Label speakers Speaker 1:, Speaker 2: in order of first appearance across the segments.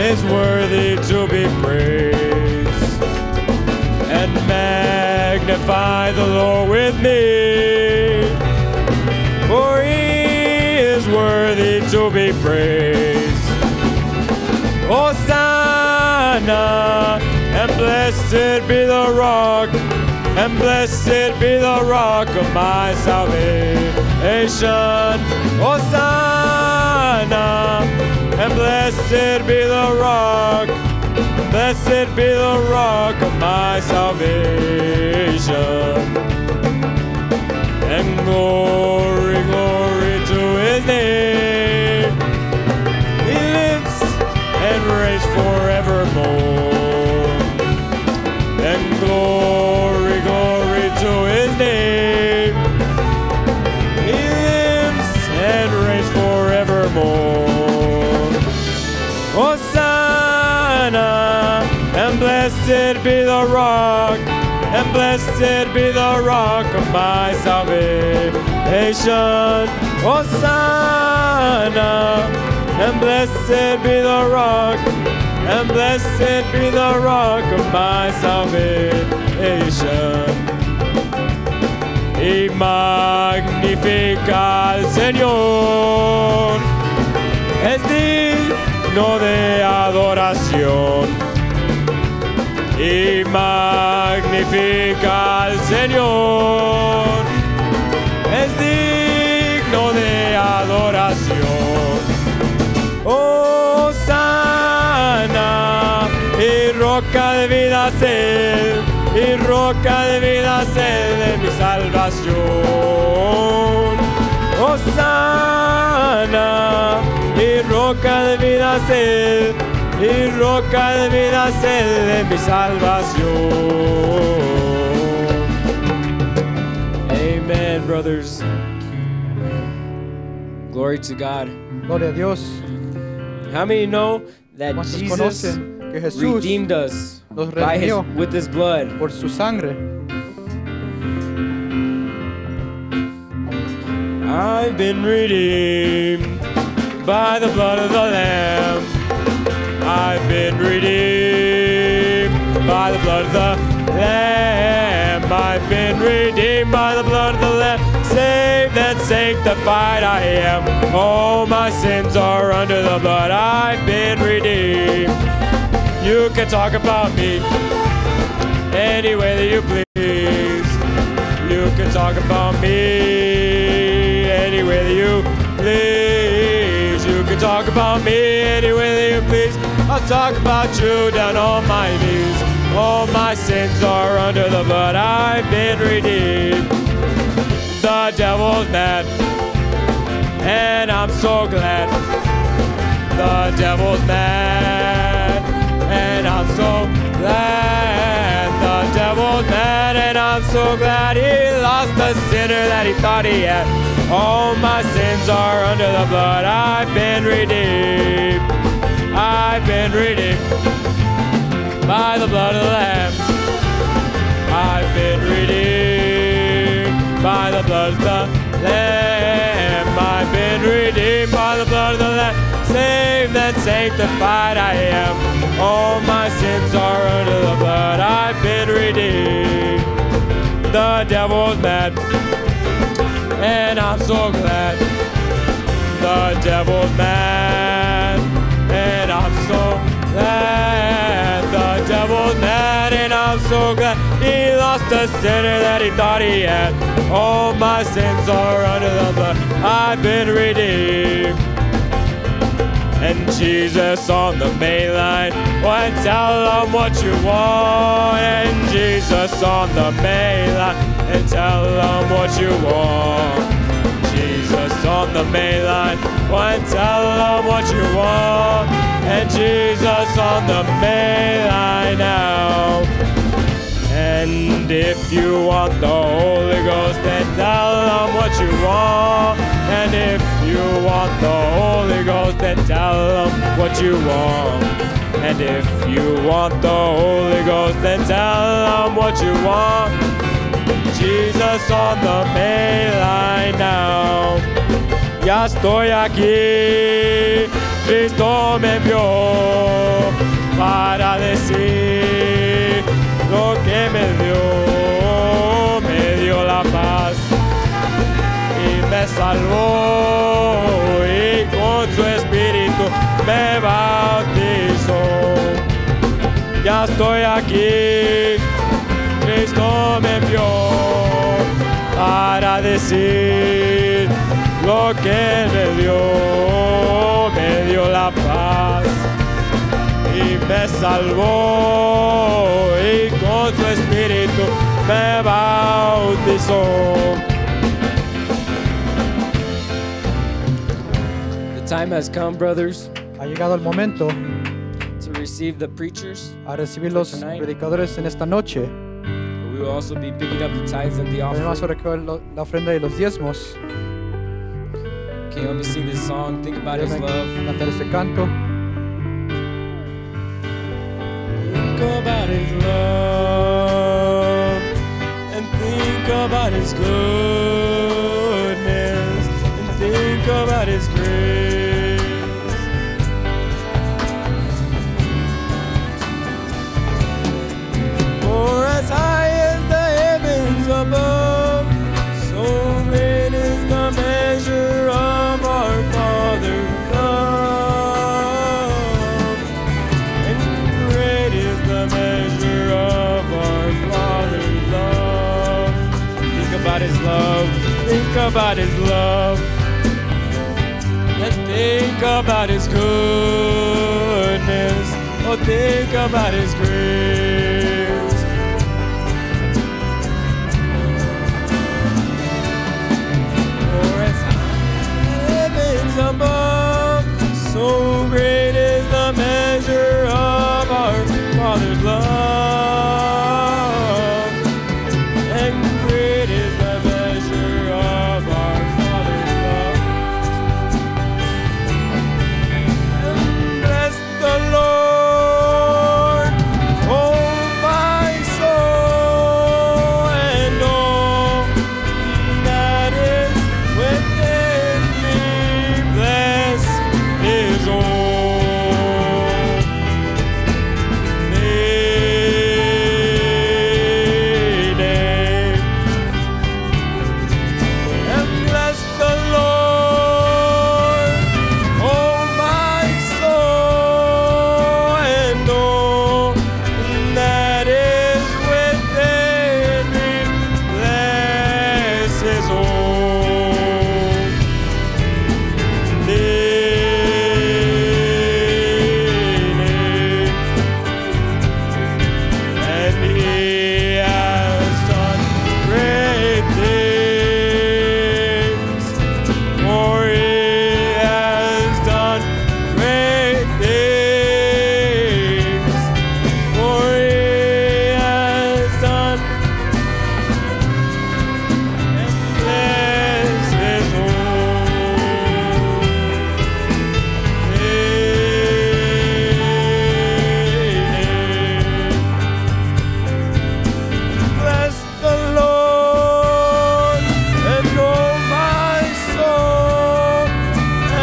Speaker 1: is worthy to be praised. And magnify the Lord with me, for he is worthy to be praised. Hosanna, and blessed be the rock, and blessed be the rock of my salvation. Hosanna, and blessed be the rock, blessed be the rock of my salvation. And glory, glory to his name. He lives and reigns forevermore. And glory, glory to his name. He lives and reigns forevermore. Hosanna, and blessed be the rock, and blessed be the rock of my salvation. Hosanna, and blessed be the rock, and blessed be the rock of my salvation. Y magnifica al Señor es digno de adoración. Y magnifica al Señor, es digno de adoración. Oh, sana y roca de vida ser, y roca de vida ser de mi salvación. Oh, sana y roca de vida ser, y roca de vida ser de mi salvación. Amen, brothers. Glory to God.
Speaker 2: Gloria a Dios.
Speaker 1: How many know that
Speaker 2: ¿Cuántos
Speaker 1: Jesus
Speaker 2: conocen que Jesús
Speaker 1: redeemed us
Speaker 2: nos
Speaker 1: by his,
Speaker 2: redimió
Speaker 1: with his blood?
Speaker 2: por su sangre?
Speaker 1: I've been redeemed by the blood of the Lamb. I've been redeemed by the blood of the Lamb. I've been redeemed by the blood of the Lamb. Saved and sanctified I am. All my sins are under the blood. I've been redeemed. You can talk about me any way that you please. You can talk about me any way that you please. You can talk about me any way that you please. I'll talk about you down on my knees. All my sins are under the blood. I've been redeemed. The devil's mad, and I'm so glad. The devil's mad, and I'm so glad. The devil's mad, and I'm so glad he lost the sinner that he thought he had. All my sins are under the blood. I've been redeemed. I've been redeemed by the blood of the Lamb. I've been redeemed by the blood of the Lamb. I've been redeemed by the blood of the Lamb. Saved and sanctified I am. All my sins are under the blood. I've been redeemed. The devil's mad, and I'm so glad. The devil's mad, and I'm so glad. The devil's mad, and I'm so glad. He lost the sinner that he thought he had. All my sins are under the blood. I've been redeemed. And Jesus on the main line went tell them what you want. And Jesus on the main line and tell them what you want. Jesus on the main line went tell them what you want. And Jesus on the main line now. And if you want the Holy Ghost, then tell them what you want. And if you want the Holy Ghost, then tell them what you want. And if you want the Holy Ghost, then tell them what you want. Jesus on the main line now. Ya estoy aquí, Cristo me envió.
Speaker 3: salvó y con su espíritu me bautizó. Ya estoy aquí, Cristo me envió para decir lo que me dio, me dio la paz y me salvó y con su espíritu me bautizó.
Speaker 1: The time has come, brothers,
Speaker 2: Ha llegado el momento
Speaker 1: to receive the preachers.
Speaker 2: a recibir los predicadores en esta noche.
Speaker 1: We will also be picking up the tithes and the
Speaker 2: Además,
Speaker 1: offering.
Speaker 2: recoger lo- la ofrenda y los diezmos.
Speaker 1: Can you help me sing this song? Think about his
Speaker 2: Déjame
Speaker 1: love.
Speaker 2: cantar este canto.
Speaker 1: Think about his love and think about his goodness and think about his grace. For as high as the heavens above, so great is the measure of our Father's love. And great is the measure of our Father's love. Think about His love. Think about His love. Let's think about His goodness. Oh, think about His grace. For as heavens above, so great is the measure of our Father's love. And great is the measure of our Father's love. And bless the Lord, oh my soul, and all that is within me. Bless His holy name. And bless the Lord, oh my soul, and all that is within me. Bless His holy name. And he has done great things. For he has done great things. For he has done and bless his holy name. Bless the Lord and all my soul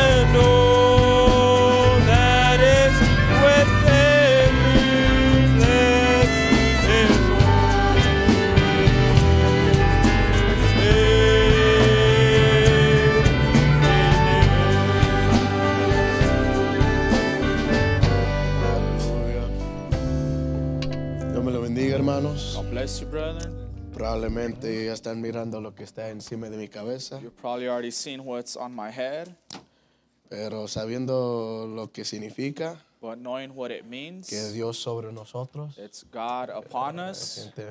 Speaker 1: and all that is within me. Bless His holy
Speaker 4: Aleluya. Dios me lo bendiga, hermanos.
Speaker 5: God bless you, brethren.
Speaker 4: Probablemente ya están mirando lo que está encima de mi cabeza,
Speaker 5: You've probably already seen what's on my head,
Speaker 4: pero sabiendo lo que significa
Speaker 5: but knowing what it means,
Speaker 4: que Dios sobre nosotros,
Speaker 5: it's God upon us.
Speaker 4: gente,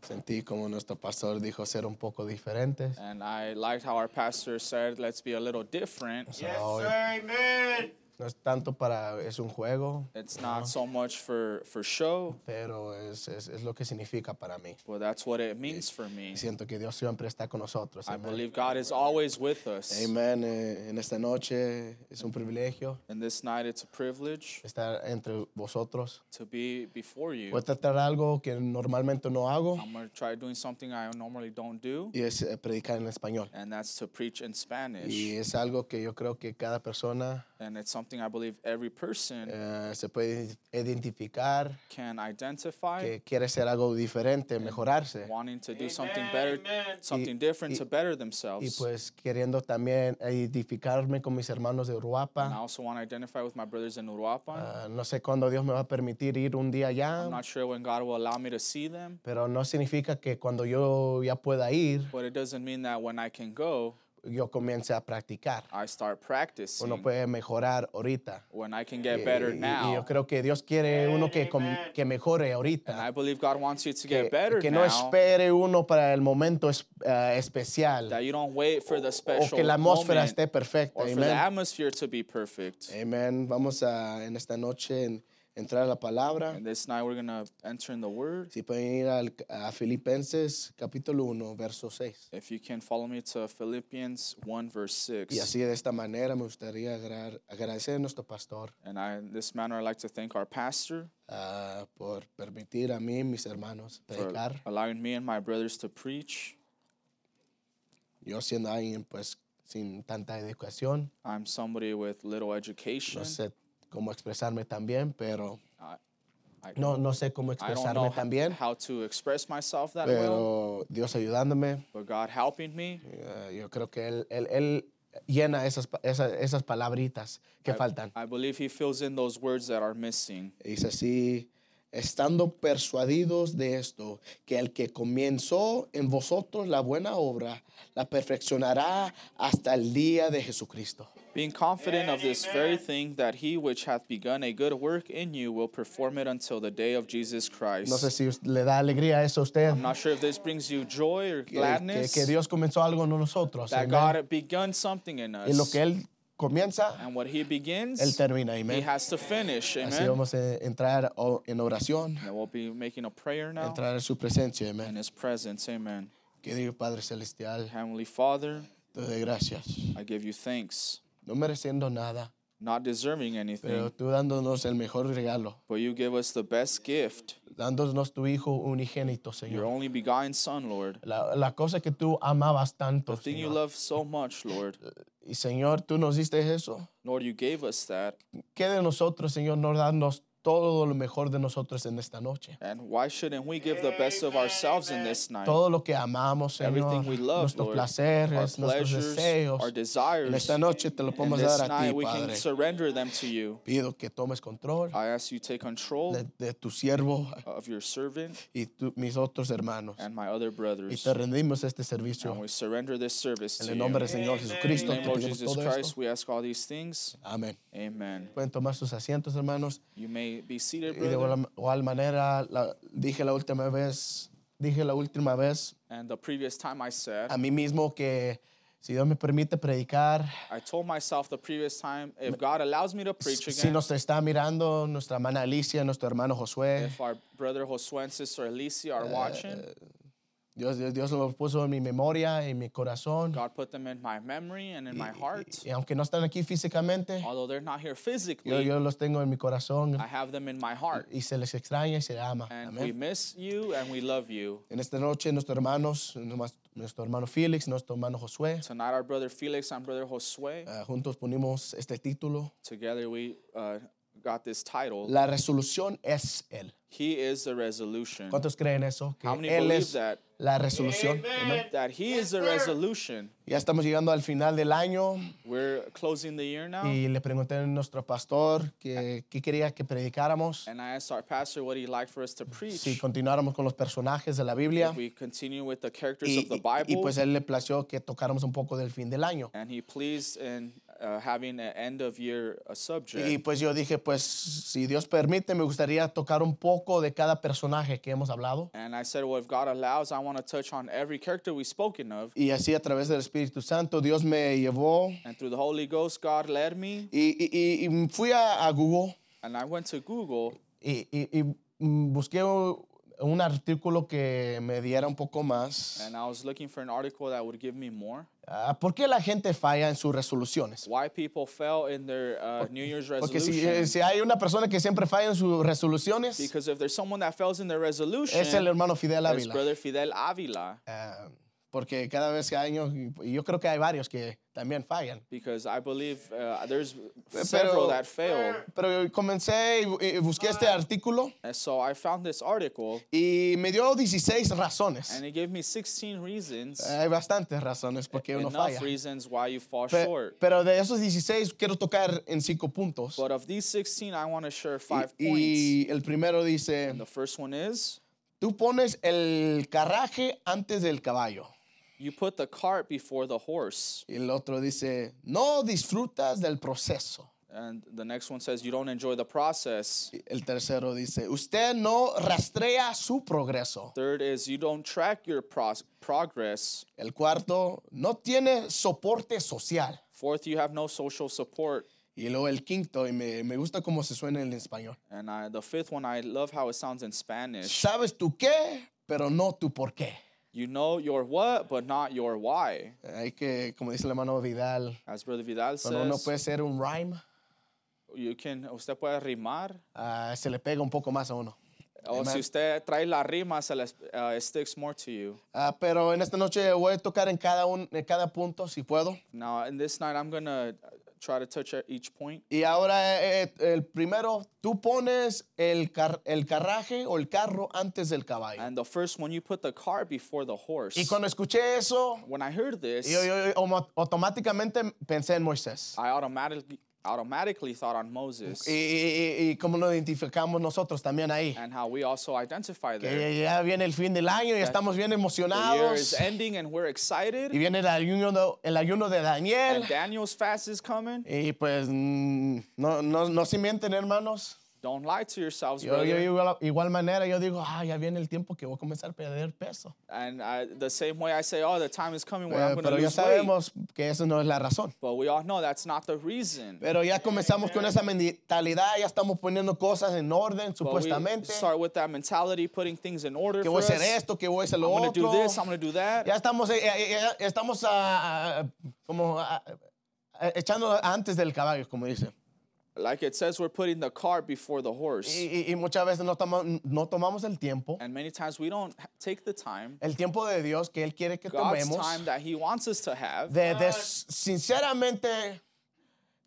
Speaker 4: sentí como nuestro pastor dijo ser un poco diferentes.
Speaker 5: And I liked how our pastor said, let's be a little different.
Speaker 4: So, Ah, hoy No es tanto para, es un juego,
Speaker 5: It's not so much for, for show,
Speaker 4: pero es, es- es lo que significa para mí.
Speaker 5: but that's what it means for me.
Speaker 4: Y siento que Dios siempre está con nosotros.
Speaker 5: I
Speaker 4: Amén.
Speaker 5: believe God is always with us.
Speaker 4: Amén. Eh, En esta noche es un privilegio
Speaker 5: And this night, it's a privilege
Speaker 4: estar entre vosotros.
Speaker 5: to be before you.
Speaker 4: Voy a tratar algo que normalmente no hago
Speaker 5: I'm going to try doing something I normally don't do,
Speaker 4: y es eh, predicar en español.
Speaker 5: and that's to preach in Spanish.
Speaker 4: Y es algo que yo creo que cada persona
Speaker 5: And it's something I believe every person
Speaker 4: eh, se puede identificar
Speaker 5: can identify,
Speaker 4: que quiere ser algo diferente, mejorarse
Speaker 5: wanting to do something better, something different to better themselves.
Speaker 4: y pues queriendo también identificarme con mis hermanos de
Speaker 5: I
Speaker 4: Uruapa.
Speaker 5: also want to identify with my brothers in Uruapan.
Speaker 4: Ah, no sé cuándo Dios me va a permitir ir un día
Speaker 5: I'm
Speaker 4: allá,
Speaker 5: not sure when God will allow me to see them,
Speaker 4: pero no significa que cuando yo ya pueda ir,
Speaker 5: but it doesn't mean that when I can go,
Speaker 4: yo comience a practicar.
Speaker 5: I start practicing.
Speaker 4: Uno puede mejorar ahorita.
Speaker 5: When I can get better
Speaker 4: Y- y- Y,
Speaker 5: now.
Speaker 4: yo creo que Dios quiere uno que, com- que mejore
Speaker 5: And I
Speaker 4: ahorita.
Speaker 5: believe God wants you to
Speaker 4: Que,
Speaker 5: get better
Speaker 4: que no
Speaker 5: now.
Speaker 4: espere uno para el momento es- ah, especial
Speaker 5: That you don't wait for the
Speaker 4: o
Speaker 5: special
Speaker 4: que la atmósfera
Speaker 5: moment
Speaker 4: esté perfecta.
Speaker 5: or for the
Speaker 4: Amén.
Speaker 5: atmosphere to be perfect.
Speaker 4: Amén. Vamos a en esta noche en- entrar a la palabra.
Speaker 5: And this night we're gonna enter in the Word.
Speaker 4: Si pueden ir al- a Filipenses capítulo 1, verso 6.
Speaker 5: If you can follow me to Philippians 1 verse 6.
Speaker 4: Y así de esta manera me gustaría agra- agradecer a nuestro pastor
Speaker 5: And I, in this manner, I'd like to thank our pastor
Speaker 4: ah, por permitir a mí y mis hermanos
Speaker 5: for
Speaker 4: predicar.
Speaker 5: allowing me and my brothers to preach.
Speaker 4: Yo siendo alguien pues sin tanta educación,
Speaker 5: I'm somebody with little education.
Speaker 4: no sé cómo expresarme también, pero
Speaker 5: I, I,
Speaker 4: no, no sé cómo
Speaker 5: I don't know
Speaker 4: expresarme
Speaker 5: how,
Speaker 4: también,
Speaker 5: how to express myself that well,
Speaker 4: pero Dios ayudándome,
Speaker 5: but God helping me.
Speaker 4: eh, yo creo que Él, él, él llena esas, pa- esas, esas palabritas que faltan.
Speaker 5: I believe He fills in those words that are missing.
Speaker 4: Dice así, estando persuadidos de esto, que el que comenzó en vosotros la buena obra, la perfeccionará hasta el día de Jesucristo.
Speaker 5: Being confident of this very thing, that He which hath begun a good work in you will perform it until the day of Jesus Christ.
Speaker 4: No sé si us- le da alegría eso a usted.
Speaker 5: I'm not sure if this brings you joy or
Speaker 4: que- Que,
Speaker 5: gladness
Speaker 4: que Dios comenzó algo en nosotros.
Speaker 5: that
Speaker 4: amén.
Speaker 5: God had begun something in
Speaker 4: Y lo
Speaker 5: us.
Speaker 4: que Él comienza,
Speaker 5: And what He begins,
Speaker 4: Él termina.
Speaker 5: He
Speaker 4: Amén.
Speaker 5: has to finish.
Speaker 4: Así
Speaker 5: Amen.
Speaker 4: vamos a entrar o- en oración,
Speaker 5: And we'll be making a prayer now
Speaker 4: entrar en su presencia.
Speaker 5: in
Speaker 4: Amén.
Speaker 5: His presence. Amen.
Speaker 4: Querido Padre Celestial,
Speaker 5: Heavenly Father,
Speaker 4: te doy gracias.
Speaker 5: I give you thanks,
Speaker 4: No mereciendo nada,
Speaker 5: not deserving anything,
Speaker 4: pero tú dándonos el mejor regalo,
Speaker 5: but you give us the best gift,
Speaker 4: dándonos tu Hijo unigénito,
Speaker 5: your
Speaker 4: Señor.
Speaker 5: only begotten Son, Lord.
Speaker 4: La, la cosa que tú amabas tanto.
Speaker 5: The thing you
Speaker 4: Señor.
Speaker 5: love so much, Lord.
Speaker 4: Y Señor, tú nos diste eso.
Speaker 5: Lord, you gave us that.
Speaker 4: ¿Qué de nosotros, Señor, no darnos todo lo mejor de nosotros en esta noche?
Speaker 5: And why shouldn't we give the best of ourselves in this night?
Speaker 4: todo lo que amamos, Señor,
Speaker 5: Everything we love,
Speaker 4: nuestros
Speaker 5: Lord, our
Speaker 4: placeres, nuestros
Speaker 5: pleasures,
Speaker 4: deseos.
Speaker 5: our
Speaker 4: En
Speaker 5: desires.
Speaker 4: esta noche te lo
Speaker 5: And
Speaker 4: podemos
Speaker 5: this
Speaker 4: dar a ti,
Speaker 5: night, we can
Speaker 4: Padre.
Speaker 5: surrender them to you.
Speaker 4: Pido que tomes control
Speaker 5: I ask you take control
Speaker 4: de, de tu siervo
Speaker 5: of your servant
Speaker 4: y tu- mis otros hermanos.
Speaker 5: and my other
Speaker 4: Y
Speaker 5: brothers.
Speaker 4: te rendimos este
Speaker 5: And
Speaker 4: servicio.
Speaker 5: we surrender this service
Speaker 4: En
Speaker 5: to
Speaker 4: el
Speaker 5: you.
Speaker 4: nombre del Señor
Speaker 5: In
Speaker 4: Jesucristo.
Speaker 5: the
Speaker 4: te
Speaker 5: name of
Speaker 4: pedimos
Speaker 5: Jesus
Speaker 4: todo
Speaker 5: Christ,
Speaker 4: esto.
Speaker 5: we ask all these things.
Speaker 4: Amén.
Speaker 5: Amen.
Speaker 4: Pueden tomar sus asientos, hermanos.
Speaker 5: You may be seated,
Speaker 4: Y de
Speaker 5: brother.
Speaker 4: igual, igual manera, la- dije la última vez, dije la última vez
Speaker 5: And the previous time I said,
Speaker 4: a mí mismo que si Dios me permite predicar,
Speaker 5: I told myself the previous time, if God allows me to preach
Speaker 4: si
Speaker 5: again,
Speaker 4: nos está mirando nuestra hermana Alicia, nuestro hermano Josué,
Speaker 5: if our brother Josue and sister Alicia
Speaker 4: Eh,
Speaker 5: are watching,
Speaker 4: Dios, Dios, Dios lo puso en mi memoria, en mi corazón.
Speaker 5: God put them in my memory and in my heart.
Speaker 4: Y aunque no están aquí físicamente,
Speaker 5: Although they're not
Speaker 4: yo,
Speaker 5: here physically,
Speaker 4: yo los tengo en mi corazón
Speaker 5: I have them in my heart.
Speaker 4: y se les extraña y se les ama.
Speaker 5: And
Speaker 4: Amén.
Speaker 5: we miss you and we love you.
Speaker 4: En esta noche, nuestros hermanos, nomás- nuestro hermano Félix, nuestro hermano Josué,
Speaker 5: Tonight, our brother Felix and brother Josue,
Speaker 4: ah, juntos ponimos este título.
Speaker 5: together we uh, got this title.
Speaker 4: La resolución es Él.
Speaker 5: He is the resolution.
Speaker 4: ¿Cuántos creen eso? Que
Speaker 5: How many
Speaker 4: Él
Speaker 5: believe
Speaker 4: es
Speaker 5: that?
Speaker 4: la resolución. Amén.
Speaker 5: That He is the resolution.
Speaker 4: Ya estamos llegando al final del año
Speaker 5: We're closing the year now.
Speaker 4: y le pregunté a nuestro pastor que, qué quería que predicáramos.
Speaker 5: And I asked our pastor what he'd like for us to preach.
Speaker 4: Si continuáramos con los personajes de la Biblia.
Speaker 5: If we continue with the characters
Speaker 4: y,
Speaker 5: of the
Speaker 4: y-
Speaker 5: Bible,
Speaker 4: y, pues eh, él le plació que tocáramos un poco del fin del año.
Speaker 5: and he pleased in uh, having an end of year uh subject.
Speaker 4: Y pues yo dije, pues si Dios permite, me gustaría tocar un poco de cada personaje que hemos hablado.
Speaker 5: and I said, well, if God allows, I want to touch on every character we've spoken of.
Speaker 4: Y así a través del Espíritu Santo, Dios me llevó
Speaker 5: And through the Holy Ghost, God led me,
Speaker 4: y, y- y- y fui a, a Google
Speaker 5: and I went to Google
Speaker 4: y, y- y, mm, busqué u- un artículo que me diera un poco más.
Speaker 5: and I was looking for an article that would give me more.
Speaker 4: Ah, ¿Por qué la gente falla en sus resoluciones?
Speaker 5: Why people fell in their uh, New Year's
Speaker 4: Porque si, eh,
Speaker 5: resolution.
Speaker 4: si hay una persona que siempre falla en sus resoluciones,
Speaker 5: because if there's someone that fails in their resolution,
Speaker 4: es el hermano Fidel
Speaker 5: there's
Speaker 4: Ávila.
Speaker 5: brother Fidel Avila.
Speaker 4: Ah, Porque cada vez que hay años, y yo creo que hay varios que también fallan.
Speaker 5: because I believe uh, there's several that failed.
Speaker 4: Pero yo comencé y, y busqué este artículo
Speaker 5: And so I found this article,
Speaker 4: y me dio 16 razones.
Speaker 5: and it gave me 16 reasons,
Speaker 4: Hay bastantes razones porque uno
Speaker 5: enough
Speaker 4: falla.
Speaker 5: reasons why you fall
Speaker 4: Pe-
Speaker 5: short.
Speaker 4: pero de esos 16 quiero tocar en 5 puntos.
Speaker 5: But of these 16, I want to share five points.
Speaker 4: Y el primero dice,
Speaker 5: And the first one is
Speaker 4: tú pones el carraje antes del caballo.
Speaker 5: you put the cart before the horse.
Speaker 4: Y el otro dice, no disfrutas del proceso.
Speaker 5: And the next one says you don't enjoy the process.
Speaker 4: Y El tercero dice, usted no rastrea su progreso.
Speaker 5: Third is you don't track your pros- progress.
Speaker 4: El cuarto, no tiene soporte social.
Speaker 5: Fourth, you have no social support.
Speaker 4: Y luego el quinto, y me, me gusta cómo se suena en español.
Speaker 5: And I, the fifth one, I love how it sounds in Spanish.
Speaker 4: Sabes tu qué, pero no tu por qué.
Speaker 5: You know your what, but not your why.
Speaker 4: Hay que, como dice el hermano Vidal,
Speaker 5: As Brother Vidal
Speaker 4: cuando uno
Speaker 5: says,
Speaker 4: puede ser un rhyme,
Speaker 5: you can, usted puede rimar.
Speaker 4: ah, se le pega un poco más a uno.
Speaker 5: O si
Speaker 4: Amen.
Speaker 5: usted trae la rima, se les, uh, it sticks more to you.
Speaker 4: Ah, pero en esta noche voy a tocar en cada, un, en cada punto, si puedo.
Speaker 5: Now, in this night, I'm going to try to touch at each point.
Speaker 4: Y ahora eh, eh, el primero, tú pones el, car- el carraje o el carro antes del caballo.
Speaker 5: And the first one, you put the car before the horse.
Speaker 4: Y cuando escuché eso,
Speaker 5: When I heard this,
Speaker 4: yo, yo- yo autom- automáticamente pensé en Moisés.
Speaker 5: I automatically, automatically thought on Moses
Speaker 4: Y, y- y- y cómo lo identificamos nosotros también ahí.
Speaker 5: and how we also identify there.
Speaker 4: Que ya viene el fin del año y estamos bien
Speaker 5: The year is
Speaker 4: emocionados.
Speaker 5: ending and we're excited.
Speaker 4: Y viene el ayuno, de- el ayuno de Daniel.
Speaker 5: And Daniel's fast is coming.
Speaker 4: Y pues, mm, no, no, no se mienten, hermanos.
Speaker 5: Don't lie to yourselves,
Speaker 4: Yo, yo
Speaker 5: brother.
Speaker 4: igual, igual manera, yo digo, ah, ya viene el tiempo que voy a comenzar a perder peso.
Speaker 5: And I, the same way I say, oh, the time is coming where
Speaker 4: Eh,
Speaker 5: I'm going to
Speaker 4: pero ya
Speaker 5: lose weight.
Speaker 4: sabemos que esa no es la razón.
Speaker 5: But we all know that's not the reason.
Speaker 4: Pero ya comenzamos con esa mentalidad, ya estamos poniendo cosas en orden,
Speaker 5: But we
Speaker 4: supuestamente.
Speaker 5: start with that mentality, putting things in order
Speaker 4: Que voy
Speaker 5: for
Speaker 4: a
Speaker 5: us.
Speaker 4: hacer esto, que voy a hacer
Speaker 5: I'm
Speaker 4: lo
Speaker 5: going to do
Speaker 4: otro.
Speaker 5: this, I'm going to do that.
Speaker 4: Ya estamos, eh, eh, eh, estamos ah, ah, como ah, ah, echando antes del caballo, como dice.
Speaker 5: Like it says, we're putting the cart before the horse.
Speaker 4: Y, y- y muchas veces no, tomo- no tomamos el tiempo,
Speaker 5: And many times we don't h- take the time,
Speaker 4: el tiempo de Dios que Él quiere que
Speaker 5: God's
Speaker 4: tomemos,
Speaker 5: time that He wants us to have,
Speaker 4: de, de sinceramente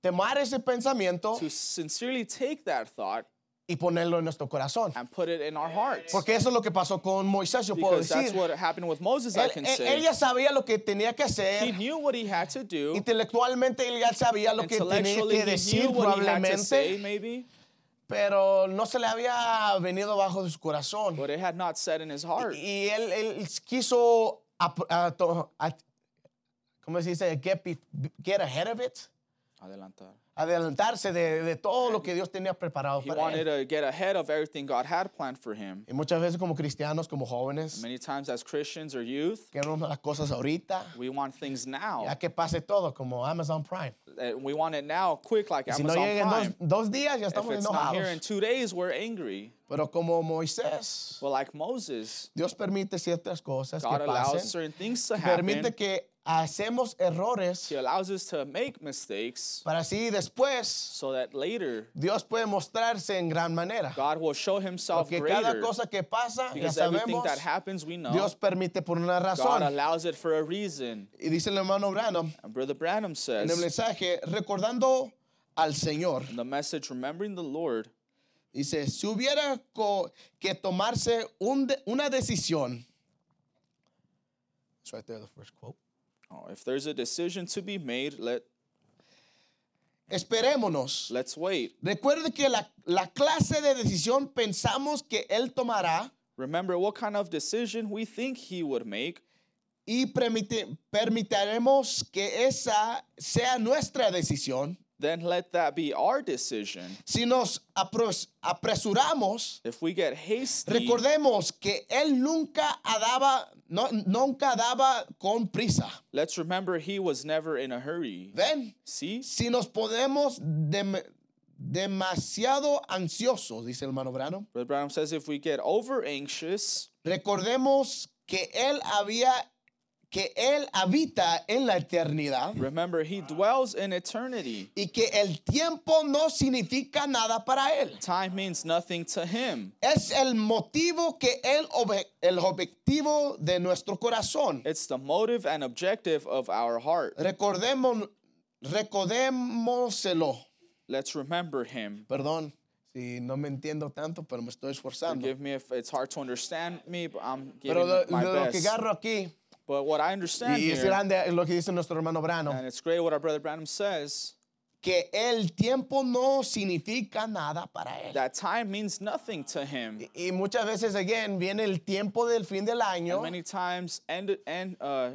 Speaker 4: tomar ese pensamiento
Speaker 5: to sincerely take that thought
Speaker 4: y ponerlo en nuestro corazón.
Speaker 5: and put it in our hearts.
Speaker 4: Porque eso es lo que pasó con Moisés, yo puedo
Speaker 5: Because that's
Speaker 4: decir.
Speaker 5: what happened with Moses, I
Speaker 4: Él,
Speaker 5: can
Speaker 4: él- él
Speaker 5: say.
Speaker 4: ya sabía lo que tenía que
Speaker 5: He
Speaker 4: hacer.
Speaker 5: knew what he had to do.
Speaker 4: Intelectualmente él ya sabía lo que tenía
Speaker 5: Intellectually,
Speaker 4: que
Speaker 5: he knew
Speaker 4: decir
Speaker 5: what he had to say,
Speaker 4: probablemente,
Speaker 5: maybe,
Speaker 4: pero no se le había venido bajo de su corazón.
Speaker 5: but it had not said in his heart.
Speaker 4: Y él, él quiso, ap- a to- a- ¿cómo se dice? Get, be- get ahead of it,
Speaker 5: Adelantar.
Speaker 4: adelantarse de, de todo lo que Dios tenía preparado
Speaker 5: He
Speaker 4: para
Speaker 5: wanted
Speaker 4: él.
Speaker 5: to get ahead of everything God had planned for him.
Speaker 4: Y muchas veces como cristianos, como jóvenes,
Speaker 5: Many times, as Christians or youth,
Speaker 4: queremos las cosas ahorita,
Speaker 5: we want things now.
Speaker 4: ya que pase todo, como Amazon Prime.
Speaker 5: Uh, We want it now, quick, like
Speaker 4: Si no
Speaker 5: Amazon
Speaker 4: llegan dos,
Speaker 5: Prime.
Speaker 4: dos días, ya
Speaker 5: If
Speaker 4: estamos
Speaker 5: it's not here in
Speaker 4: enojados.
Speaker 5: two days, we're angry.
Speaker 4: Pero como Moisés,
Speaker 5: But like Moses,
Speaker 4: Dios permite ciertas cosas
Speaker 5: God
Speaker 4: que
Speaker 5: allows
Speaker 4: pasen.
Speaker 5: certain things to happen.
Speaker 4: Permite que hacemos errores
Speaker 5: He allows us to make mistakes
Speaker 4: para así después
Speaker 5: so that later
Speaker 4: Dios puede mostrarse en gran manera.
Speaker 5: God will show himself
Speaker 4: Porque cada
Speaker 5: greater.
Speaker 4: cosa que pasa, ya
Speaker 5: Because everything
Speaker 4: sabemos,
Speaker 5: that happens, we know
Speaker 4: Dios permite por una
Speaker 5: God
Speaker 4: razón.
Speaker 5: allows it for a reason.
Speaker 4: Y dice el hermano Branham
Speaker 5: And Brother
Speaker 4: en
Speaker 5: Branham
Speaker 4: el
Speaker 5: says,
Speaker 4: mensaje, recordando al Señor,
Speaker 5: in the message, remembering the Lord,
Speaker 4: dice, si hubiera co- que tomarse un de- una decisión. It's right there, the first quote.
Speaker 5: oh, if there's a decision to be made, let,
Speaker 4: Esperémonos.
Speaker 5: let's wait.
Speaker 4: Recuerde que la, la clase de decisión pensamos que Él tomará
Speaker 5: Remember what kind of decision we think he would make,
Speaker 4: y permite- permitiremos que esa sea nuestra decisión.
Speaker 5: then let that be our decision.
Speaker 4: Si nos apros- apresuramos,
Speaker 5: If we get hasty,
Speaker 4: recordemos que Él nunca daba, no- nunca daba con prisa.
Speaker 5: let's remember he was never in a hurry.
Speaker 4: ¿Ven?
Speaker 5: See?
Speaker 4: Si nos ponemos dem- demasiado ansiosos, dice el hermano Brano,
Speaker 5: Brother Branham says if we get over anxious,
Speaker 4: recordemos que Él había que Él habita en la eternidad
Speaker 5: Remember, he dwells in eternity.
Speaker 4: y que el tiempo no significa nada para Él.
Speaker 5: Time means nothing to him.
Speaker 4: Es el motivo que Él, obje- el objetivo de nuestro corazón.
Speaker 5: It's the motive and objective of our heart.
Speaker 4: Recordemos, recordémoselo.
Speaker 5: Let's remember him.
Speaker 4: Perdón si no me entiendo tanto, pero me estoy esforzando.
Speaker 5: Forgive me if it's hard to understand me, but I'm
Speaker 4: Pero
Speaker 5: giving
Speaker 4: lo,
Speaker 5: my
Speaker 4: lo que
Speaker 5: best.
Speaker 4: agarro aquí,
Speaker 5: But what I understand
Speaker 4: y es
Speaker 5: here,
Speaker 4: grande lo que dice nuestro hermano Brano,
Speaker 5: and it's great what our brother Branham says,
Speaker 4: que el tiempo no significa nada para Él.
Speaker 5: that time means nothing to him.
Speaker 4: Y muchas veces, again, viene el tiempo del fin del año
Speaker 5: And many times, end and uh,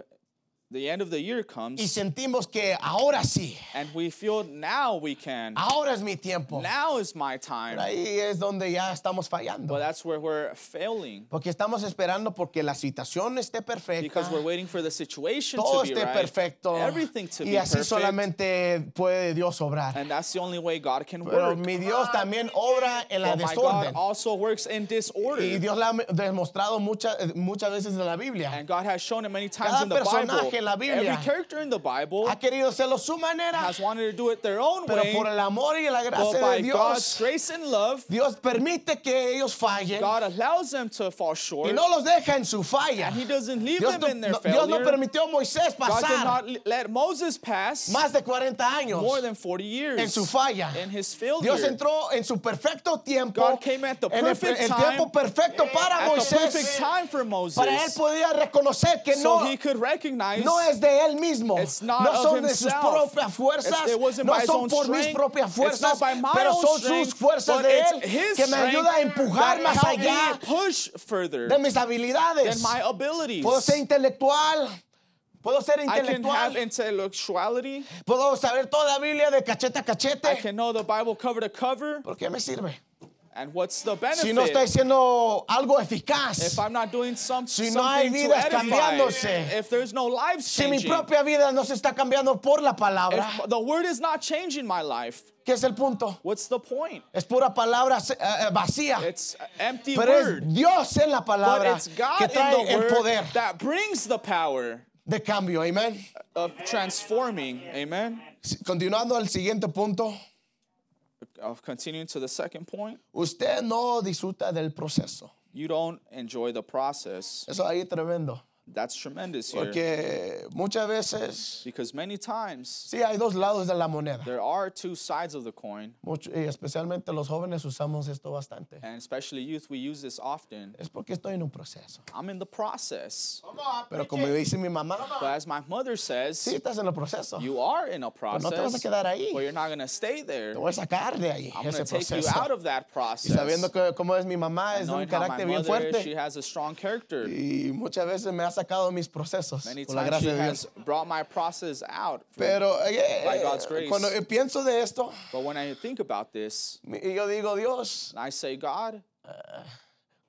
Speaker 5: the end of the year
Speaker 4: y
Speaker 5: comes,
Speaker 4: sentimos que ahora sí,
Speaker 5: and we feel now we can.
Speaker 4: ahora es mi tiempo.
Speaker 5: Now is my time.
Speaker 4: Ahí es donde ya estamos
Speaker 5: But
Speaker 4: fallando.
Speaker 5: that's where we're failing
Speaker 4: Porque estamos esperando porque la situación esté perfecta.
Speaker 5: because we're waiting for the situation
Speaker 4: Ah. Todo
Speaker 5: to be
Speaker 4: esté
Speaker 5: right,
Speaker 4: perfecto.
Speaker 5: everything to
Speaker 4: Y
Speaker 5: be
Speaker 4: así
Speaker 5: perfect,
Speaker 4: solamente puede Dios obrar.
Speaker 5: and that's the only way God can
Speaker 4: Pero
Speaker 5: work.
Speaker 4: mi Dios también obra en la
Speaker 5: But Oh my God
Speaker 4: desorden.
Speaker 5: also works in
Speaker 4: Y
Speaker 5: disorder,
Speaker 4: Dios la ha demostrado muchas, muchas veces en la Biblia.
Speaker 5: and God has shown it many times
Speaker 4: Cada
Speaker 5: in the Bible.
Speaker 4: personaje en la Biblia
Speaker 5: Every character in the Bible
Speaker 4: Ha querido hacerlo a su manera,
Speaker 5: has wanted to do it their own
Speaker 4: pero
Speaker 5: way,
Speaker 4: por el amor y la
Speaker 5: but
Speaker 4: gracia
Speaker 5: by
Speaker 4: de
Speaker 5: God's
Speaker 4: Dios,
Speaker 5: grace and love,
Speaker 4: Dios permite que ellos fallen
Speaker 5: God allows them to fall short,
Speaker 4: y no los deja en su falla.
Speaker 5: and He doesn't leave
Speaker 4: Dios
Speaker 5: them
Speaker 4: no,
Speaker 5: in their
Speaker 4: no- Dios no
Speaker 5: failure.
Speaker 4: permitió a Moisés
Speaker 5: God did
Speaker 4: pasar
Speaker 5: not let Moses pass
Speaker 4: más de 40 años
Speaker 5: more than 40 years
Speaker 4: en su falla.
Speaker 5: in his failure.
Speaker 4: Dios entró en su perfecto tiempo,
Speaker 5: God came at the
Speaker 4: en el,
Speaker 5: perfect
Speaker 4: el
Speaker 5: time.
Speaker 4: tiempo perfecto para
Speaker 5: at the perfect
Speaker 4: Moisés,
Speaker 5: time for Moses.
Speaker 4: para él podía reconocer que
Speaker 5: so
Speaker 4: no,
Speaker 5: he could recognize
Speaker 4: no es de él mismo,
Speaker 5: It's not
Speaker 4: no
Speaker 5: of
Speaker 4: son de sus
Speaker 5: himself.
Speaker 4: propias fuerzas,
Speaker 5: It's- it wasn't
Speaker 4: no
Speaker 5: by his
Speaker 4: son
Speaker 5: own
Speaker 4: por mis
Speaker 5: strength.
Speaker 4: propias
Speaker 5: It's
Speaker 4: fuerzas,
Speaker 5: not by my
Speaker 4: pero
Speaker 5: own
Speaker 4: son
Speaker 5: strength,
Speaker 4: sus fuerzas
Speaker 5: but
Speaker 4: de
Speaker 5: it's
Speaker 4: él
Speaker 5: his
Speaker 4: que me ayuda a
Speaker 5: strength
Speaker 4: empujar
Speaker 5: that
Speaker 4: más
Speaker 5: helped
Speaker 4: allá
Speaker 5: me push further
Speaker 4: de mis habilidades.
Speaker 5: than my abilities.
Speaker 4: Puedo ser intelectual, puedo ser
Speaker 5: I can
Speaker 4: intelectual,
Speaker 5: have intellectuality.
Speaker 4: puedo saber toda la Biblia de cachete a
Speaker 5: I
Speaker 4: cachete.
Speaker 5: can know the Bible cover to cover.
Speaker 4: ¿Por qué me sirve?
Speaker 5: And what's the benefit
Speaker 4: Si no está haciendo algo eficaz,
Speaker 5: if I'm not doing some,
Speaker 4: Si no hay
Speaker 5: something to
Speaker 4: vidas
Speaker 5: edify?
Speaker 4: cambiándose.
Speaker 5: If there's no lives
Speaker 4: si mi
Speaker 5: changing.
Speaker 4: propia vida no se está cambiando por la palabra,
Speaker 5: if the word is not changing my life,
Speaker 4: ¿qué es el punto?
Speaker 5: what's the point?
Speaker 4: Es pura palabra eh, eh, vacía.
Speaker 5: It's empty
Speaker 4: Pero
Speaker 5: word.
Speaker 4: es Dios en la
Speaker 5: But
Speaker 4: palabra
Speaker 5: it's God
Speaker 4: que
Speaker 5: in the
Speaker 4: trae el
Speaker 5: word
Speaker 4: poder
Speaker 5: that brings the power
Speaker 4: de cambio. Amén.
Speaker 5: of transforming. Amen.
Speaker 4: Si- Continuando al siguiente punto,
Speaker 5: Of continuing to the second point,
Speaker 4: usted no disfruta del proceso.
Speaker 5: you don't enjoy the process.
Speaker 4: Eso ahí es tremendo.
Speaker 5: That's tremendous here.
Speaker 4: Porque muchas veces,
Speaker 5: Because many times
Speaker 4: sí, hay dos lados de la moneda.
Speaker 5: there are two sides of the coin,
Speaker 4: Mucho- y especialmente los jóvenes usamos esto bastante.
Speaker 5: and especially youth, we use this often.
Speaker 4: Es porque estoy en un proceso.
Speaker 5: I'm in the process.
Speaker 4: Pero como dice mi mamá,
Speaker 5: But as my mother
Speaker 4: sí,
Speaker 5: says,
Speaker 4: estás en el proceso.
Speaker 5: you are in a
Speaker 4: no te vas a
Speaker 5: process,
Speaker 4: quedar ahí.
Speaker 5: but you're not going to stay there.
Speaker 4: Te voy a sacar de ahí,
Speaker 5: I'm
Speaker 4: ese
Speaker 5: going to take you out
Speaker 4: proceso.
Speaker 5: of that
Speaker 4: Y sabiendo
Speaker 5: process.
Speaker 4: que, cómo es mi mamá, es de un
Speaker 5: Knowing how my
Speaker 4: carácter bien
Speaker 5: mother, she
Speaker 4: fuerte.
Speaker 5: has a strong character.
Speaker 4: Y muchas veces me ha sacado de mis procesos,
Speaker 5: Many
Speaker 4: por la
Speaker 5: times she
Speaker 4: gracia de
Speaker 5: has
Speaker 4: Dios.
Speaker 5: brought my process out. from-
Speaker 4: Pero eh,
Speaker 5: By
Speaker 4: eh,
Speaker 5: God's grace.
Speaker 4: cuando eh, pienso de esto,
Speaker 5: but when I think about this,
Speaker 4: mi- y yo digo, Dios,
Speaker 5: and I say, God,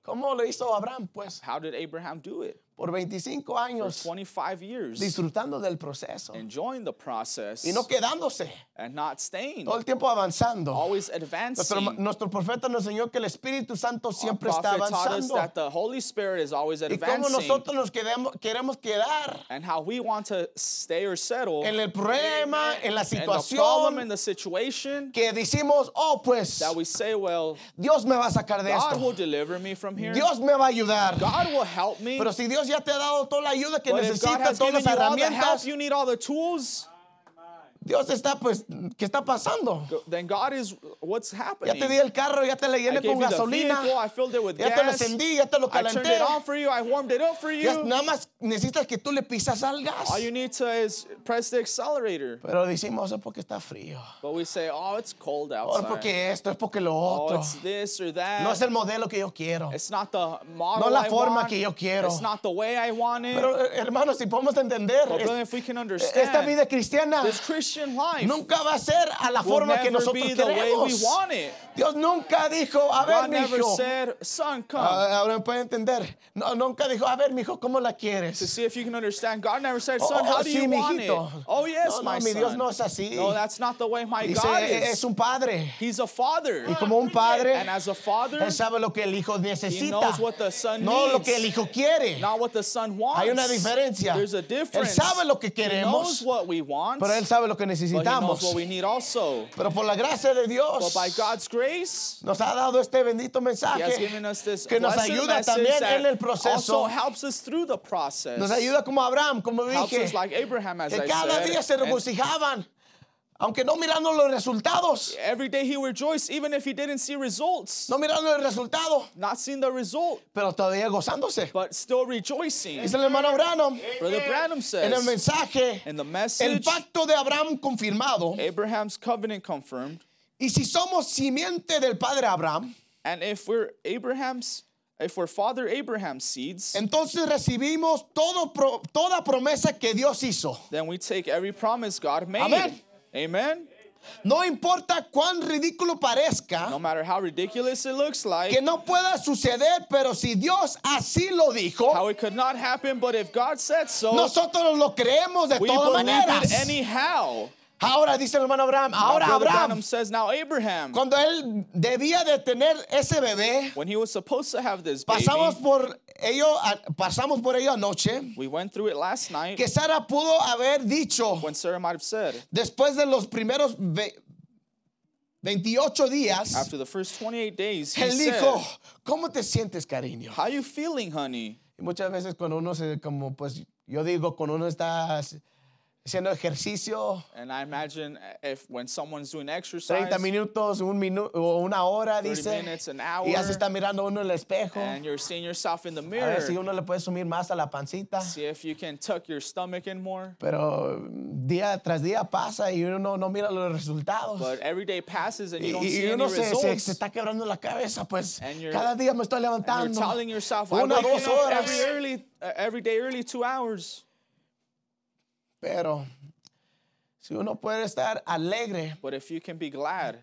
Speaker 4: ¿cómo lo hizo Abraham? Pues
Speaker 5: how did Abraham do it?
Speaker 4: por 25
Speaker 5: For
Speaker 4: años
Speaker 5: 25 years,
Speaker 4: disfrutando del proceso
Speaker 5: enjoying the process
Speaker 4: y no quedándose,
Speaker 5: and not staying,
Speaker 4: todo el tiempo avanzando.
Speaker 5: always
Speaker 4: Nuestro,
Speaker 5: advancing.
Speaker 4: ma- nuestro profeta nos enseñó que el Espíritu Santo
Speaker 5: Our
Speaker 4: siempre está
Speaker 5: prophet taught us
Speaker 4: avanzando.
Speaker 5: that the Holy Spirit is always
Speaker 4: Y cómo
Speaker 5: advancing.
Speaker 4: nosotros nos quedamos, queremos quedar
Speaker 5: And how we want to stay or settle
Speaker 4: en el problema, en la
Speaker 5: in the problem,
Speaker 4: situación,
Speaker 5: in the situation,
Speaker 4: que decimos, oh, pues
Speaker 5: that we say, well,
Speaker 4: Dios me va a sacar de
Speaker 5: God will
Speaker 4: esto.
Speaker 5: deliver me from here.
Speaker 4: Dios me va a ayudar.
Speaker 5: God will help me.
Speaker 4: Pero si Dios ya te ha dado toda la ayuda que
Speaker 5: But if God
Speaker 4: necesitas,
Speaker 5: has
Speaker 4: todas
Speaker 5: given
Speaker 4: las
Speaker 5: you all the help,
Speaker 4: herramientas,
Speaker 5: you need all the tools,
Speaker 4: Dios está pues, ¿qué está pasando?
Speaker 5: then God is what's
Speaker 4: Ya
Speaker 5: happening.
Speaker 4: te di el carro, ya te le
Speaker 5: I
Speaker 4: llené
Speaker 5: gave
Speaker 4: con
Speaker 5: you the
Speaker 4: gasolina,
Speaker 5: vehicle, I filled it with
Speaker 4: ya te lo
Speaker 5: gas.
Speaker 4: encendí, ya te lo
Speaker 5: I turned
Speaker 4: calenté.
Speaker 5: it on for you. I warmed it up for you.
Speaker 4: Ya nada más necesitas que tú le pisas al gas.
Speaker 5: All you need to is press the accelerator.
Speaker 4: Pero decimos, es porque está frío.
Speaker 5: But we say, oh, it's cold
Speaker 4: O es
Speaker 5: outside.
Speaker 4: porque esto, es porque lo
Speaker 5: Oh,
Speaker 4: otro.
Speaker 5: it's this or that.
Speaker 4: No es el modelo que yo quiero.
Speaker 5: It's not the model
Speaker 4: No la
Speaker 5: I
Speaker 4: forma
Speaker 5: want.
Speaker 4: que yo quiero.
Speaker 5: It's not the way I want it. Oh,
Speaker 4: Pero eh, hermanos, si podemos entender,
Speaker 5: But
Speaker 4: es-
Speaker 5: brother, if we can understand
Speaker 4: esta vida cristiana
Speaker 5: this Christian life
Speaker 4: nunca va a ser a la
Speaker 5: will
Speaker 4: forma que
Speaker 5: never
Speaker 4: nosotros
Speaker 5: be the way we
Speaker 4: queremos.
Speaker 5: want it.
Speaker 4: Dios nunca dijo, a ver,
Speaker 5: God never
Speaker 4: mijo.
Speaker 5: said, son, come.
Speaker 4: Ah, Ahora me puede entender. No, nunca dijo, a ver, mijo, ¿cómo la
Speaker 5: To
Speaker 4: quieres?
Speaker 5: see if you can understand, God never said,
Speaker 4: Oh,
Speaker 5: son, how
Speaker 4: oh,
Speaker 5: do
Speaker 4: sí,
Speaker 5: you want it?
Speaker 4: mijito.
Speaker 5: Oh, yes,
Speaker 4: No, no,
Speaker 5: my
Speaker 4: mi
Speaker 5: son.
Speaker 4: Dios no es así.
Speaker 5: No, that's not the way my
Speaker 4: Dice,
Speaker 5: God
Speaker 4: "E- es
Speaker 5: is.
Speaker 4: un padre.
Speaker 5: He's a father.
Speaker 4: Y como un padre,
Speaker 5: And as a father,
Speaker 4: él sabe lo que el hijo
Speaker 5: he
Speaker 4: necesita.
Speaker 5: knows what the son
Speaker 4: No lo
Speaker 5: needs,
Speaker 4: que el hijo quiere.
Speaker 5: not what the son wants.
Speaker 4: Hay una diferencia.
Speaker 5: There's a
Speaker 4: Él
Speaker 5: difference.
Speaker 4: sabe lo que
Speaker 5: He knows
Speaker 4: queremos,
Speaker 5: what we want,
Speaker 4: pero él sabe lo que
Speaker 5: but he knows
Speaker 4: necesitamos.
Speaker 5: what we need also.
Speaker 4: Pero por la gracia de
Speaker 5: But
Speaker 4: Dios
Speaker 5: by God's grace,
Speaker 4: nos ha dado este bendito
Speaker 5: He has given
Speaker 4: mensaje
Speaker 5: us this
Speaker 4: que nos
Speaker 5: blessed
Speaker 4: ayuda
Speaker 5: message
Speaker 4: también
Speaker 5: that
Speaker 4: en el proceso.
Speaker 5: also helps us through the process.
Speaker 4: Nos ayuda como Abraham, como
Speaker 5: helps
Speaker 4: dije,
Speaker 5: us like Abraham, as
Speaker 4: que
Speaker 5: I
Speaker 4: cada día se
Speaker 5: said. And
Speaker 4: regocijaban, aunque no mirando los resultados,
Speaker 5: every day he rejoiced, even if he didn't see results,
Speaker 4: no mirando el resultado,
Speaker 5: not seeing the result,
Speaker 4: pero todavía gozándose.
Speaker 5: but still rejoicing.
Speaker 4: Dice el hermano Branham
Speaker 5: Brother Branham
Speaker 4: en el
Speaker 5: says
Speaker 4: mensaje,
Speaker 5: in the
Speaker 4: el
Speaker 5: message,
Speaker 4: pacto de Abraham confirmado.
Speaker 5: Abraham's covenant confirmed,
Speaker 4: Y si somos simiente del padre Abraham,
Speaker 5: and if we're Abraham's, if we're Father Abraham's seeds,
Speaker 4: entonces recibimos todo pro- toda promesa que Dios hizo.
Speaker 5: then we take every promise God made.
Speaker 4: Amen.
Speaker 5: Amen.
Speaker 4: No importa cuán ridículo parezca,
Speaker 5: No matter how ridiculous it looks like,
Speaker 4: que no pueda suceder, pero si Dios así lo dijo,
Speaker 5: how it could not happen, but if God said so,
Speaker 4: nosotros lo creemos de
Speaker 5: we
Speaker 4: todas
Speaker 5: believe
Speaker 4: maneras.
Speaker 5: it anyhow.
Speaker 4: Ahora dice el hermano Abraham, ahora
Speaker 5: Brother
Speaker 4: Abraham,
Speaker 5: Branham says now Abraham,
Speaker 4: cuando él debía de tener ese bebé,
Speaker 5: when he was supposed to have this baby,
Speaker 4: pasamos por ello, a- pasamos por ello anoche,
Speaker 5: we went through it last night
Speaker 4: que Sara pudo haber dicho
Speaker 5: when Sarah might have said,
Speaker 4: después de los primeros ve- 28 días,
Speaker 5: after the first 28 days, he
Speaker 4: él
Speaker 5: said,
Speaker 4: dijo, ¿cómo te sientes, cariño?
Speaker 5: How you feeling, honey?
Speaker 4: Y muchas veces cuando uno se, como pues yo digo, cuando uno está haciendo ejercicio,
Speaker 5: And I imagine if when someone's doing exercise,
Speaker 4: 30 minutos, un minuto o una hora,
Speaker 5: 30
Speaker 4: dice,
Speaker 5: minutes, an
Speaker 4: y ya se está
Speaker 5: hour,
Speaker 4: mirando uno en el espejo.
Speaker 5: and you're seeing yourself in
Speaker 4: A
Speaker 5: the mirror,
Speaker 4: ver si uno le puede sumir más a la pancita.
Speaker 5: see if you can tuck your stomach in more.
Speaker 4: Pero mm, día tras día pasa y uno no mira los resultados.
Speaker 5: But every day passes and
Speaker 4: Y,
Speaker 5: you don't
Speaker 4: y
Speaker 5: see any
Speaker 4: uno se, se-
Speaker 5: results.
Speaker 4: se está quebrando la cabeza, pues
Speaker 5: And you're-
Speaker 4: cada día me estoy
Speaker 5: and you're
Speaker 4: levantando.
Speaker 5: telling yourself, I'm
Speaker 4: Una, dos
Speaker 5: waking up every,
Speaker 4: horas.
Speaker 5: early, uh, every day early two hours.
Speaker 4: Pero si uno puede estar alegre
Speaker 5: But if you can be glad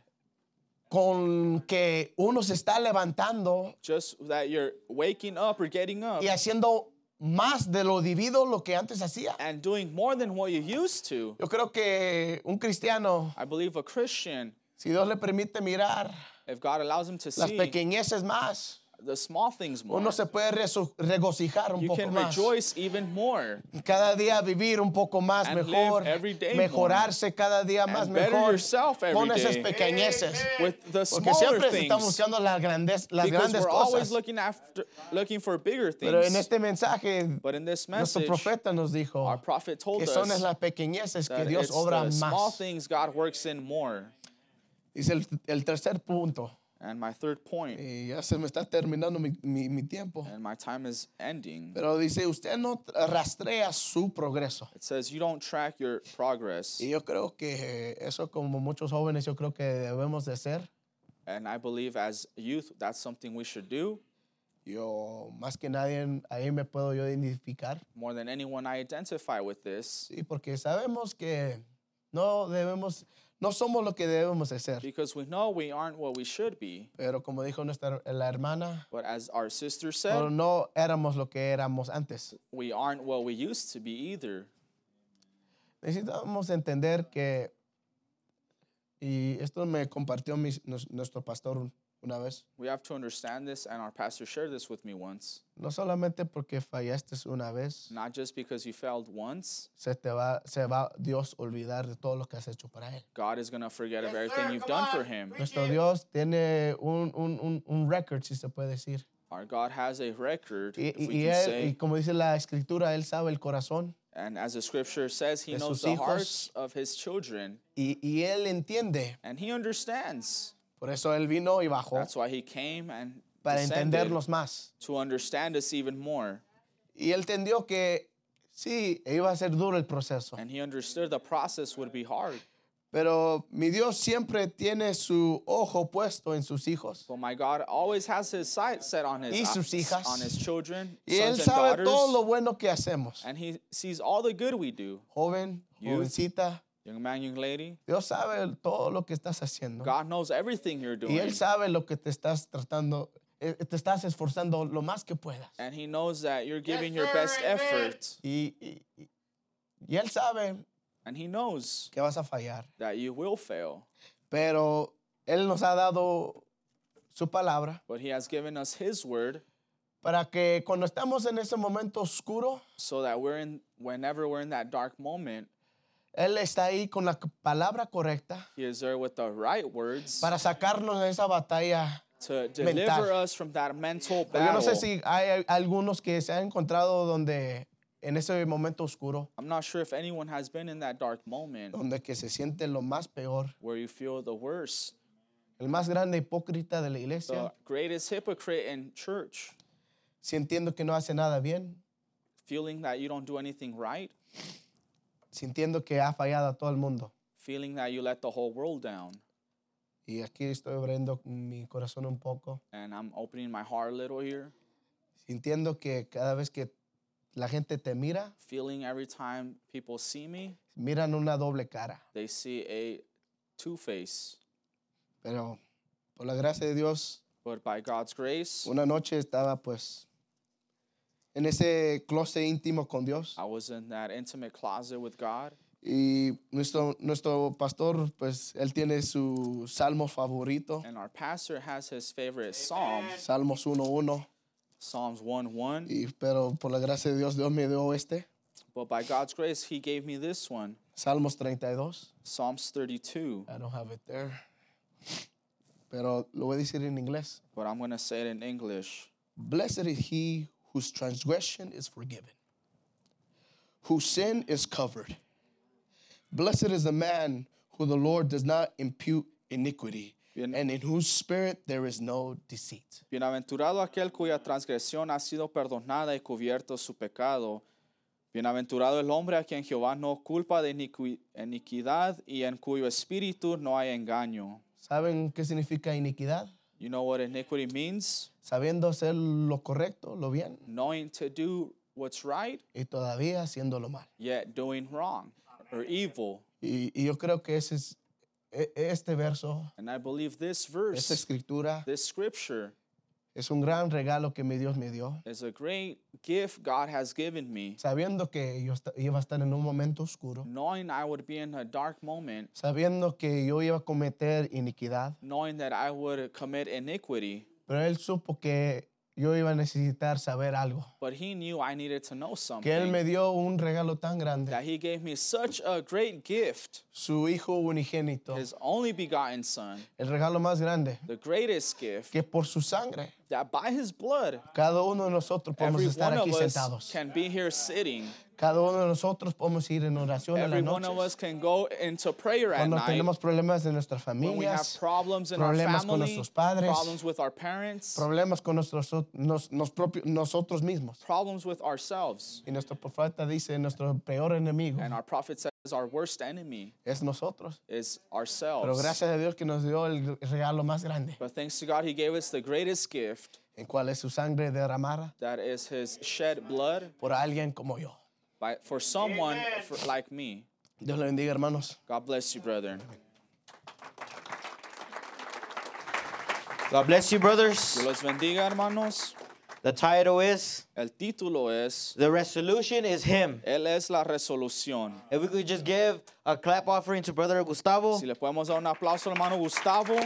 Speaker 4: con que uno se está levantando
Speaker 5: just that you're waking up or getting up
Speaker 4: y haciendo más de lo debido lo que antes hacía.
Speaker 5: and doing more than what you used to,
Speaker 4: Yo creo que un cristiano,
Speaker 5: I believe a Christian,
Speaker 4: si Dios le permite mirar
Speaker 5: if God allows him to
Speaker 4: las
Speaker 5: see
Speaker 4: pequeñeces más,
Speaker 5: the small things more,
Speaker 4: uno se puede resu- regocijar un
Speaker 5: you
Speaker 4: poco
Speaker 5: can
Speaker 4: más.
Speaker 5: rejoice even more
Speaker 4: Cada día vivir un poco más
Speaker 5: And
Speaker 4: mejor,
Speaker 5: live every day
Speaker 4: mejorarse cada día más
Speaker 5: and better
Speaker 4: mejor
Speaker 5: yourself every
Speaker 4: con esas
Speaker 5: day.
Speaker 4: pequeñeces.
Speaker 5: with the
Speaker 4: Porque
Speaker 5: smaller
Speaker 4: siempre se está
Speaker 5: things.
Speaker 4: buscando las grandes, las
Speaker 5: Because
Speaker 4: grandes
Speaker 5: we're always
Speaker 4: cosas.
Speaker 5: looking after, looking for bigger
Speaker 4: Pero en
Speaker 5: things.
Speaker 4: este mensaje,
Speaker 5: But in this
Speaker 4: nuestro
Speaker 5: message,
Speaker 4: profeta nos dijo
Speaker 5: our prophet told
Speaker 4: que son es
Speaker 5: us
Speaker 4: las pequeñeces que
Speaker 5: that
Speaker 4: Dios
Speaker 5: it's
Speaker 4: obra
Speaker 5: the small
Speaker 4: más.
Speaker 5: things God works in more.
Speaker 4: Dice el, el tercer punto.
Speaker 5: And my third point,
Speaker 4: Y ya se me está terminando mi, mi- mi tiempo.
Speaker 5: and my time is ending.
Speaker 4: Pero dice, usted no rastrea su progreso.
Speaker 5: It says you don't track your progress.
Speaker 4: Y yo creo que eso como muchos jóvenes, yo creo que debemos de ser.
Speaker 5: And I believe as youth, that's something we should do.
Speaker 4: Yo más que nadie, ahí me puedo yo identificar.
Speaker 5: More than anyone, I identify with this
Speaker 4: Sí, porque sabemos que no debemos, no somos lo que debemos de ser.
Speaker 5: because we know we aren't what we should be.
Speaker 4: Pero como dijo nuestra la hermana,
Speaker 5: But as our sister
Speaker 4: pero
Speaker 5: said,
Speaker 4: no éramos lo que éramos antes.
Speaker 5: we aren't what we used to be either.
Speaker 4: Necesitamos entender que, y esto me compartió mis- nos- nuestro pastor una vez,
Speaker 5: We have to understand this, and our pastor shared this with me once.
Speaker 4: no solamente porque fallaste una vez,
Speaker 5: Not just because you failed once,
Speaker 4: se te va, se va Dios a olvidar de todo lo que has hecho para Él.
Speaker 5: God is going to forget of everything you've done for him.
Speaker 4: Nuestro Dios tiene un, un, un, un record, si se puede decir.
Speaker 5: Our God has a record,
Speaker 4: Y,
Speaker 5: if we
Speaker 4: y- y
Speaker 5: can
Speaker 4: él, y
Speaker 5: say.
Speaker 4: como dice la escritura, Él sabe el corazón
Speaker 5: And as the scripture says, he
Speaker 4: de
Speaker 5: knows
Speaker 4: sus
Speaker 5: the
Speaker 4: hijos.
Speaker 5: hearts of his children,
Speaker 4: y, y Él entiende.
Speaker 5: and he understands.
Speaker 4: Por eso Él vino y bajó,
Speaker 5: That's why he came and
Speaker 4: para
Speaker 5: descended
Speaker 4: entendernos más.
Speaker 5: to understand us even more.
Speaker 4: Y Él entendió que sí, iba a ser duro el proceso.
Speaker 5: And he understood the process would be hard.
Speaker 4: Pero mi Dios siempre tiene su ojo puesto en sus hijos.
Speaker 5: But my God always has his sight set on his
Speaker 4: Y sus
Speaker 5: eyes-
Speaker 4: hijas.
Speaker 5: on his children,
Speaker 4: Y Él
Speaker 5: sons and
Speaker 4: sabe
Speaker 5: daughters,
Speaker 4: todo lo bueno que hacemos.
Speaker 5: and he sees all the good we do.
Speaker 4: Joven,
Speaker 5: Youth.
Speaker 4: jovencita,
Speaker 5: Young man, young lady,
Speaker 4: Dios sabe todo lo que estás haciendo.
Speaker 5: God knows everything you're
Speaker 4: Y
Speaker 5: doing.
Speaker 4: Él sabe lo que te estás tratando, eh, te estás esforzando lo más que puedas.
Speaker 5: And He knows that you're giving your best effort.
Speaker 4: Y, y- y- y Él sabe
Speaker 5: And He knows
Speaker 4: que vas a fallar.
Speaker 5: that you will fail.
Speaker 4: Pero Él nos ha dado su palabra
Speaker 5: But He has given us His word
Speaker 4: para que cuando estamos en ese momento oscuro,
Speaker 5: so that we're in, whenever we're in that dark moment,
Speaker 4: Él está ahí con la palabra correcta
Speaker 5: He is there with the right words
Speaker 4: para sacarnos de esa batalla.
Speaker 5: to deliver
Speaker 4: Mental.
Speaker 5: us from that
Speaker 4: Yo
Speaker 5: mental
Speaker 4: no
Speaker 5: battle.
Speaker 4: sé si hay algunos que se han encontrado donde en ese momento oscuro,
Speaker 5: I'm not sure if anyone has been in that dark moment
Speaker 4: donde que se siente lo más peor,
Speaker 5: where you feel the worst,
Speaker 4: el más grande hipócrita de la
Speaker 5: the
Speaker 4: iglesia,
Speaker 5: greatest hypocrite in church,
Speaker 4: sintiendo que no hace nada bien,
Speaker 5: feeling that you don't do anything right,
Speaker 4: sintiendo que ha fallado a todo el mundo.
Speaker 5: feeling that you let the whole world down.
Speaker 4: Y aquí estoy abriendo mi corazón un poco,
Speaker 5: And I'm opening my heart a little here,
Speaker 4: sintiendo que cada vez que la gente te mira,
Speaker 5: feeling every time people see me,
Speaker 4: miran una doble cara.
Speaker 5: they see a two face.
Speaker 4: Pero por la gracia de Dios,
Speaker 5: But by God's grace,
Speaker 4: una noche estaba pues en ese closet íntimo con Dios.
Speaker 5: I was in that intimate closet with God.
Speaker 4: Y nuestro, nuestro pastor, pues él tiene su salmo favorito,
Speaker 5: And our pastor has his favorite Psalms,
Speaker 4: Salmos 1.1.
Speaker 5: Psalms 1 1.
Speaker 4: Y, pero por la gracia de Dios, Dios me dio este,
Speaker 5: But by God's grace, he gave me this one,
Speaker 4: Salmos 32.
Speaker 5: Psalms 32.
Speaker 4: I don't have it there. Pero lo voy a decir en inglés.
Speaker 5: But I'm going to say it in English.
Speaker 4: Blessed is he whose transgression is forgiven, whose sin is covered. Blessed is the man who the Lord does not impute iniquity,
Speaker 5: Bien.
Speaker 4: and in whose spirit there is no deceit.
Speaker 5: Bienaventurado aquel cuya transgresión ha sido perdonada y cubierto su pecado. Bienaventurado el hombre a quien Jehová no culpa de iniqui- iniquidad y en cuyo espíritu no hay engaño.
Speaker 4: ¿Saben qué significa iniquidad?
Speaker 5: You know what iniquity means?
Speaker 4: sabiendo hacer lo correcto, lo bien,
Speaker 5: Knowing to do what's right,
Speaker 4: y todavía haciendo lo mal.
Speaker 5: yet doing wrong or evil.
Speaker 4: Y, y yo creo que ese es, e- este verso,
Speaker 5: And I believe this
Speaker 4: esta
Speaker 5: verse,
Speaker 4: escritura,
Speaker 5: this scripture,
Speaker 4: es un gran regalo que mi Dios me dio,
Speaker 5: is a great gift God has given me.
Speaker 4: sabiendo que yo esta- iba a estar en un momento oscuro,
Speaker 5: Knowing I would be in a dark moment,
Speaker 4: sabiendo que yo iba a cometer iniquidad,
Speaker 5: knowing that I would commit iniquity,
Speaker 4: pero Él supo que yo iba a necesitar saber algo,
Speaker 5: but He knew I needed to know
Speaker 4: que Él me
Speaker 5: something.
Speaker 4: dio un regalo tan grande,
Speaker 5: That He gave me such a great gift,
Speaker 4: su Hijo unigénito,
Speaker 5: His only begotten Son,
Speaker 4: el regalo más grande,
Speaker 5: the greatest gift,
Speaker 4: que por su sangre
Speaker 5: that by His blood,
Speaker 4: cada uno de nosotros podemos
Speaker 5: every
Speaker 4: estar
Speaker 5: one
Speaker 4: aquí
Speaker 5: of
Speaker 4: sentados.
Speaker 5: us can be here sitting.
Speaker 4: Cada uno de nosotros podemos ir en oración en
Speaker 5: Every
Speaker 4: la
Speaker 5: one of
Speaker 4: noche.
Speaker 5: us can go into prayer at
Speaker 4: Cuando
Speaker 5: night.
Speaker 4: tenemos problemas en nuestras
Speaker 5: When we have
Speaker 4: familias,
Speaker 5: problems in our
Speaker 4: problemas con
Speaker 5: family,
Speaker 4: nuestros padres,
Speaker 5: problems with our parents,
Speaker 4: problemas con nuestros, nos, nos propio- nosotros mismos.
Speaker 5: problems with ourselves.
Speaker 4: Y nuestro profeta dice, nuestro peor enemigo
Speaker 5: And our prophet says our worst enemy
Speaker 4: es nosotros.
Speaker 5: is
Speaker 4: Pero
Speaker 5: ourselves.
Speaker 4: gracias a Dios que nos dio el regalo más grande,
Speaker 5: But thanks to God, He gave us the greatest gift
Speaker 4: en cual es su sangre derramada
Speaker 5: that is His shed blood
Speaker 4: por alguien como yo.
Speaker 5: by, for someone for, like me.
Speaker 4: Dios le bendiga, hermanos.
Speaker 5: God bless you, brethren.
Speaker 6: God bless you, brothers.
Speaker 5: Que los bendiga, hermanos.
Speaker 6: The title is
Speaker 5: El título es
Speaker 6: The Resolution is Him.
Speaker 5: Él es la resolución.
Speaker 6: If we could just give a clap offering to Brother Gustavo,
Speaker 5: Si le podemos dar un aplauso al hermano Gustavo,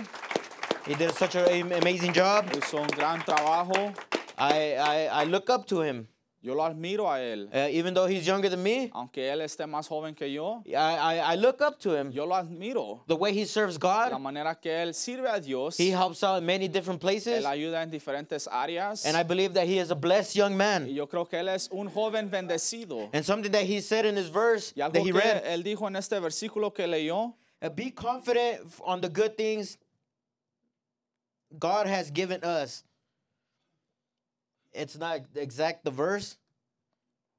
Speaker 6: he did such an amazing job.
Speaker 5: hizo un gran trabajo.
Speaker 6: I, I, I look up to him.
Speaker 5: Yo lo admiro a él.
Speaker 6: Uh, even though he's younger than me,
Speaker 5: Aunque él esté más joven que yo,
Speaker 6: I, I, I look up to him.
Speaker 5: yo lo admiro.
Speaker 6: The way he serves
Speaker 5: La
Speaker 6: God,
Speaker 5: manera que él sirve a Dios,
Speaker 6: he helps out in many different places.
Speaker 5: él ayuda en diferentes áreas.
Speaker 6: And I believe that he is a blessed young
Speaker 5: Y
Speaker 6: man.
Speaker 5: yo creo que él es un joven bendecido.
Speaker 6: And something that he said in his verse
Speaker 5: Y algo
Speaker 6: that he
Speaker 5: que
Speaker 6: read
Speaker 5: él dijo en este versículo que leyó,
Speaker 6: uh, Be confident f- on the good things God has given us. It's not exact the verse.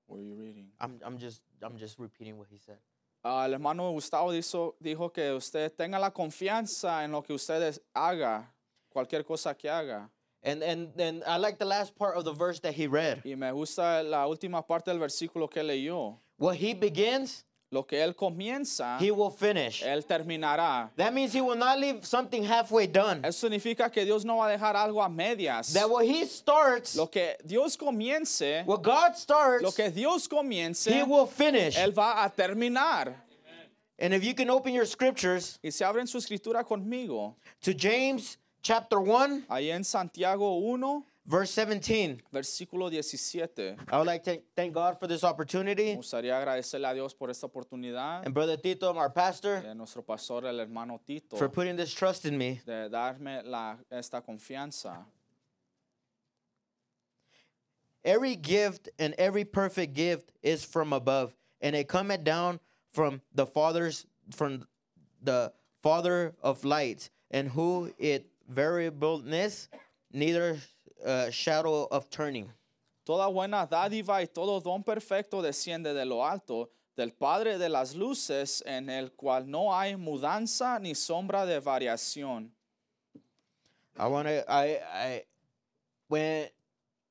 Speaker 5: Were you reading?
Speaker 6: I'm, I'm just I'm just repeating what he said.
Speaker 5: Ah, el hermano Gustavo dijo, dijo que usted tenga la confianza en lo que ustedes haga, cualquier cosa que haga.
Speaker 6: And and then I like the last part of the verse that he read.
Speaker 5: Y me gusta la última parte del versículo que leyó.
Speaker 6: What he begins,
Speaker 5: Lo que Él comienza,
Speaker 7: He will finish.
Speaker 5: Él terminará.
Speaker 7: That means He will not leave something halfway done.
Speaker 5: Eso significa que Dios no va a dejar algo a medias.
Speaker 7: That what He starts,
Speaker 5: Lo que Dios comience,
Speaker 7: what God
Speaker 5: lo
Speaker 7: starts,
Speaker 5: que Dios comience,
Speaker 7: He will finish.
Speaker 5: Él va a terminar.
Speaker 7: And if you can open your scriptures
Speaker 5: Y se abren su escritura conmigo,
Speaker 7: to James chapter 1,
Speaker 5: ahí en Santiago 1,
Speaker 7: verse 17.
Speaker 5: versículo 17.
Speaker 7: I would like to thank God for this opportunity.
Speaker 5: Me gustaría agradecerle a Dios por esta oportunidad
Speaker 7: And Brother Tito, our
Speaker 5: y
Speaker 7: pastor,
Speaker 5: a nuestro pastor, el hermano Tito,
Speaker 7: for putting this trust in me.
Speaker 5: de darme la- esta confianza.
Speaker 7: Every gift and every perfect gift is from above, and it cometh down from the Father's from the Father of lights, and who it variableness, neither uh, shadow of turning.
Speaker 5: Toda buena dádiva y todo don perfecto desciende de lo alto, del Padre de las luces, en el cual no hay mudanza ni sombra de variación.
Speaker 7: I want to. I I when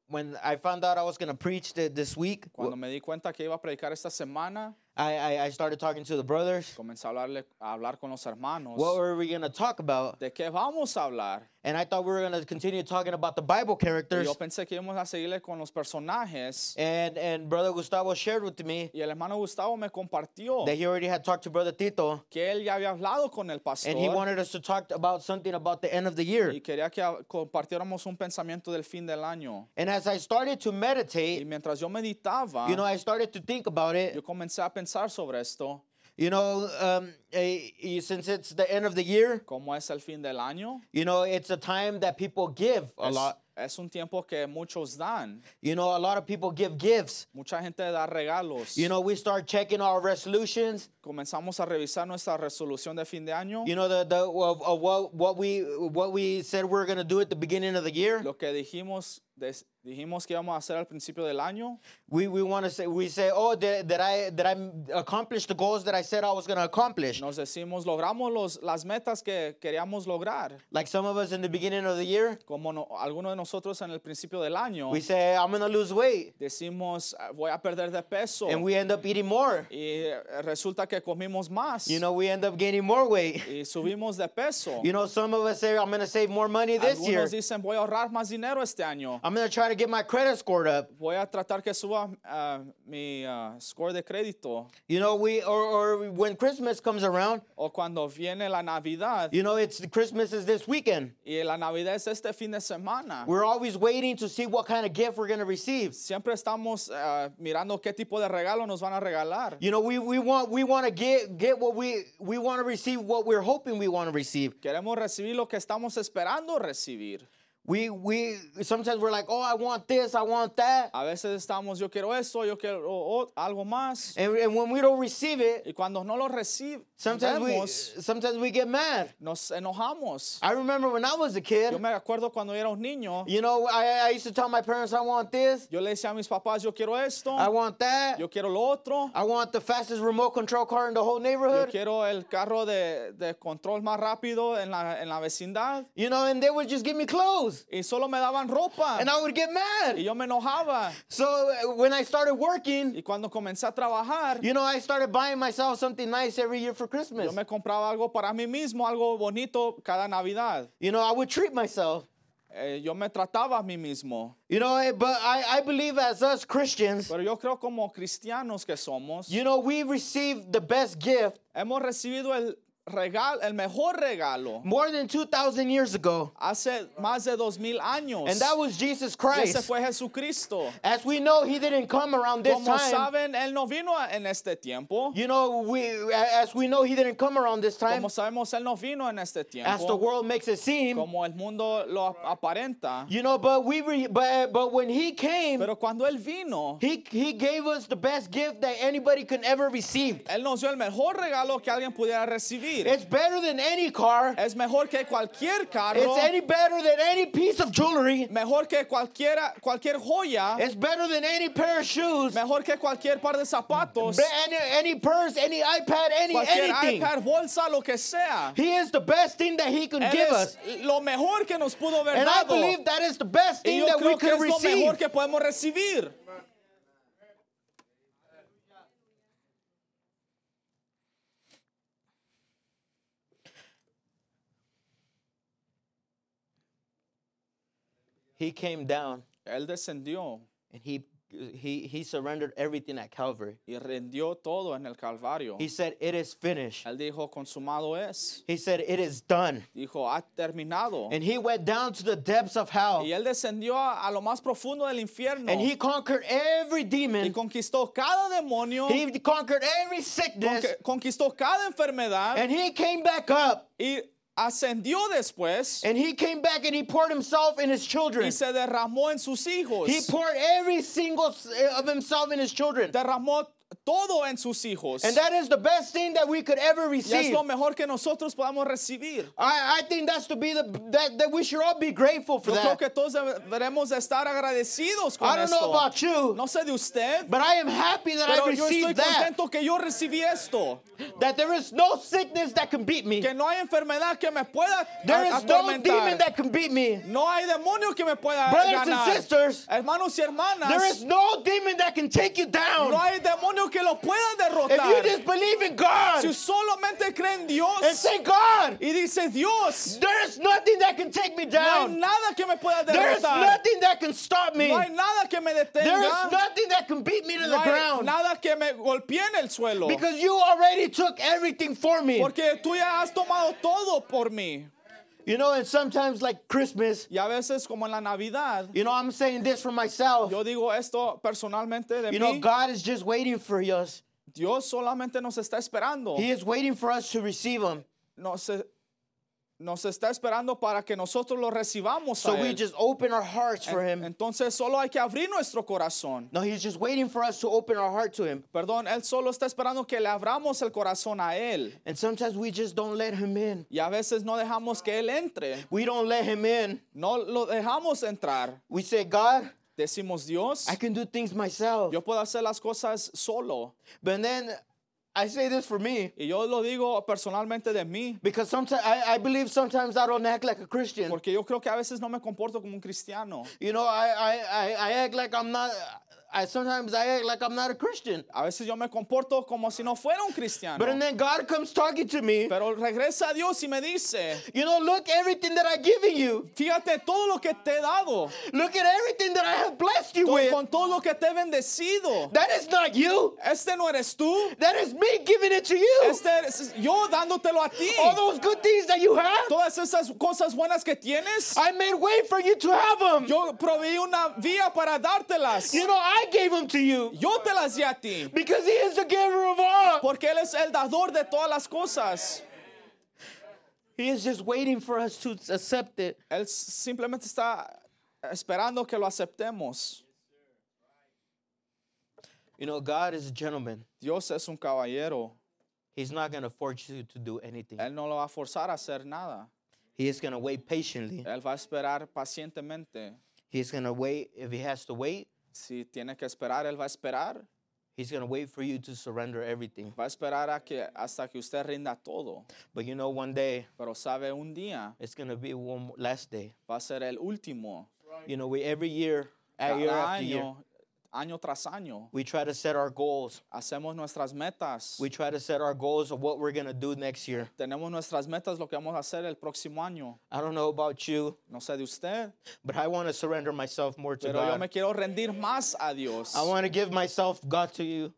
Speaker 7: when I found out I was gonna preach th- this week,
Speaker 5: Cuando me di cuenta que iba a predicar esta semana,
Speaker 7: I, I I started talking to the brothers.
Speaker 5: comencé a, hablarle, a hablar con los hermanos.
Speaker 7: What were we gonna talk about?
Speaker 5: ¿De qué vamos a hablar?
Speaker 7: And I thought we were gonna continue talking about the Bible
Speaker 5: Y
Speaker 7: characters.
Speaker 5: yo pensé que íbamos a seguirle con los personajes.
Speaker 7: And and brother Gustavo shared with me
Speaker 5: Y el hermano Gustavo me compartió
Speaker 7: that he already had talked to brother Tito,
Speaker 5: que él ya había hablado con el pastor
Speaker 7: and he wanted us to talk about something about the end of the year.
Speaker 5: y quería que ah, compartiéramos un pensamiento del fin del año.
Speaker 7: And as I started to
Speaker 5: Y
Speaker 7: meditate,
Speaker 5: mientras yo meditaba,
Speaker 7: you know, I started to think about it.
Speaker 5: yo comencé a pensar sobre esto,
Speaker 7: You know, um, eh, eh, since it's the end of the year,
Speaker 5: cómo es el fin del año.
Speaker 7: you know, it's a time that people give a
Speaker 5: Es,
Speaker 7: lot.
Speaker 5: es un tiempo que muchos dan,
Speaker 7: You know, a lot of people give gifts.
Speaker 5: mucha gente da regalos.
Speaker 7: You know, we start checking our resolutions.
Speaker 5: Comenzamos a revisar nuestra resolución de fin de año,
Speaker 7: You know, the the of, of what what we what we said we are gonna do at the beginning of the year.
Speaker 5: lo que dijimos des- dijimos que íbamos a hacer al principio del año.
Speaker 7: We, we want to say we say oh did, did I did I accomplish the goals that I said I was gonna accomplish?
Speaker 5: Nos decimos, logramos los, las metas que queríamos lograr.
Speaker 7: Like some of us in the beginning of the year,
Speaker 5: Como no- algunos de nosotros en el principio del año,
Speaker 7: we say I'm gonna lose weight,
Speaker 5: decimos "Ah, voy a perder de peso
Speaker 7: and we end up eating more.
Speaker 5: y eh, resulta que comimos más
Speaker 7: You know, we end up gaining more weight.
Speaker 5: y subimos de peso.
Speaker 7: You know, some of us say I'm gonna save more money this year.
Speaker 5: Algunos dicen voy a ahorrar más dinero este año.
Speaker 7: I'm gonna try to get my credit scored up.
Speaker 5: Voy a tratar que suba ah, mi ah, score de crédito.
Speaker 7: You know, we or, or when Christmas comes around,
Speaker 5: O cuando viene la Navidad
Speaker 7: you know, it's Christmas is this weekend.
Speaker 5: y la Navidad es este fin de semana.
Speaker 7: We're always waiting to see what kind of gift we're gonna receive.
Speaker 5: Siempre estamos ah, mirando qué tipo de regalo nos van a regalar.
Speaker 7: You know, we, we want we want to get get what we we want to receive what we're hoping we want to receive.
Speaker 5: Queremos recibir lo que estamos esperando recibir.
Speaker 7: We we sometimes we're like, oh, I want this, I want that,
Speaker 5: A veces estamos, yo quiero eso, yo quiero o- algo más.
Speaker 7: and, and when we don't receive it,
Speaker 5: Y cuando no lo
Speaker 7: sometimes we
Speaker 5: recibimos,
Speaker 7: sometimes we get mad.
Speaker 5: nos enojamos.
Speaker 7: I remember when I was a kid,
Speaker 5: Yo me acuerdo cuando era un niño,
Speaker 7: you know, I, I used to tell my parents, I want this,
Speaker 5: yo le decía a mis papás, yo quiero esto,
Speaker 7: I want that,
Speaker 5: yo quiero lo otro,
Speaker 7: I want the fastest remote control car in the whole
Speaker 5: yo
Speaker 7: neighborhood.
Speaker 5: quiero el carro de, de control más rápido en la, en la vecindad.
Speaker 7: You know, and they would just give me clothes,
Speaker 5: Y solo me daban ropa.
Speaker 7: and I would get
Speaker 5: Y
Speaker 7: mad.
Speaker 5: yo me enojaba.
Speaker 7: So uh, when I started working,
Speaker 5: Y cuando comencé a trabajar,
Speaker 7: You know, I started buying myself something nice every year for Christmas.
Speaker 5: yo me compraba algo para mí mismo, algo bonito cada Navidad.
Speaker 7: You know, I would treat myself.
Speaker 5: Eh, yo me trataba a mí mismo.
Speaker 7: You know, eh, but I, I believe as us Christians,
Speaker 5: Pero yo creo como cristianos que somos,
Speaker 7: you know, we receive the best gift
Speaker 5: hemos recibido el regalo, el mejor regalo,
Speaker 7: more than 2,000 years ago,
Speaker 5: hace más de dos mil años.
Speaker 7: and that was Jesus
Speaker 5: Y ese
Speaker 7: Christ.
Speaker 5: fue Jesucristo.
Speaker 7: As we know, he didn't come around this
Speaker 5: Como
Speaker 7: time.
Speaker 5: saben, él no vino a- en este tiempo.
Speaker 7: You know, we a- as we know, he didn't come around this time.
Speaker 5: Como sabemos, él no vino en este
Speaker 7: As the
Speaker 5: tiempo.
Speaker 7: world makes it seem,
Speaker 5: Como el mundo lo ap- aparenta.
Speaker 7: you know, but we re, but eh, but when he came,
Speaker 5: Pero cuando él vino,
Speaker 7: he he gave us the best gift that anybody could ever receive.
Speaker 5: él nos dio el mejor regalo que alguien pudiera recibir.
Speaker 7: It's better than any car.
Speaker 5: Es mejor que cualquier carro.
Speaker 7: It's any better than any piece of jewelry.
Speaker 5: Mejor que cualquiera, cualquier joya.
Speaker 7: It's better than any pair of shoes,
Speaker 5: Mejor que cualquier par de zapatos.
Speaker 7: be- any, any purse, any iPad, any
Speaker 5: Cualquier
Speaker 7: anything.
Speaker 5: iPad, bolsa, lo que sea.
Speaker 7: He is the best thing that he could
Speaker 5: Él
Speaker 7: give
Speaker 5: es
Speaker 7: us.
Speaker 5: lo mejor que nos pudo haber
Speaker 7: And I
Speaker 5: dado.
Speaker 7: believe that is the best
Speaker 5: Y
Speaker 7: thing
Speaker 5: yo
Speaker 7: that we
Speaker 5: creo que es
Speaker 7: could
Speaker 5: lo mejor
Speaker 7: receive.
Speaker 5: que podemos recibir.
Speaker 7: He came down
Speaker 5: Él descendió
Speaker 7: and he he he surrendered everything at Calvary.
Speaker 5: y rendió todo en el Calvario.
Speaker 7: He said, "It is finished."
Speaker 5: Él dijo, consumado es.
Speaker 7: He said, "It is done."
Speaker 5: Dijo, ha terminado.
Speaker 7: And he went down to the depths of hell
Speaker 5: Y él descendió a, a lo más profundo del infierno
Speaker 7: and he conquered every
Speaker 5: y
Speaker 7: demon.
Speaker 5: conquistó cada demonio,
Speaker 7: He conquered every
Speaker 5: conque-
Speaker 7: sickness
Speaker 5: conquistó cada enfermedad
Speaker 7: and he came back up
Speaker 5: y ascendió después
Speaker 7: and he came back and he poured himself in his children.
Speaker 5: y se derramó en sus hijos.
Speaker 7: He poured every single s- eh, of himself in his children.
Speaker 5: derramó todo en sus hijos.
Speaker 7: And that is the best thing that we could ever
Speaker 5: y es
Speaker 7: receive.
Speaker 5: lo mejor que nosotros podamos recibir.
Speaker 7: I, I think that's to be the that, that we should all be grateful for
Speaker 5: Yo creo
Speaker 7: that.
Speaker 5: que todos deberemos de estar agradecidos con
Speaker 7: I don't know
Speaker 5: esto.
Speaker 7: about you,
Speaker 5: no sé de usted,
Speaker 7: but I am happy that I
Speaker 5: pero yo estoy
Speaker 7: received that.
Speaker 5: contento que yo recibí esto.
Speaker 7: That there is no sickness that can beat me.
Speaker 5: Que no hay enfermedad que me pueda a-
Speaker 7: There is no
Speaker 5: atormentar.
Speaker 7: demon that can beat me.
Speaker 5: No hay demonio que me pueda
Speaker 7: Brothers and
Speaker 5: ganar. Eh,
Speaker 7: sisters,
Speaker 5: Hermanos y hermanas,
Speaker 7: There is no demon that can take you
Speaker 5: no
Speaker 7: down.
Speaker 5: hay demonio que lo pueda
Speaker 7: If you
Speaker 5: derrotar.
Speaker 7: just believe in God
Speaker 5: si solamente cree en Dios
Speaker 7: and say, God,
Speaker 5: y dice Dios,
Speaker 7: there is nothing that can take me
Speaker 5: no hay
Speaker 7: down.
Speaker 5: nada que me pueda
Speaker 7: There is
Speaker 5: derrotar.
Speaker 7: nothing that can stop me.
Speaker 5: No hay nada que me
Speaker 7: There
Speaker 5: detenga.
Speaker 7: is nothing that can beat me to
Speaker 5: no
Speaker 7: the
Speaker 5: hay
Speaker 7: ground.
Speaker 5: nada que me golpee en el suelo.
Speaker 7: Because you already took everything for me.
Speaker 5: porque tú ya has tomado todo por mí.
Speaker 7: You know, and sometimes like Christmas,
Speaker 5: Y a veces como en la Navidad,
Speaker 7: you know, I'm saying this for myself.
Speaker 5: yo digo esto personalmente de mí.
Speaker 7: You know, God is just waiting for us.
Speaker 5: Dios solamente nos está esperando.
Speaker 7: He is waiting for us to receive Him.
Speaker 5: nos, e, nos está esperando para que nosotros lo recibamos a
Speaker 7: So we
Speaker 5: Él.
Speaker 7: just open our hearts for Him.
Speaker 5: Entonces solo hay que abrir nuestro corazón.
Speaker 7: No, He's just waiting for us to open our heart to Him.
Speaker 5: Perdón, Él solo está esperando que le abramos el corazón a Él.
Speaker 7: And sometimes we just don't let Him in.
Speaker 5: Y a veces no dejamos que Él entre.
Speaker 7: We don't let Him in.
Speaker 5: No lo dejamos entrar.
Speaker 7: We say, God,
Speaker 5: Decimos, Dios,
Speaker 7: I can do things myself.
Speaker 5: yo puedo hacer las cosas solo.
Speaker 7: But then I say this for me
Speaker 5: Y yo lo digo personalmente de mí.
Speaker 7: because sometimes I, I believe sometimes I don't act like a Christian.
Speaker 5: Porque yo creo que a veces no me comporto como un cristiano.
Speaker 7: You know, I, I, I, I act like I'm not, I sometimes I act like I'm not a Christian.
Speaker 5: A veces yo me comporto como si no fuera un cristiano.
Speaker 7: But and then God comes talking to me.
Speaker 5: Pero regresa a Dios y me dice,
Speaker 7: You know, look everything that I've given you.
Speaker 5: Fíjate todo lo que te he dado,
Speaker 7: Look at everything that I have blessed you
Speaker 5: con,
Speaker 7: with.
Speaker 5: con todo lo que te he bendecido.
Speaker 7: That is not you.
Speaker 5: Este no eres tú,
Speaker 7: That is me giving it to you.
Speaker 5: este eres yo dándotelo a ti.
Speaker 7: All those good things that you have,
Speaker 5: Todas esas cosas buenas que tienes,
Speaker 7: I made way for you to have them.
Speaker 5: yo proveí una vía para dártelas.
Speaker 7: You know, I gave them to you
Speaker 5: Yo te las di a ti,
Speaker 7: because He is the giver of all.
Speaker 5: porque Él es el dador de todas las cosas.
Speaker 7: He is just waiting for us to accept it.
Speaker 5: Él s- simplemente está esperando que lo aceptemos.
Speaker 7: You know, God is a gentleman.
Speaker 5: Dios es un caballero.
Speaker 7: He's not going to force you to do anything.
Speaker 5: Él no lo va a forzar a hacer nada.
Speaker 7: He is going to wait patiently.
Speaker 5: Él va a esperar pacientemente.
Speaker 7: He's going to wait. If he has to wait,
Speaker 5: Si tiene que esperar, Él va a esperar.
Speaker 7: he's going to wait for you to surrender everything.
Speaker 5: Va a esperar a que, hasta que usted rinda todo.
Speaker 7: But you know, one day,
Speaker 5: Pero sabe, un día
Speaker 7: it's going to be one mo- last day.
Speaker 5: va a ser el último.
Speaker 7: You know, we every year, uh, year
Speaker 5: Cada
Speaker 7: after year,
Speaker 5: año, año tras año,
Speaker 7: we try to set our goals.
Speaker 5: hacemos nuestras metas.
Speaker 7: We try to set our goals of what we're going to do next year.
Speaker 5: Tenemos nuestras metas, lo que vamos a hacer el próximo año.
Speaker 7: I don't know about you,
Speaker 5: No sé de usted,
Speaker 7: but I want to surrender myself more to
Speaker 5: pero yo
Speaker 7: God.
Speaker 5: me quiero rendir más a Dios.
Speaker 7: I want to give myself God to you.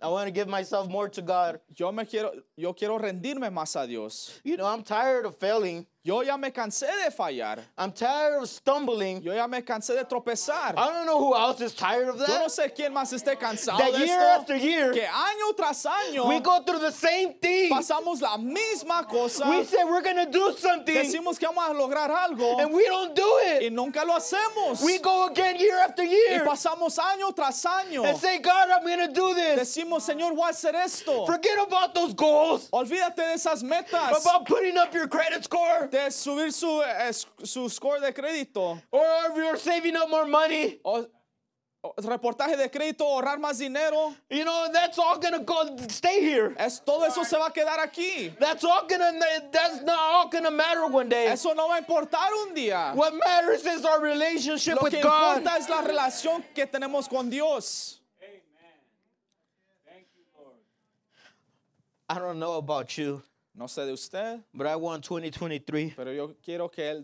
Speaker 7: I want to give myself more to God.
Speaker 5: Yo me quiero, yo quiero rendirme más a Dios.
Speaker 7: You know, I'm tired of failing.
Speaker 5: Yo ya me cansé de fallar.
Speaker 7: I'm tired of stumbling.
Speaker 5: Yo ya me cansé de tropezar.
Speaker 7: I don't know who else is tired of
Speaker 5: Yo no
Speaker 7: that.
Speaker 5: sé quién más esté cansado
Speaker 7: That
Speaker 5: de
Speaker 7: year
Speaker 5: esto.
Speaker 7: after year,
Speaker 5: Que año tras año
Speaker 7: we go through the same thing.
Speaker 5: pasamos la misma cosa.
Speaker 7: We say we're going to do something,
Speaker 5: decimos que vamos a lograr algo
Speaker 7: and we don't do
Speaker 5: y
Speaker 7: it.
Speaker 5: nunca lo hacemos.
Speaker 7: We go again year after
Speaker 5: y
Speaker 7: year
Speaker 5: pasamos año tras año.
Speaker 7: and say, God, I'm going to do this.
Speaker 5: Decimos, Señor, voy a hacer esto.
Speaker 7: Forget about those goals,
Speaker 5: Olvídate de esas metas.
Speaker 7: about putting up your credit score,
Speaker 5: De subir su, eh, s- su score de crédito.
Speaker 7: or if you're saving up more money.
Speaker 5: O, o reportaje de crédito, ahorrar más dinero.
Speaker 7: You know, that's all going to go stay here.
Speaker 5: Es, todo eso se va a quedar aquí.
Speaker 7: That's all gonna. That's not all gonna matter one day.
Speaker 5: Eso no va a importar un día.
Speaker 7: What matters is our relationship
Speaker 5: Lo
Speaker 7: with
Speaker 5: que
Speaker 7: God.
Speaker 5: importa es la relación que tenemos con Dios.
Speaker 7: I don't know about you,
Speaker 5: No sé de usted,
Speaker 7: but I want 2023.
Speaker 5: pero yo quiero que el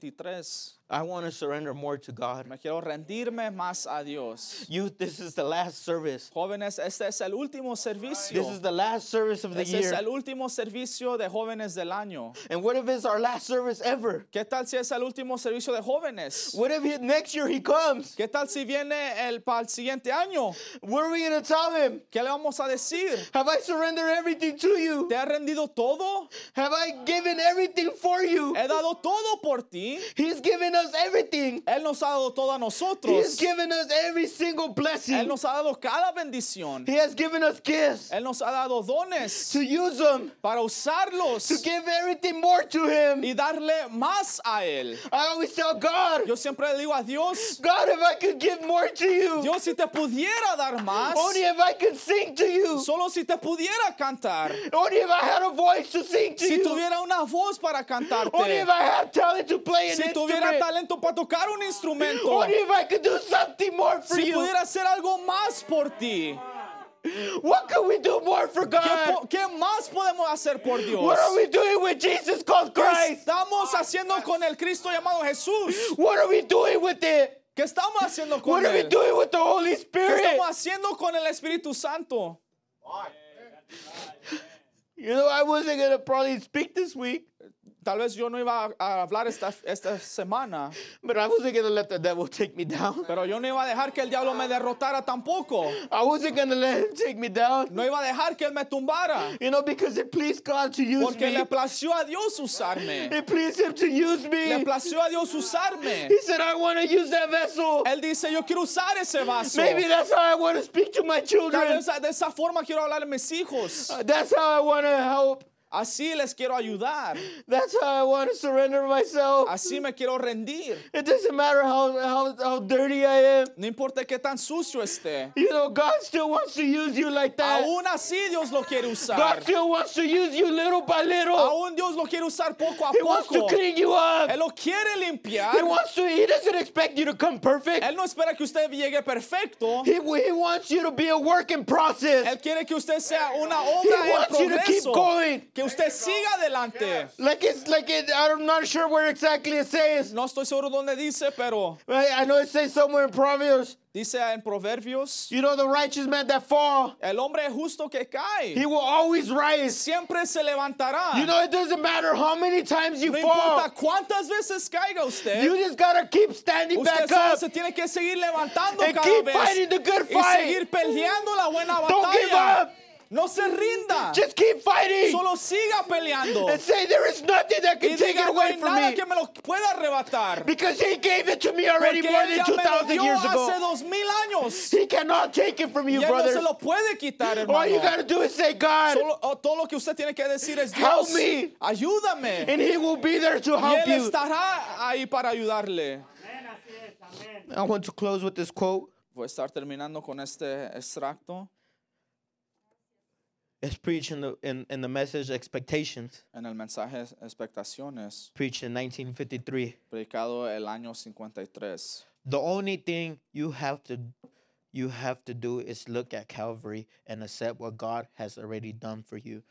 Speaker 5: 2023
Speaker 7: I want to surrender more to God.
Speaker 5: me quiero rendirme más a Dios.
Speaker 7: Youth, this is the last service.
Speaker 5: Jóvenes, este es el último servicio.
Speaker 7: This is the last service of the
Speaker 5: Ese es
Speaker 7: year.
Speaker 5: el último servicio de jóvenes del año.
Speaker 7: And what if it's our last service ever?
Speaker 5: ¿Qué tal si es el último servicio de jóvenes?
Speaker 7: What if he, next year he comes?
Speaker 5: ¿Qué tal si viene el para el siguiente año?
Speaker 7: What are we going to tell him?
Speaker 5: ¿Qué le vamos a decir?
Speaker 7: Have I surrendered everything to you?
Speaker 5: ¿Te ha rendido todo?
Speaker 7: Have I given everything for you?
Speaker 5: He dado todo por ti.
Speaker 7: He's given us everything.
Speaker 5: Él nos ha dado todo a
Speaker 7: He's
Speaker 5: nosotros.
Speaker 7: given us every single
Speaker 5: Él
Speaker 7: blessing.
Speaker 5: nos ha dado cada bendición.
Speaker 7: He has given us gifts
Speaker 5: Él nos ha dado dones
Speaker 7: to use them,
Speaker 5: para usarlos
Speaker 7: to give everything more to Him.
Speaker 5: y darle más a Él.
Speaker 7: I always tell God,
Speaker 5: Yo siempre le digo a Dios,
Speaker 7: God, if I could give more to you,
Speaker 5: Dios, si te pudiera dar más,
Speaker 7: only if I could sing to you,
Speaker 5: solo si te pudiera cantar,
Speaker 7: only if I had a voice to sing to
Speaker 5: si
Speaker 7: you,
Speaker 5: tuviera una voz
Speaker 7: Oh,
Speaker 5: para
Speaker 7: only
Speaker 5: cantarte,
Speaker 7: if I had talent to play an
Speaker 5: si tuviera
Speaker 7: instrument,
Speaker 5: talento para tocar un instrumento,
Speaker 7: only if I could do something more for
Speaker 5: si
Speaker 7: you.
Speaker 5: pudiera hacer algo más por ti.
Speaker 7: What could we do more for
Speaker 5: ¿Qué,
Speaker 7: God?
Speaker 5: po- qué más podemos hacer por Dios?
Speaker 7: What are we doing with Jesus called
Speaker 5: ¿Qué
Speaker 7: Christ?
Speaker 5: estamos haciendo con el Cristo llamado Jesús?
Speaker 7: What are we doing with it?
Speaker 5: ¿Qué estamos haciendo con
Speaker 7: What are we
Speaker 5: él?
Speaker 7: doing with the Holy
Speaker 5: ¿Qué
Speaker 7: Spirit?
Speaker 5: estamos haciendo con el Espíritu Santo?
Speaker 7: You know, I wasn't gonna probably speak this week,
Speaker 5: Tal vez yo no iba a- a hablar esta, esta semana,
Speaker 7: but I wasn't gonna let the devil take me down.
Speaker 5: pero yo no iba a dejar que el diablo me derrotara tampoco.
Speaker 7: I wasn't gonna let him take me down.
Speaker 5: No iba a dejar que él me tumbara,
Speaker 7: You know, because it pleased God to use
Speaker 5: porque
Speaker 7: me.
Speaker 5: le plació a Dios usarme.
Speaker 7: It pleased him to use
Speaker 5: Le
Speaker 7: me.
Speaker 5: plació a Dios usarme.
Speaker 7: He said, I wanna use that vessel.
Speaker 5: Él dice, yo quiero usar ese vaso.
Speaker 7: Maybe that's how I wanna speak to my
Speaker 5: Tal
Speaker 7: children. Uh,
Speaker 5: vez de esa forma quiero hablar a mis hijos.
Speaker 7: That's how I wanna help.
Speaker 5: Así les quiero ayudar.
Speaker 7: That's how I wanna surrender myself.
Speaker 5: Así me quiero rendir.
Speaker 7: It doesn't matter how, how, how dirty I am.
Speaker 5: No importa qué tan sucio esté.
Speaker 7: You know, God still wants to use you like that.
Speaker 5: Aún así Dios lo quiere usar.
Speaker 7: Eh, God still wants to use you little by little.
Speaker 5: Aún Dios lo quiere usar poco a
Speaker 7: He wants to
Speaker 5: poco.
Speaker 7: clean you
Speaker 5: Él
Speaker 7: up.
Speaker 5: lo quiere limpiar.
Speaker 7: He wants to. He doesn't expect you to come perfect.
Speaker 5: Él no espera que usted llegue perfecto.
Speaker 7: He, he wants you to be a work in process.
Speaker 5: Él quiere que usted sea una
Speaker 7: He
Speaker 5: obra en
Speaker 7: wants you to keep
Speaker 5: progreso.
Speaker 7: going.
Speaker 5: Que usted siga adelante.
Speaker 7: Like it's like it. I'm not sure where exactly it says.
Speaker 5: No estoy seguro dónde dice, pero
Speaker 7: I, I know it says somewhere in Proverbs.
Speaker 5: dice en Proverbios,
Speaker 7: You know, the righteous man that fall,
Speaker 5: el hombre justo que
Speaker 7: he
Speaker 5: cae
Speaker 7: will always rise.
Speaker 5: siempre se levantará.
Speaker 7: You know, it doesn't matter how many times you
Speaker 5: No
Speaker 7: fall.
Speaker 5: importa cuántas veces caiga
Speaker 7: You
Speaker 5: usted,
Speaker 7: just gotta keep standing
Speaker 5: usted
Speaker 7: back
Speaker 5: solo
Speaker 7: up
Speaker 5: se tiene que seguir levantando
Speaker 7: and
Speaker 5: cada
Speaker 7: keep
Speaker 5: vez
Speaker 7: fighting the good
Speaker 5: y
Speaker 7: fight.
Speaker 5: seguir peleando la buena
Speaker 7: Don't give
Speaker 5: batalla.
Speaker 7: up.
Speaker 5: No se rinda,
Speaker 7: Just keep fighting.
Speaker 5: solo siga peleando
Speaker 7: and say there is nothing that
Speaker 5: y
Speaker 7: can take
Speaker 5: diga
Speaker 7: it
Speaker 5: no
Speaker 7: away
Speaker 5: hay
Speaker 7: from
Speaker 5: nada
Speaker 7: me
Speaker 5: que me lo pueda arrebatar.
Speaker 7: because he gave it to me already
Speaker 5: Porque
Speaker 7: more
Speaker 5: él
Speaker 7: than
Speaker 5: ya me lo
Speaker 7: 2000
Speaker 5: dio
Speaker 7: years
Speaker 5: hace
Speaker 7: ago
Speaker 5: dos mil años.
Speaker 7: he cannot take it from
Speaker 5: Y
Speaker 7: you
Speaker 5: él no
Speaker 7: brother
Speaker 5: se lo puede quitar,
Speaker 7: all you
Speaker 5: hermano.
Speaker 7: got to do is say god
Speaker 5: Solo- o todo lo que usted tiene que decir es
Speaker 7: Help
Speaker 5: Dios,
Speaker 7: me."
Speaker 5: ayúdame.
Speaker 7: and he will be there to
Speaker 5: Y
Speaker 7: help
Speaker 5: él
Speaker 7: you
Speaker 5: estará ahí para ayudarle.
Speaker 7: i want to close with this quote
Speaker 5: Voy a estar terminando con este extracto
Speaker 7: it's preached in the in, in the message expectations
Speaker 5: en el mensaje Expectaciones,
Speaker 7: preached in 1953
Speaker 5: predicado el año 53.
Speaker 7: the only thing you have to you have to do is look at calvary and accept what god has already done for you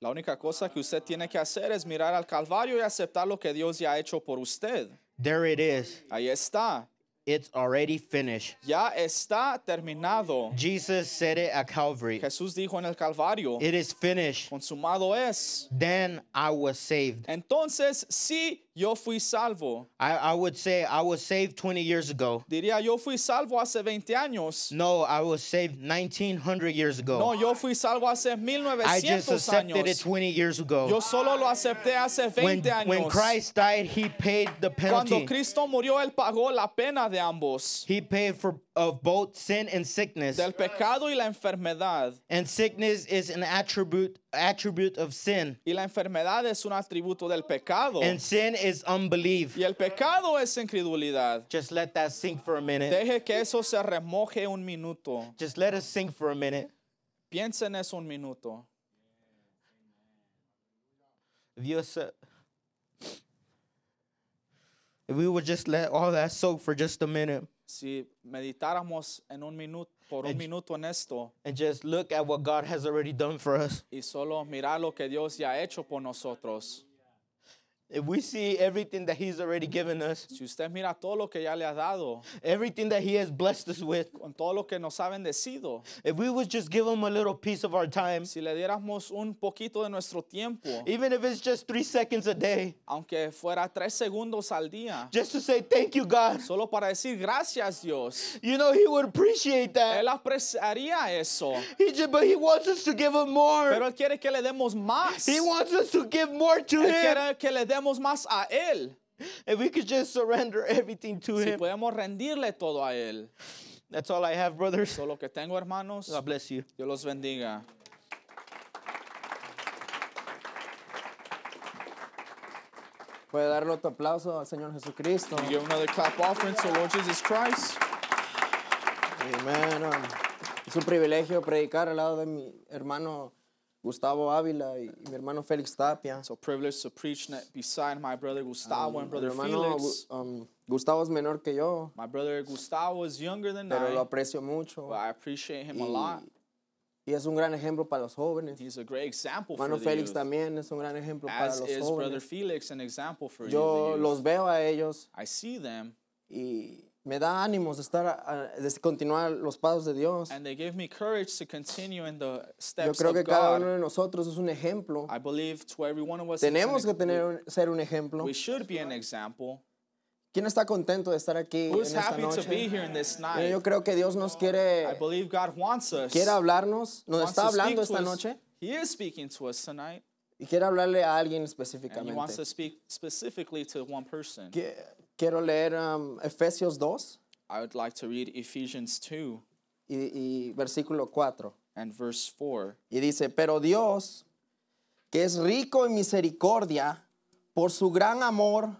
Speaker 5: La única cosa que usted tiene que hacer es mirar al Calvario y aceptar lo que Dios ya ha hecho por usted.
Speaker 7: there it is
Speaker 5: Ahí está.
Speaker 7: it's already finished
Speaker 5: Ya está terminado.
Speaker 7: jesus said it at calvary
Speaker 5: Jesús dijo en el Calvario,
Speaker 7: It is finished.
Speaker 5: consumado es.
Speaker 7: Then I was saved.
Speaker 5: Entonces, sí, yo fui salvo.
Speaker 7: I, I would say I was saved 20 years ago.
Speaker 5: Diría, yo fui salvo hace 20 años.
Speaker 7: No, I was saved 1900 years ago.
Speaker 5: No, yo fui salvo hace
Speaker 7: I
Speaker 5: 1900
Speaker 7: just accepted it
Speaker 5: años.
Speaker 7: 20 years ago.
Speaker 5: Yo solo lo acepté hace
Speaker 7: when,
Speaker 5: 20
Speaker 7: when
Speaker 5: años.
Speaker 7: Christ died, he paid the
Speaker 5: Cuando
Speaker 7: penalty.
Speaker 5: Cristo murió, Él pagó la pena de ambos,
Speaker 7: He paid for of both sin and sickness.
Speaker 5: del pecado y la enfermedad.
Speaker 7: And sickness is an attribute attribute of sin.
Speaker 5: Y la enfermedad es un atributo del pecado.
Speaker 7: And sin is unbelief.
Speaker 5: Y el pecado es incredulidad.
Speaker 7: Just let that sink for a minute.
Speaker 5: Deje que eso se remoje un minuto.
Speaker 7: Just let us sink for a minute.
Speaker 5: Piensa en eso un minuto.
Speaker 7: If you accept, if we would just let all that soak for just a minute,
Speaker 5: Si meditáramos en un minuto, por un minuto en esto
Speaker 7: and just look at what God has already done for us.
Speaker 5: y solo mirar lo que Dios ya ha hecho por nosotros.
Speaker 7: If we see everything that He's already given us,
Speaker 5: Si usted mira todo lo que ya le ha dado,
Speaker 7: everything that He has blessed us with,
Speaker 5: con todo lo que nos ha bendecido,
Speaker 7: if we would just give Him a little piece of our time,
Speaker 5: si le diéramos un poquito de nuestro tiempo,
Speaker 7: even if it's just three seconds a day,
Speaker 5: aunque fuera tres segundos al día,
Speaker 7: just to say, Thank you, God,
Speaker 5: solo para decir gracias Dios,
Speaker 7: you know, He would appreciate that.
Speaker 5: Él apreciaría eso.
Speaker 7: He just, but He wants us to give Him
Speaker 5: Pero
Speaker 7: more.
Speaker 5: Él quiere que le demos más.
Speaker 7: He
Speaker 5: Él
Speaker 7: wants us to give more to Him.
Speaker 5: quiere que le demos más a Él.
Speaker 7: If we could just surrender everything to
Speaker 5: Si
Speaker 7: Him.
Speaker 5: podemos rendirle todo a Él.
Speaker 7: That's all I have, brothers.
Speaker 5: Todo lo que tengo, hermanos,
Speaker 7: God bless you.
Speaker 5: Dios los bendiga.
Speaker 8: Puede darle otro aplauso al Señor Jesucristo.
Speaker 5: Give another clap offering to Lord Jesus Christ.
Speaker 8: Amen. Es un privilegio predicar al lado de mi hermano Gustavo Ávila y mi hermano Félix Tapia.
Speaker 5: It's a privilege to preach ne- beside my brother Gustavo and
Speaker 8: Mi
Speaker 5: brother
Speaker 8: hermano
Speaker 5: Felix.
Speaker 8: Gu- um, Gustavo es menor que yo,
Speaker 5: My brother Gustavo is younger than
Speaker 8: pero lo
Speaker 5: I,
Speaker 8: aprecio mucho.
Speaker 5: but I appreciate him a lot.
Speaker 8: Y, y es un gran ejemplo para los jóvenes. Mi
Speaker 5: He's a great example for
Speaker 8: hermano
Speaker 5: the
Speaker 8: Félix
Speaker 5: youth.
Speaker 8: también es un gran ejemplo para
Speaker 5: As
Speaker 8: los
Speaker 5: is brother
Speaker 8: jóvenes.
Speaker 5: Felix an example for you,
Speaker 8: Yo
Speaker 5: the youth.
Speaker 8: los veo a ellos
Speaker 5: I see them
Speaker 8: y me da ánimos de estar a- a- de continuar los pasos de Dios.
Speaker 5: and they give me courage to continue in the
Speaker 8: Yo
Speaker 5: steps
Speaker 8: creo que
Speaker 5: of
Speaker 8: cada
Speaker 5: God.
Speaker 8: uno de nosotros es un ejemplo.
Speaker 5: I believe to every one of us, it's an
Speaker 8: Tenemos que
Speaker 5: ex-
Speaker 8: tener un- ser un ejemplo.
Speaker 5: we should be an example.
Speaker 8: ¿Quién está contento de estar aquí en
Speaker 5: Who's
Speaker 8: esta
Speaker 5: happy to be
Speaker 8: noche?
Speaker 5: here in this
Speaker 8: Mira,
Speaker 5: night?
Speaker 8: Yo creo que Dios nos quiere
Speaker 5: I believe God wants us.
Speaker 8: quiere hablarnos, nos
Speaker 5: wants
Speaker 8: está
Speaker 5: to speak
Speaker 8: hablando
Speaker 5: to
Speaker 8: esta
Speaker 5: us.
Speaker 8: noche
Speaker 5: He is speaking to us tonight,
Speaker 8: y quiere hablarle a alguien
Speaker 5: and he wants
Speaker 8: específicamente.
Speaker 5: to speak specifically to one person.
Speaker 8: Que- Quiero leer um, Efesios 2
Speaker 5: I would like to read Ephesians 2
Speaker 8: y, y versículo 4.
Speaker 5: and verse 4.
Speaker 8: Y dice, pero Dios, que es rico en misericordia, por su gran amor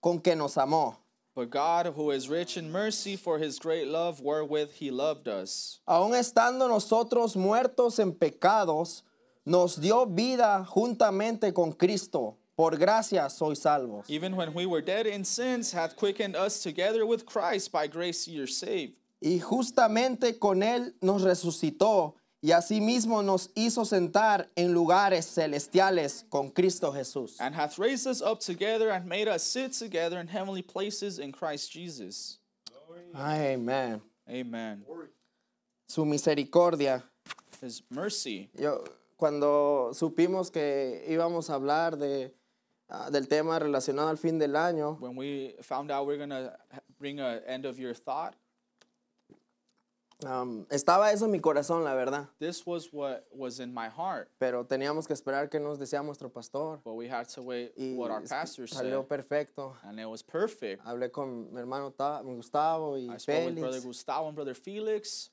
Speaker 8: con que nos amó,
Speaker 5: But God, who is rich in mercy for his great love wherewith he loved us,
Speaker 8: aun estando nosotros muertos en pecados, nos dio vida juntamente con Cristo. Por gracia sois salvos.
Speaker 5: even when we were dead in sins, hath quickened us together with Christ. By grace you're saved.
Speaker 8: Y justamente con Él nos resucitó y asimismo nos hizo sentar en lugares celestiales con Cristo Jesús.
Speaker 5: and hath raised us up together and made us sit together in heavenly places in Christ Jesus.
Speaker 8: Amén.
Speaker 5: Amen.
Speaker 8: Su misericordia.
Speaker 5: His mercy.
Speaker 8: Yo, cuando supimos que íbamos a hablar de, ah, del tema relacionado al fin del año,
Speaker 5: When we found out we are gonna ha- bring a end of year thought,
Speaker 8: am, estaba eso en mi corazón, la verdad.
Speaker 5: this was what was in my heart.
Speaker 8: Pero teníamos que esperar que nos decía nuestro pastor.
Speaker 5: But we had to wait
Speaker 8: Y
Speaker 5: what our
Speaker 8: es-
Speaker 5: pastor said,
Speaker 8: salió perfecto.
Speaker 5: and it was perfect.
Speaker 8: Hablé con mi hermano Ta- Gustavo y
Speaker 5: I spoke with brother
Speaker 8: Félix.
Speaker 5: Gustavo and brother Felix.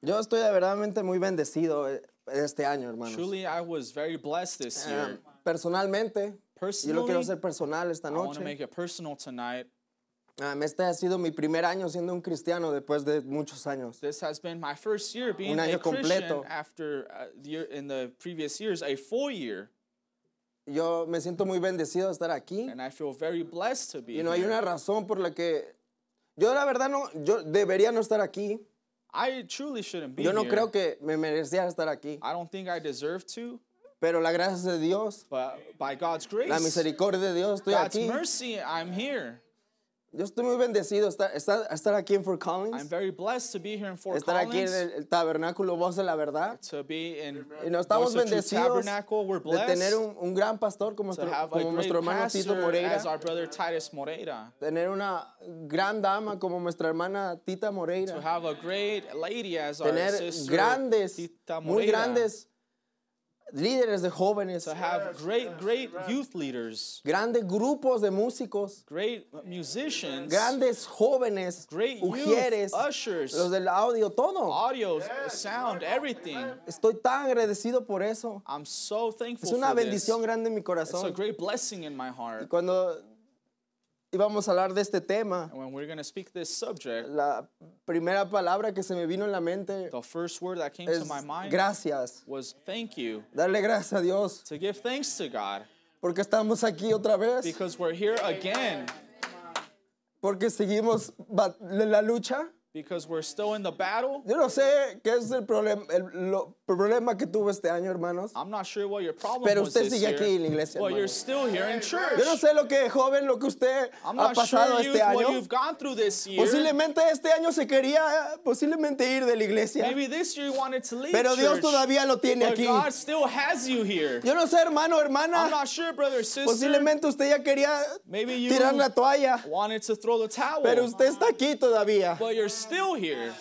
Speaker 8: Yo estoy de verdaderamente muy bendecido eh, este año, hermanos.
Speaker 5: Truly, I was very blessed this
Speaker 8: Eh,
Speaker 5: year.
Speaker 8: personalmente, yo lo quiero
Speaker 5: Personally,
Speaker 8: hacer personal esta
Speaker 5: I want to make
Speaker 8: noche.
Speaker 5: it personal tonight.
Speaker 8: Um, este ha sido mi primer año siendo un cristiano después de muchos años.
Speaker 5: This has been my first year being
Speaker 8: Un
Speaker 5: a
Speaker 8: año
Speaker 5: Christian
Speaker 8: completo.
Speaker 5: after uh, the year, in the previous years, a full year.
Speaker 8: Yo me siento muy bendecido de estar aquí.
Speaker 5: And I feel very blessed to be
Speaker 8: Y no hay
Speaker 5: here.
Speaker 8: una razón por la que yo la verdad no, yo debería no estar aquí.
Speaker 5: I truly shouldn't be
Speaker 8: Yo no
Speaker 5: here.
Speaker 8: creo que me merecía estar aquí.
Speaker 5: I don't think I deserve to,
Speaker 8: Pero la gracia de Dios,
Speaker 5: but by God's grace,
Speaker 8: la misericordia de Dios, estoy
Speaker 5: God's
Speaker 8: aquí.
Speaker 5: mercy, I'm here.
Speaker 8: Yo estoy muy bendecido de estar, estar, estar aquí en
Speaker 5: I'm
Speaker 8: Fort Collins,
Speaker 5: very blessed to be here in Fort
Speaker 8: estar aquí en
Speaker 5: Collins,
Speaker 8: el, el tabernáculo Voz de la Verdad.
Speaker 5: to be in
Speaker 8: Y nos estamos
Speaker 5: Voice of Truth
Speaker 8: bendecidos
Speaker 5: Tabernacle. We're
Speaker 8: de
Speaker 5: blessed
Speaker 8: tener un, un gran pastor como
Speaker 5: to
Speaker 8: nuestro,
Speaker 5: have a
Speaker 8: como
Speaker 5: great
Speaker 8: nuestro hermano
Speaker 5: pastor eh,
Speaker 8: Tito Moreira,
Speaker 5: as our brother Titus Moreira,
Speaker 8: tener una gran dama como nuestra hermana Tita
Speaker 5: to
Speaker 8: Moreira,
Speaker 5: have a great lady as our
Speaker 8: tener
Speaker 5: sister
Speaker 8: grandes,
Speaker 5: Tita Moreira,
Speaker 8: muy grandes líderes de jóvenes,
Speaker 5: to have great, great youth leaders,
Speaker 8: grandes grupos de músicos,
Speaker 5: great musicians,
Speaker 8: grandes jóvenes,
Speaker 5: great
Speaker 8: mujeres,
Speaker 5: youth, ushers,
Speaker 8: los del audio, todo.
Speaker 5: audio, sound, everything.
Speaker 8: Estoy tan agradecido por eso.
Speaker 5: I'm so thankful
Speaker 8: Es una
Speaker 5: for this.
Speaker 8: bendición grande en mi
Speaker 5: It's a
Speaker 8: corazón.
Speaker 5: great blessing in my heart.
Speaker 8: Cuando íbamos a hablar de este tema,
Speaker 5: And when we're going to speak this subject,
Speaker 8: la primera palabra que se me vino en la mente
Speaker 5: the first word that came to
Speaker 8: es
Speaker 5: my mind
Speaker 8: gracias.
Speaker 5: was thank you.
Speaker 8: Darle gracias a Dios
Speaker 5: To give thanks to God
Speaker 8: porque estamos aquí otra vez.
Speaker 5: because we're here again.
Speaker 8: porque seguimos ba- la lucha.
Speaker 5: because we're still in the battle.
Speaker 8: Yo no sé qué es el problema, el lo- problema que tuvo este año, hermanos.
Speaker 5: I'm not sure what your problem
Speaker 8: Pero
Speaker 5: was
Speaker 8: usted
Speaker 5: this
Speaker 8: sigue
Speaker 5: year,
Speaker 8: aquí en la iglesia,
Speaker 5: but
Speaker 8: hermano.
Speaker 5: you're still here in church.
Speaker 8: Yo no sé lo que, joven, lo que usted
Speaker 5: I'm
Speaker 8: ha
Speaker 5: not sure
Speaker 8: pasado
Speaker 5: you,
Speaker 8: este
Speaker 5: what
Speaker 8: año.
Speaker 5: you've gone through this year.
Speaker 8: Posiblemente este año se quería, eh, posiblemente ir de la iglesia.
Speaker 5: Maybe this year you wanted to leave
Speaker 8: Pero Dios
Speaker 5: church,
Speaker 8: todavía lo tiene
Speaker 5: but
Speaker 8: aquí.
Speaker 5: God still has you here.
Speaker 8: Yo no sé, hermano,
Speaker 5: I'm
Speaker 8: hermana.
Speaker 5: not sure, brother, sister.
Speaker 8: Posiblemente usted ya quería
Speaker 5: Maybe you Oh.
Speaker 8: tirar la toalla.
Speaker 5: wanted to throw the towel,
Speaker 8: Pero usted está aquí todavía.
Speaker 5: but you're still here.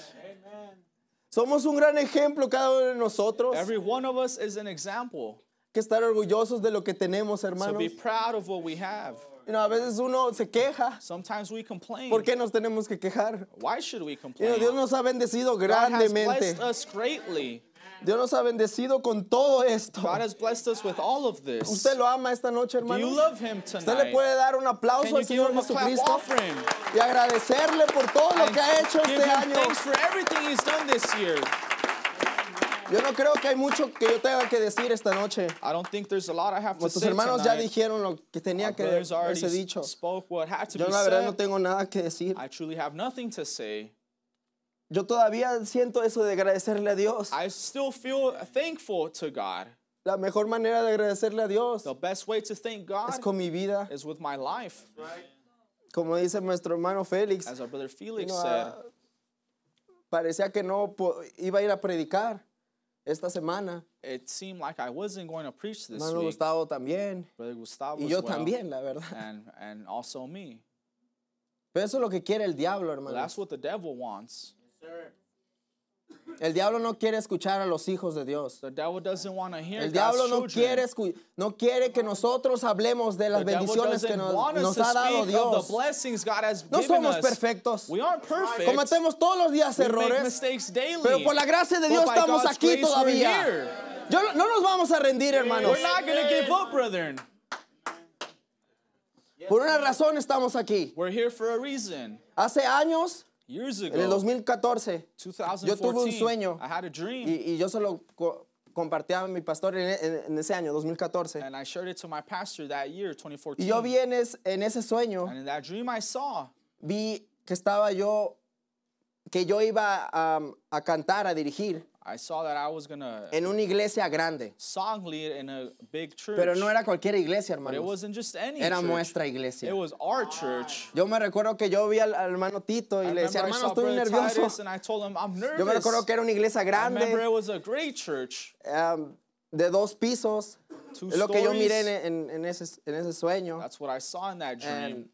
Speaker 8: Somos un gran ejemplo cada uno de nosotros.
Speaker 5: Every one of us is an example.
Speaker 8: que estar orgullosos de lo que tenemos,
Speaker 5: So
Speaker 8: hermanos.
Speaker 5: be proud of what we have.
Speaker 8: You know, a veces uno se queja.
Speaker 5: Sometimes we complain.
Speaker 8: ¿Por qué nos tenemos que quejar?
Speaker 5: Why should we
Speaker 8: You
Speaker 5: complain?
Speaker 8: know, Dios nos ha bendecido
Speaker 5: God has
Speaker 8: grandemente.
Speaker 5: blessed us greatly.
Speaker 8: Dios nos ha bendecido con todo esto.
Speaker 5: God has blessed us with all of this.
Speaker 8: Usted lo ama esta noche,
Speaker 5: Do you
Speaker 8: hermano.
Speaker 5: love Him
Speaker 8: Usted le
Speaker 5: tonight?
Speaker 8: puede dar un
Speaker 5: Can
Speaker 8: aplauso
Speaker 5: you
Speaker 8: al
Speaker 5: give
Speaker 8: Señor
Speaker 5: Him a clap
Speaker 8: Jesucristo
Speaker 5: offering?
Speaker 8: y agradecerle por todo lo
Speaker 5: And
Speaker 8: que ha hecho
Speaker 5: give
Speaker 8: este
Speaker 5: Him
Speaker 8: año.
Speaker 5: thanks for everything He's done this year.
Speaker 8: Yo no creo que hay mucho que yo tenga que decir esta noche.
Speaker 5: I don't think there's a lot I have to
Speaker 8: Nuestros
Speaker 5: say
Speaker 8: hermanos ya
Speaker 5: tonight.
Speaker 8: dijeron lo que
Speaker 5: Our
Speaker 8: tenía que
Speaker 5: brothers already
Speaker 8: haberse dicho.
Speaker 5: spoke what had to
Speaker 8: Yo
Speaker 5: be
Speaker 8: la verdad
Speaker 5: said.
Speaker 8: no tengo nada que decir.
Speaker 5: I truly have nothing to say.
Speaker 8: Yo todavía siento eso de agradecerle a Dios.
Speaker 5: I still feel thankful to God.
Speaker 8: La mejor manera de agradecerle a Dios
Speaker 5: The best way to thank God
Speaker 8: es con mi vida,
Speaker 5: is with my life,
Speaker 8: como dice nuestro hermano Félix.
Speaker 5: as our brother Felix
Speaker 8: No,
Speaker 5: said.
Speaker 8: ah, parecía que no po- iba a ir a predicar esta semana.
Speaker 5: It seemed like I wasn't going to preach this
Speaker 8: Hermano
Speaker 5: week.
Speaker 8: Gustavo también.
Speaker 5: Brother Gustavo
Speaker 8: Y
Speaker 5: as
Speaker 8: yo
Speaker 5: well,
Speaker 8: también, la verdad.
Speaker 5: and and also me.
Speaker 8: Pero eso es lo que quiere el diablo,
Speaker 5: But
Speaker 8: hermano.
Speaker 5: that's what the devil wants.
Speaker 8: El diablo no quiere escuchar a los hijos de Dios.
Speaker 5: The devil doesn't want to hear
Speaker 8: El
Speaker 5: God's
Speaker 8: diablo no
Speaker 5: children.
Speaker 8: quiere, escu- no quiere que nosotros hablemos de las
Speaker 5: the devil
Speaker 8: bendiciones que
Speaker 5: doesn't
Speaker 8: nos,
Speaker 5: want us
Speaker 8: nos
Speaker 5: to
Speaker 8: ha
Speaker 5: speak
Speaker 8: dado
Speaker 5: of
Speaker 8: Dios.
Speaker 5: the blessings God has
Speaker 8: No
Speaker 5: given
Speaker 8: somos
Speaker 5: us.
Speaker 8: perfectos.
Speaker 5: We aren't perfect.
Speaker 8: Cometemos todos los días
Speaker 5: we make
Speaker 8: errores,
Speaker 5: mistakes daily.
Speaker 8: pero por la gracia de Dios
Speaker 5: But by
Speaker 8: estamos
Speaker 5: God's
Speaker 8: aquí
Speaker 5: grace, we're
Speaker 8: todavía.
Speaker 5: here.
Speaker 8: Yo no- no nos vamos a rendir, hermanos.
Speaker 5: We're not going to give up, brethren.
Speaker 8: Por una razón estamos aquí.
Speaker 5: We're here for a reason.
Speaker 8: Hace años,
Speaker 5: Years
Speaker 8: en el
Speaker 5: ago,
Speaker 8: 2014, yo tuve un
Speaker 5: 2014,
Speaker 8: sueño
Speaker 5: I had a dream,
Speaker 8: y, y yo se lo co- compartí a mi pastor en, en- en ese año, 2014.
Speaker 5: and I shared it to my pastor that year, 2014.
Speaker 8: Y yo vi en, es- en ese sueño,
Speaker 5: and in that dream, I saw
Speaker 8: vi que estaba yo, que yo iba a, a cantar, a dirigir
Speaker 5: I saw that I was going to
Speaker 8: en una iglesia grande.
Speaker 5: song lead in a big church.
Speaker 8: Pero no era cualquier iglesia,
Speaker 5: but it
Speaker 8: hermano.
Speaker 5: wasn't just any
Speaker 8: Era
Speaker 5: church.
Speaker 8: nuestra iglesia.
Speaker 5: It was our church.
Speaker 8: Yo me recuerdo que yo vi al, al hermano Tito y
Speaker 5: I
Speaker 8: le decía,
Speaker 5: remember I saw
Speaker 8: hermano, estoy muy
Speaker 5: Brother Titus,
Speaker 8: nervioso.
Speaker 5: and I told him, I'm nervous.
Speaker 8: Yo me recuerdo que era una iglesia
Speaker 5: I remember
Speaker 8: grande,
Speaker 5: it was a great church.
Speaker 8: um, de dos pisos.
Speaker 5: Two
Speaker 8: Es lo que yo
Speaker 5: stories.
Speaker 8: miré en, en- en ese, en ese sueño.
Speaker 5: That's what I saw in that dream.
Speaker 8: And-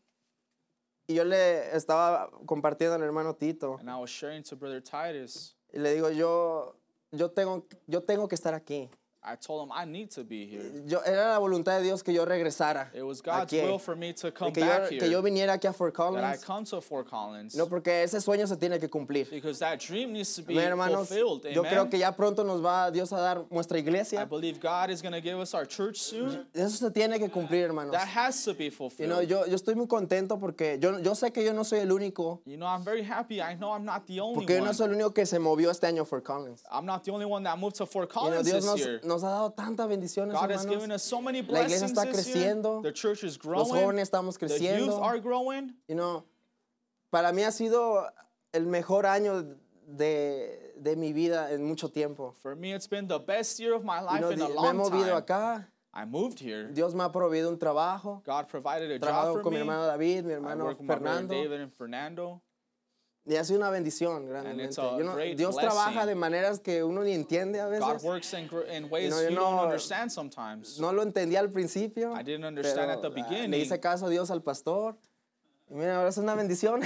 Speaker 8: Y yo le estaba compartiendo al hermano Tito.
Speaker 5: and I was sharing to Brother Titus.
Speaker 8: Y le digo, yo, yo, tengo, yo tengo que estar aquí.
Speaker 5: I told him, I need to be here.
Speaker 8: Yo, era la voluntad de Dios que yo regresara.
Speaker 5: It was God's
Speaker 8: aquí,
Speaker 5: will for me to come
Speaker 8: que,
Speaker 5: back
Speaker 8: yo,
Speaker 5: here.
Speaker 8: que yo viniera aquí a Fort
Speaker 5: that I
Speaker 8: Collins.
Speaker 5: come to Fort Collins.
Speaker 8: No, porque ese sueño se tiene que cumplir.
Speaker 5: because that dream needs to be
Speaker 8: Amén, hermanos,
Speaker 5: fulfilled.
Speaker 8: yo creo
Speaker 5: Amen.
Speaker 8: que ya pronto nos va Dios a dar nuestra
Speaker 5: I
Speaker 8: iglesia.
Speaker 5: believe God is going to give us our church soon.
Speaker 8: Eso se tiene que cumplir, hermanos.
Speaker 5: That has to be
Speaker 8: You
Speaker 5: fulfilled.
Speaker 8: know, yo, yo estoy muy contento porque yo, yo sé que yo no soy el único,
Speaker 5: You know, I'm very happy. I know I'm not the only
Speaker 8: porque yo
Speaker 5: one.
Speaker 8: no soy el único que se movió este año for Collins.
Speaker 5: I'm not the only one that moved to Fort
Speaker 8: You know,
Speaker 5: Collins
Speaker 8: Dios
Speaker 5: this
Speaker 8: nos,
Speaker 5: year.
Speaker 8: nos ha dado tantas bendiciones,
Speaker 5: God has given
Speaker 8: hermanos.
Speaker 5: us so many
Speaker 8: La iglesia
Speaker 5: blessings
Speaker 8: está
Speaker 5: this year.
Speaker 8: creciendo.
Speaker 5: The church is growing.
Speaker 8: Los jóvenes estamos
Speaker 5: the youth are
Speaker 8: creciendo.
Speaker 5: growing.
Speaker 8: You know, para mí ha sido el mejor año de, de mi vida en mucho tiempo.
Speaker 5: For me, it's been the best year of my
Speaker 8: You
Speaker 5: life
Speaker 8: know,
Speaker 5: in a
Speaker 8: di- me he
Speaker 5: long
Speaker 8: movido
Speaker 5: time.
Speaker 8: acá,
Speaker 5: I moved here.
Speaker 8: Dios me ha proveído un trabajo.
Speaker 5: God provided a job
Speaker 8: Trabajo
Speaker 5: for
Speaker 8: con
Speaker 5: me.
Speaker 8: mi hermano David, mi
Speaker 5: I
Speaker 8: hermano
Speaker 5: work with my brother
Speaker 8: Fernando.
Speaker 5: David and Fernando.
Speaker 8: Y ha sido una bendición grandemente.
Speaker 5: a
Speaker 8: You know,
Speaker 5: great
Speaker 8: Dios trabaja
Speaker 5: blessing.
Speaker 8: de maneras que uno ni entiende a
Speaker 5: God
Speaker 8: veces.
Speaker 5: works in, gr- in ways you,
Speaker 8: know, you
Speaker 5: don't
Speaker 8: know,
Speaker 5: understand sometimes.
Speaker 8: No lo entendía al principio.
Speaker 5: I didn't understand at the
Speaker 8: ah, Le
Speaker 5: beginning.
Speaker 8: hice caso a Dios al pastor. Y mira, ahora es una bendición.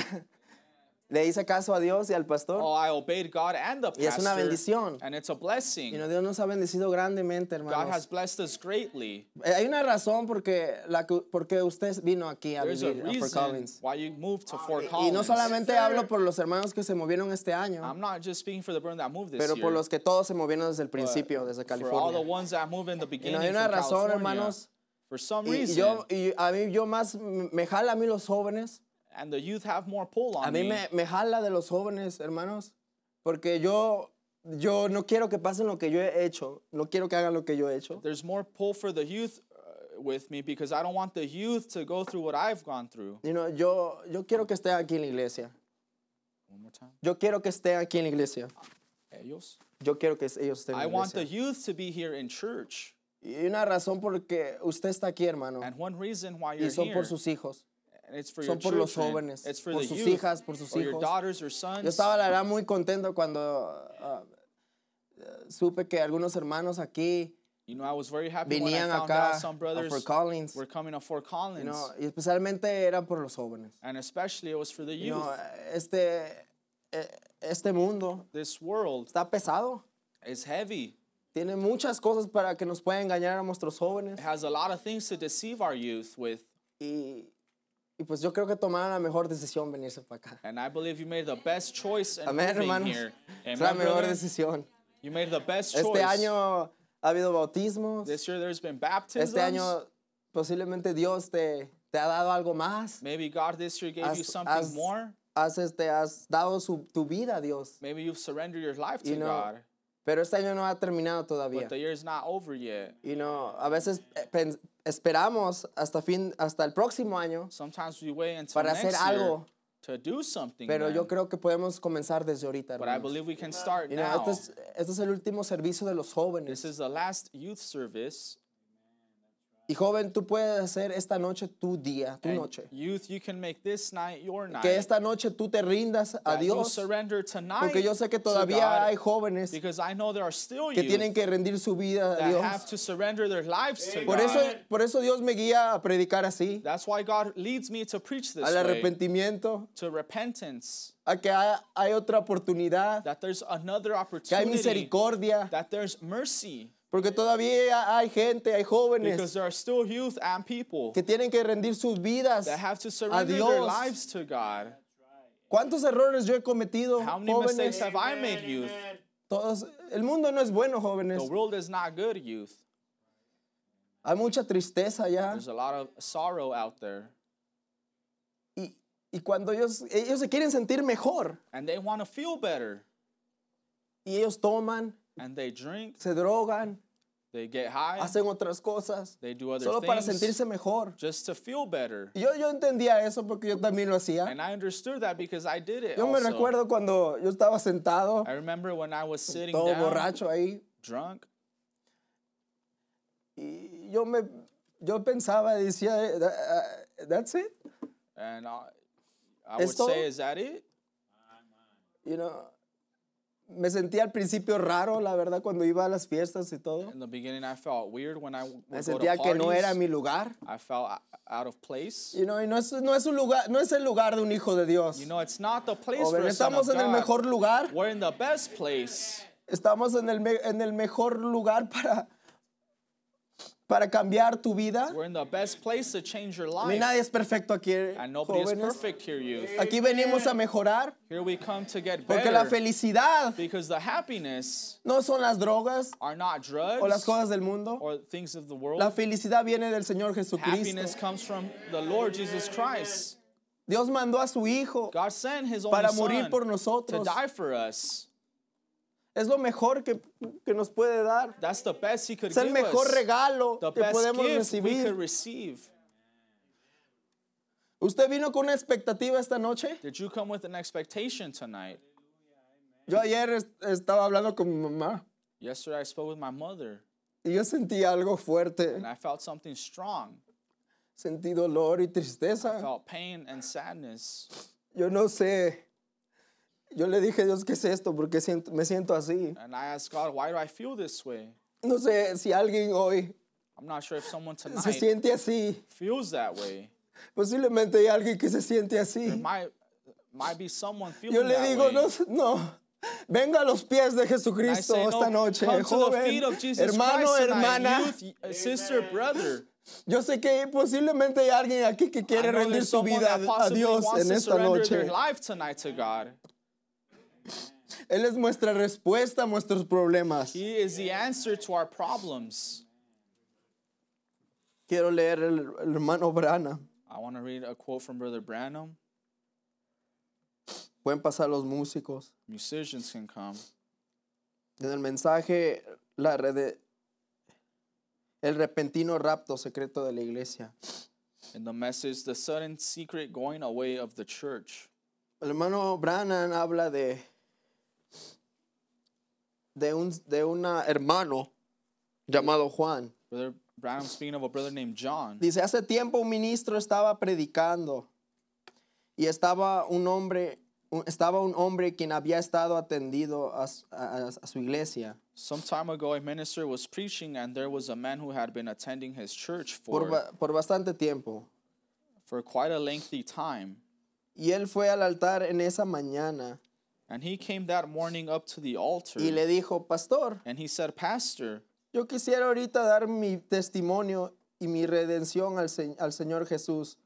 Speaker 8: le hice caso a Dios y al pastor.
Speaker 5: Oh, I obeyed God and the pastor.
Speaker 8: Y es una bendición.
Speaker 5: And it's a blessing.
Speaker 8: You know, Dios nos ha bendecido grandemente,
Speaker 5: God
Speaker 8: hermanos.
Speaker 5: has blessed us greatly.
Speaker 8: Eh, Hay una razón porque la que- porque usted vino aquí a
Speaker 5: There's a
Speaker 8: vivir a Fort
Speaker 5: reason
Speaker 8: Collins.
Speaker 5: why you moved to Fort
Speaker 8: Ah, Y no
Speaker 5: Collins.
Speaker 8: solamente hablo por los hermanos que se movieron este año,
Speaker 5: I'm not just speaking for the brethren that moved this
Speaker 8: pero
Speaker 5: year.
Speaker 8: por los que todos se movieron desde el
Speaker 5: but
Speaker 8: principio, desde
Speaker 5: For all the
Speaker 8: California.
Speaker 5: ones that moved in the
Speaker 8: Y no
Speaker 5: beginning
Speaker 8: hay una
Speaker 5: from
Speaker 8: razón,
Speaker 5: California.
Speaker 8: hermanos.
Speaker 5: for some
Speaker 8: Y
Speaker 5: reason,
Speaker 8: yo, y a mí, yo más m- me jala a mí los jóvenes.
Speaker 5: and the youth have more pull on
Speaker 8: A mí
Speaker 5: me.
Speaker 8: me, me jala de los jóvenes, hermanos. Porque yo, yo no quiero que pasen lo que yo he hecho. No quiero que hagan lo que yo he hecho.
Speaker 5: There's more pull for the youth uh, with me because I don't want the youth to go through what I've gone through.
Speaker 8: You know, yo, yo quiero que esté aquí en la iglesia.
Speaker 5: One more time.
Speaker 8: Yo quiero que esté aquí en la iglesia.
Speaker 5: Ellos.
Speaker 8: Yo quiero que es- ellos estén
Speaker 5: I
Speaker 8: en la
Speaker 5: want the
Speaker 8: iglesia.
Speaker 5: youth to be here in church.
Speaker 8: Y una razón por que usted está aquí, hermano.
Speaker 5: And one reason why
Speaker 8: Y
Speaker 5: you're
Speaker 8: son
Speaker 5: here,
Speaker 8: por sus hijos.
Speaker 5: and it's for
Speaker 8: son
Speaker 5: your
Speaker 8: por los
Speaker 5: children,
Speaker 8: jóvenes,
Speaker 5: it's for
Speaker 8: por
Speaker 5: the
Speaker 8: sus
Speaker 5: youth,
Speaker 8: hijas, por sus
Speaker 5: or your
Speaker 8: hijos.
Speaker 5: daughters or
Speaker 8: Yo
Speaker 5: sons.
Speaker 8: estaba, la verdad, muy contento cuando ah, eh, supe que algunos hermanos aquí,
Speaker 5: You know, I was very happy when I
Speaker 8: venían
Speaker 5: found
Speaker 8: acá
Speaker 5: out some
Speaker 8: a
Speaker 5: brothers
Speaker 8: Fort Collins.
Speaker 5: were coming to Fort
Speaker 8: you
Speaker 5: Collins,
Speaker 8: know, y especialmente eran por los jóvenes.
Speaker 5: and especially it was for the youth.
Speaker 8: You know, este, eh, este mundo
Speaker 5: this world
Speaker 8: está pesado.
Speaker 5: is heavy.
Speaker 8: Tiene muchas cosas para que nos pueda engañar a nuestros jóvenes.
Speaker 5: It has a lot of things to deceive our youth with,
Speaker 8: Y, y pues yo creo que tomaron la mejor decisión venirse para acá.
Speaker 5: and I believe you made the best choice in
Speaker 8: Amén,
Speaker 5: moving
Speaker 8: hermanos.
Speaker 5: here.
Speaker 8: Es la
Speaker 5: Amen,
Speaker 8: mejor
Speaker 5: brother?
Speaker 8: decisión.
Speaker 5: You made the best choice.
Speaker 8: Este año ha habido bautismos.
Speaker 5: this year there's been baptisms.
Speaker 8: Este año posiblemente Dios te, te ha dado algo más.
Speaker 5: Maybe God this year gave you
Speaker 8: Has,
Speaker 5: something
Speaker 8: has-
Speaker 5: more.
Speaker 8: has, este, has dado su- tu vida a Dios.
Speaker 5: Maybe you've surrendered your life to
Speaker 8: You know,
Speaker 5: God,
Speaker 8: Pero este año no ha terminado
Speaker 5: but
Speaker 8: todavía.
Speaker 5: the year's not over yet.
Speaker 8: Y no, a veces eh, pen- esperamos hasta, fin, hasta el próximo año,
Speaker 5: Sometimes we wait until
Speaker 8: Para
Speaker 5: next
Speaker 8: hacer algo.
Speaker 5: year to do something.
Speaker 8: pero yo
Speaker 5: man.
Speaker 8: creo que podemos comenzar desde ahorita.
Speaker 5: but I
Speaker 8: hermanos.
Speaker 5: believe we can start
Speaker 8: You know,
Speaker 5: now.
Speaker 8: este, es, este es el último servicio de los
Speaker 5: This
Speaker 8: jóvenes.
Speaker 5: is the last youth service.
Speaker 8: Y joven, tú puedes hacer esta noche tu día, tu
Speaker 5: and
Speaker 8: noche.
Speaker 5: Youth, you can make this night your night.
Speaker 8: Que esta noche tú te rindas a
Speaker 5: That you
Speaker 8: Dios.
Speaker 5: surrender tonight.
Speaker 8: Porque yo sé que
Speaker 5: to God,
Speaker 8: todavía hay jóvenes
Speaker 5: because I know there are still
Speaker 8: que
Speaker 5: youth
Speaker 8: tienen que rendir su vida a
Speaker 5: that have
Speaker 8: Dios.
Speaker 5: to surrender their lives to
Speaker 8: Por
Speaker 5: God.
Speaker 8: eso, por eso Dios me guía a predicar así,
Speaker 5: That's why God leads me to preach this
Speaker 8: al
Speaker 5: way,
Speaker 8: arrepentimiento,
Speaker 5: to repentance,
Speaker 8: a que ha- hay, otra oportunidad,
Speaker 5: that there's another
Speaker 8: que hay
Speaker 5: opportunity,
Speaker 8: misericordia,
Speaker 5: that there's mercy,
Speaker 8: porque todavía hay gente, hay
Speaker 5: because
Speaker 8: jóvenes
Speaker 5: there are still youth and people
Speaker 8: que tienen que rendir sus vidas.
Speaker 5: that have to surrender their
Speaker 8: Dios.
Speaker 5: lives to God.
Speaker 8: ¿Cuántos errores yo he cometido,
Speaker 5: How many mistakes
Speaker 8: jóvenes?
Speaker 5: have I made, youth?
Speaker 8: Todos, el mundo no es bueno, jóvenes.
Speaker 5: The world is not good, youth.
Speaker 8: Hay mucha tristeza ya.
Speaker 5: There's a lot of sorrow out there,
Speaker 8: Y, y cuando ellos, ellos se quieren sentir mejor,
Speaker 5: and they want to feel better,
Speaker 8: y ellos toman,
Speaker 5: and they drink,
Speaker 8: se drogan,
Speaker 5: they get high,
Speaker 8: hacen otras cosas,
Speaker 5: they do other
Speaker 8: solo para
Speaker 5: things
Speaker 8: sentirse mejor.
Speaker 5: just to feel better.
Speaker 8: Y Yo, yo entendía eso porque yo también lo hacía.
Speaker 5: And I understood that because I did it.
Speaker 8: Yo me
Speaker 5: also.
Speaker 8: recuerdo cuando yo estaba sentado,
Speaker 5: I remember when I was sitting
Speaker 8: todo
Speaker 5: down,
Speaker 8: borracho ahí,
Speaker 5: drunk,
Speaker 8: y yo me yo pensaba y decía, eh, tha- ah, that's it,
Speaker 5: and I, I
Speaker 8: ¿Es
Speaker 5: would
Speaker 8: todo?
Speaker 5: say, "Is that it?"
Speaker 8: you know. Me sentía al principio raro, la verdad, cuando iba a las fiestas y todo.
Speaker 5: In the beginning, I felt weird when I would
Speaker 8: Me
Speaker 5: go to
Speaker 8: sentía que no era
Speaker 5: parties.
Speaker 8: mi lugar.
Speaker 5: I felt o- out of place.
Speaker 8: You know, y no es, no es un lugar, no es el lugar de un hijo de Dios.
Speaker 5: You know, it's not the place
Speaker 8: Joven,
Speaker 5: for a son of
Speaker 8: estamos en el
Speaker 5: God.
Speaker 8: mejor lugar.
Speaker 5: We're in the best place.
Speaker 8: Estamos en el, me- en el mejor lugar para, para cambiar tu vida.
Speaker 5: We're in the best place to change your
Speaker 8: Ni
Speaker 5: life.
Speaker 8: nadie es perfecto aquí, eh,
Speaker 5: And nobody is
Speaker 8: jóvenes.
Speaker 5: perfect here, youth.
Speaker 8: Aquí venimos a mejorar,
Speaker 5: Here we come to get
Speaker 8: porque la
Speaker 5: better.
Speaker 8: felicidad
Speaker 5: Because the happiness
Speaker 8: no son las drogas
Speaker 5: are not drugs
Speaker 8: o las cosas del mundo.
Speaker 5: or things of the world.
Speaker 8: La felicidad viene del Señor Jesucristo.
Speaker 5: Happiness comes from the Lord Jesus Christ.
Speaker 8: Dios mandó a su Hijo.
Speaker 5: God sent His only
Speaker 8: Para
Speaker 5: Son
Speaker 8: morir por
Speaker 5: to
Speaker 8: nosotros.
Speaker 5: die for us.
Speaker 8: Es lo mejor que, que nos puede dar.
Speaker 5: That's the best He could
Speaker 8: Es el
Speaker 5: give
Speaker 8: mejor
Speaker 5: us.
Speaker 8: regalo
Speaker 5: the
Speaker 8: que
Speaker 5: best
Speaker 8: podemos
Speaker 5: gift we could
Speaker 8: recibir.
Speaker 5: receive.
Speaker 8: ¿Usted vino con una expectativa esta noche?
Speaker 5: Did you come with an expectation tonight?
Speaker 8: Yo ayer es- estaba hablando con mi mamá
Speaker 5: Yesterday I spoke with my mother
Speaker 8: y yo sentí algo fuerte.
Speaker 5: and I felt something strong.
Speaker 8: Sentí dolor y
Speaker 5: I
Speaker 8: tristeza.
Speaker 5: felt pain and sadness.
Speaker 8: Yo no sé. Yo le dije a Dios, ¿qué es esto? Porque siento- me siento así.
Speaker 5: And I asked God, why do I feel this way?
Speaker 8: No sé si alguien hoy
Speaker 5: I'm not sure if someone
Speaker 8: se
Speaker 5: tonight
Speaker 8: siente así.
Speaker 5: feels that way.
Speaker 8: Posiblemente hay alguien que se siente así.
Speaker 5: Might might be someone feeling
Speaker 8: Yo le
Speaker 5: that
Speaker 8: digo,
Speaker 5: way.
Speaker 8: no, no. Venga a los pies de Jesucristo
Speaker 5: I say,
Speaker 8: esta
Speaker 5: no,
Speaker 8: noche,
Speaker 5: come to the
Speaker 8: joven,
Speaker 5: feet of Jesus
Speaker 8: hermano,
Speaker 5: Christ tonight,
Speaker 8: hermana.
Speaker 5: youth, y- uh, sister, brother.
Speaker 8: Yo sé que posiblemente hay alguien aquí que
Speaker 5: I
Speaker 8: quiere
Speaker 5: know
Speaker 8: rendir
Speaker 5: there's
Speaker 8: su
Speaker 5: someone
Speaker 8: vida
Speaker 5: that
Speaker 8: a
Speaker 5: possibly
Speaker 8: Dios
Speaker 5: wants
Speaker 8: en
Speaker 5: to
Speaker 8: esta
Speaker 5: surrender their
Speaker 8: noche.
Speaker 5: life tonight to God.
Speaker 8: Él es nuestra respuesta a nuestros problemas.
Speaker 5: He is the answer to our problems.
Speaker 8: Quiero leer el, el hermano Brana.
Speaker 5: I want to read a quote from Brother Branham.
Speaker 8: Pueden pasar los músicos.
Speaker 5: Musicians can come.
Speaker 8: En el mensaje, la rede- el repentino rapto secreto de la iglesia.
Speaker 5: In the message, The Sudden Secret Going Away of the Church,
Speaker 8: El hermano Brannan habla de, de un de una hermano llamado Juan.
Speaker 5: Brother Branham, speaking of a brother named John,
Speaker 8: Dice, hace tiempo un ministro estaba predicando y estaba un hombre, un- estaba un hombre quien había estado atendido a su- a- a su iglesia.
Speaker 5: some time ago a minister was preaching and there was a man who had been attending his church
Speaker 8: por,
Speaker 5: for,
Speaker 8: ba- por bastante tiempo.
Speaker 5: for quite a lengthy time.
Speaker 8: Y él fue al altar en esa mañana
Speaker 5: And he came that morning up to the altar
Speaker 8: y le dijo, pastor,
Speaker 5: and he said, Pastor,
Speaker 8: yo quisiera ahorita dar mi testimonio y mi redención al, Se- al Señor Jesús,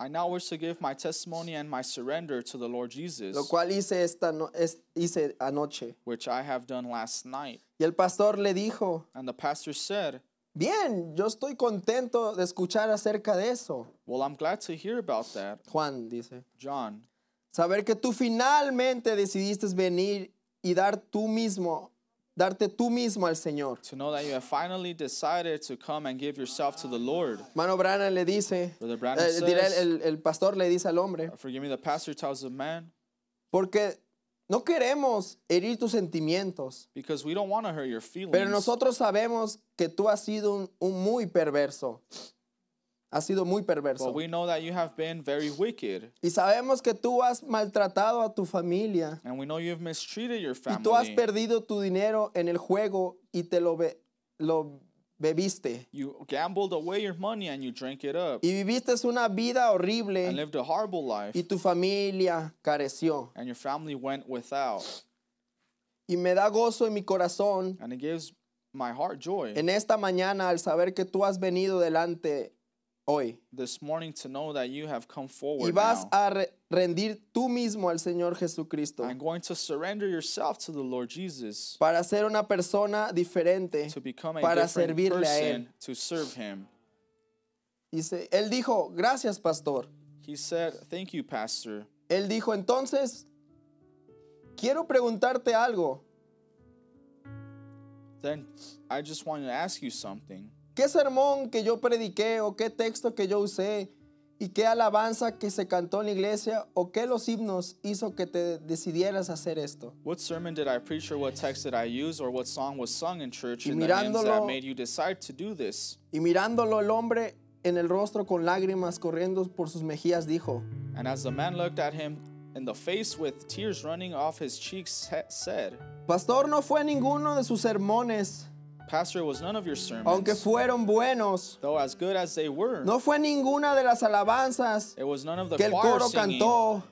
Speaker 5: I now wish to give my testimony and my surrender to the Lord Jesus,
Speaker 8: lo cual hice, esta no- es- hice anoche.
Speaker 5: which I have done last night.
Speaker 8: Y el pastor le dijo,
Speaker 5: And the pastor said,
Speaker 8: bien, yo estoy contento de escuchar acerca de eso.
Speaker 5: Well, I'm glad to hear about that,
Speaker 8: Juan dice,
Speaker 5: John.
Speaker 8: saber que tú finalmente decidiste venir y dar tú mismo, darte tú mismo al Señor.
Speaker 5: To know that you have finally decided to come and give yourself to the Lord.
Speaker 8: Mano Brannan le dice,
Speaker 5: Brother Branham
Speaker 8: eh, dirá
Speaker 5: says-
Speaker 8: el, el pastor le dice al hombre,
Speaker 5: Forgive me, the pastor tells the man,
Speaker 8: porque no queremos herir tus sentimientos,
Speaker 5: because we don't want to hurt your
Speaker 8: pero
Speaker 5: feelings.
Speaker 8: nosotros sabemos que tú has sido un, un muy perverso, has sido muy perverso.
Speaker 5: But we know that you have been very wicked,
Speaker 8: Y sabemos que tú has maltratado a tu familia
Speaker 5: and we know you have mistreated your
Speaker 8: y tú has
Speaker 5: family.
Speaker 8: perdido tu dinero en el juego y te lo, be- lo bebiste.
Speaker 5: You gambled away your money and you drank it up,
Speaker 8: Y viviste una vida
Speaker 5: and
Speaker 8: horrible
Speaker 5: lived a horrible life,
Speaker 8: y tu familia careció.
Speaker 5: and your family went without.
Speaker 8: Y me da gozo en mi corazón
Speaker 5: And it gives my heart joy
Speaker 8: en esta mañana al saber que tú has venido delante hoy
Speaker 5: this morning to know that you have come
Speaker 8: y
Speaker 5: forward
Speaker 8: vas
Speaker 5: now.
Speaker 8: a re- rendir tú mismo al Señor Jesucristo
Speaker 5: I'm going to surrender yourself to the Lord Jesus
Speaker 8: para ser una persona diferente,
Speaker 5: to become a
Speaker 8: para
Speaker 5: different
Speaker 8: servirle a
Speaker 5: person
Speaker 8: Él.
Speaker 5: to serve Him.
Speaker 8: Dice, él dijo, gracias pastor.
Speaker 5: He said, Thank you, Pastor.
Speaker 8: Él dijo, entonces, quiero preguntarte algo.
Speaker 5: Then I just want to ask you something.
Speaker 8: ¿Qué sermón que yo prediqué o qué texto que yo usé y qué alabanza que se cantó en la iglesia o qué los himnos hizo que te decidieras hacer esto?
Speaker 5: What sermon did I preach, or what text did I use, or what song was sung in church
Speaker 8: Y
Speaker 5: in the hymns that
Speaker 8: mirándolo-
Speaker 5: made you decide to do this?
Speaker 8: Y mirándolo el hombre en el rostro con lágrimas corriendo por sus mejillas, dijo,
Speaker 5: And as the man looked at him in the face with tears running off his cheeks, he- said,
Speaker 8: Pastor, no fue ninguno de sus sermones,
Speaker 5: Pastor, it was none of your sermons.
Speaker 8: aunque fueron buenos.
Speaker 5: Though as good as they were,
Speaker 8: No fue ninguna de las alabanzas
Speaker 5: it was none of the
Speaker 8: que el
Speaker 5: choir
Speaker 8: coro
Speaker 5: singing
Speaker 8: cantó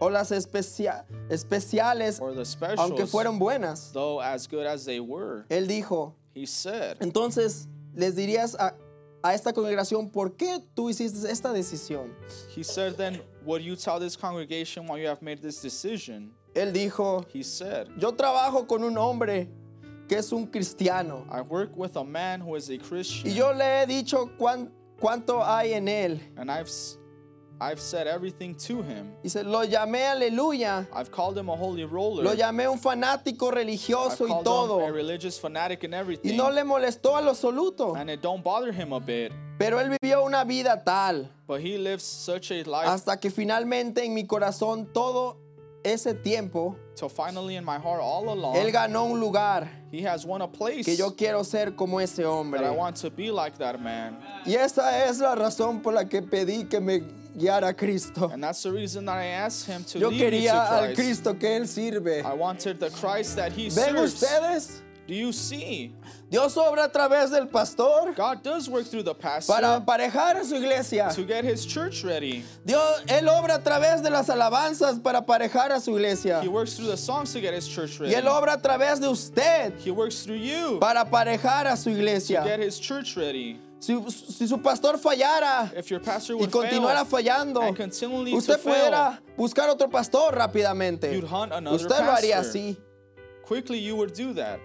Speaker 8: o las especia- especiales,
Speaker 5: or the specials,
Speaker 8: aunque fueron buenas.
Speaker 5: though as good as they were.
Speaker 8: Él dijo,
Speaker 5: He said,
Speaker 8: entonces les dirías a, a esta congregación, ¿por qué tú hiciste esta decisión?
Speaker 5: He said, then would you tell this congregation why you have made this decision?
Speaker 8: Él dijo,
Speaker 5: He said,
Speaker 8: yo trabajo con un hombre que es un cristiano.
Speaker 5: I work with a man who is a Christian,
Speaker 8: Y yo le he dicho cuán- cuánto hay en él.
Speaker 5: and I've, s- I've said everything to him.
Speaker 8: Dice, lo llamé aleluya,
Speaker 5: I've called him a holy roller.
Speaker 8: lo llamé un fanático
Speaker 5: I've
Speaker 8: religioso y
Speaker 5: called
Speaker 8: todo.
Speaker 5: him a religious fanatic and
Speaker 8: Y
Speaker 5: everything.
Speaker 8: no le molestó a lo absoluto.
Speaker 5: and it don't bother him a bit.
Speaker 8: Pero él vivió una vida tal
Speaker 5: But he lives such a life
Speaker 8: hasta que finalmente en mi corazón todo ese tiempo,
Speaker 5: till finally in my heart all along
Speaker 8: él ganó un lugar
Speaker 5: he has won a place
Speaker 8: que yo quiero ser como ese
Speaker 5: that
Speaker 8: hombre.
Speaker 5: I want to be like that man.
Speaker 8: Y esa es la razón por la que pedí que me guiara Cristo.
Speaker 5: And that's the reason that I asked him to
Speaker 8: Yo
Speaker 5: lead me to
Speaker 8: quería al
Speaker 5: Christ.
Speaker 8: Cristo que él sirve.
Speaker 5: I wanted the Christ that he
Speaker 8: ¿Ven
Speaker 5: serves.
Speaker 8: ustedes?
Speaker 5: Do you see?
Speaker 8: Dios obra a través del pastor
Speaker 5: God does work through the pastor
Speaker 8: para aparejar a su iglesia.
Speaker 5: to get his church ready.
Speaker 8: Dios, él obra a través de las alabanzas para aparejar a su iglesia.
Speaker 5: He works through the songs to get his church
Speaker 8: Y
Speaker 5: ready.
Speaker 8: él obra a través de usted
Speaker 5: He works through you
Speaker 8: para aparejar a su
Speaker 5: to get
Speaker 8: iglesia.
Speaker 5: his church ready.
Speaker 8: Si, si su pastor fallara
Speaker 5: If your pastor
Speaker 8: y
Speaker 5: would
Speaker 8: continuara
Speaker 5: fail,
Speaker 8: fallando,
Speaker 5: and continually to
Speaker 8: usted
Speaker 5: fail,
Speaker 8: pudiera buscar otro pastor rápidamente.
Speaker 5: You'd hunt another
Speaker 8: Usted lo haría
Speaker 5: pastor.
Speaker 8: así.
Speaker 5: quickly you would do that.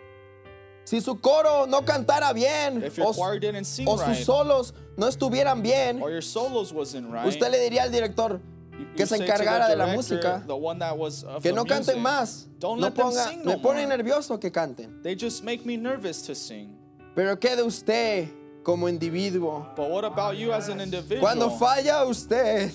Speaker 8: Si su coro no cantara bien
Speaker 5: If your
Speaker 8: o,
Speaker 5: choir didn't sing
Speaker 8: o sus
Speaker 5: right,
Speaker 8: solos no estuvieran bien,
Speaker 5: or your solos wasn't right,
Speaker 8: usted le diría al director
Speaker 5: you-
Speaker 8: que
Speaker 5: you
Speaker 8: se
Speaker 5: say to the
Speaker 8: encargara de la
Speaker 5: director,
Speaker 8: música.
Speaker 5: the one that was of
Speaker 8: Que
Speaker 5: the
Speaker 8: no
Speaker 5: music,
Speaker 8: canten más.
Speaker 5: Don't
Speaker 8: No
Speaker 5: let them
Speaker 8: ponga-
Speaker 5: sing no
Speaker 8: me pone
Speaker 5: more.
Speaker 8: nervioso que canten.
Speaker 5: They just make me nervous to sing.
Speaker 8: Pero ¿qué de usted como individuo?
Speaker 5: But what about you as an individual?
Speaker 8: Cuando falla usted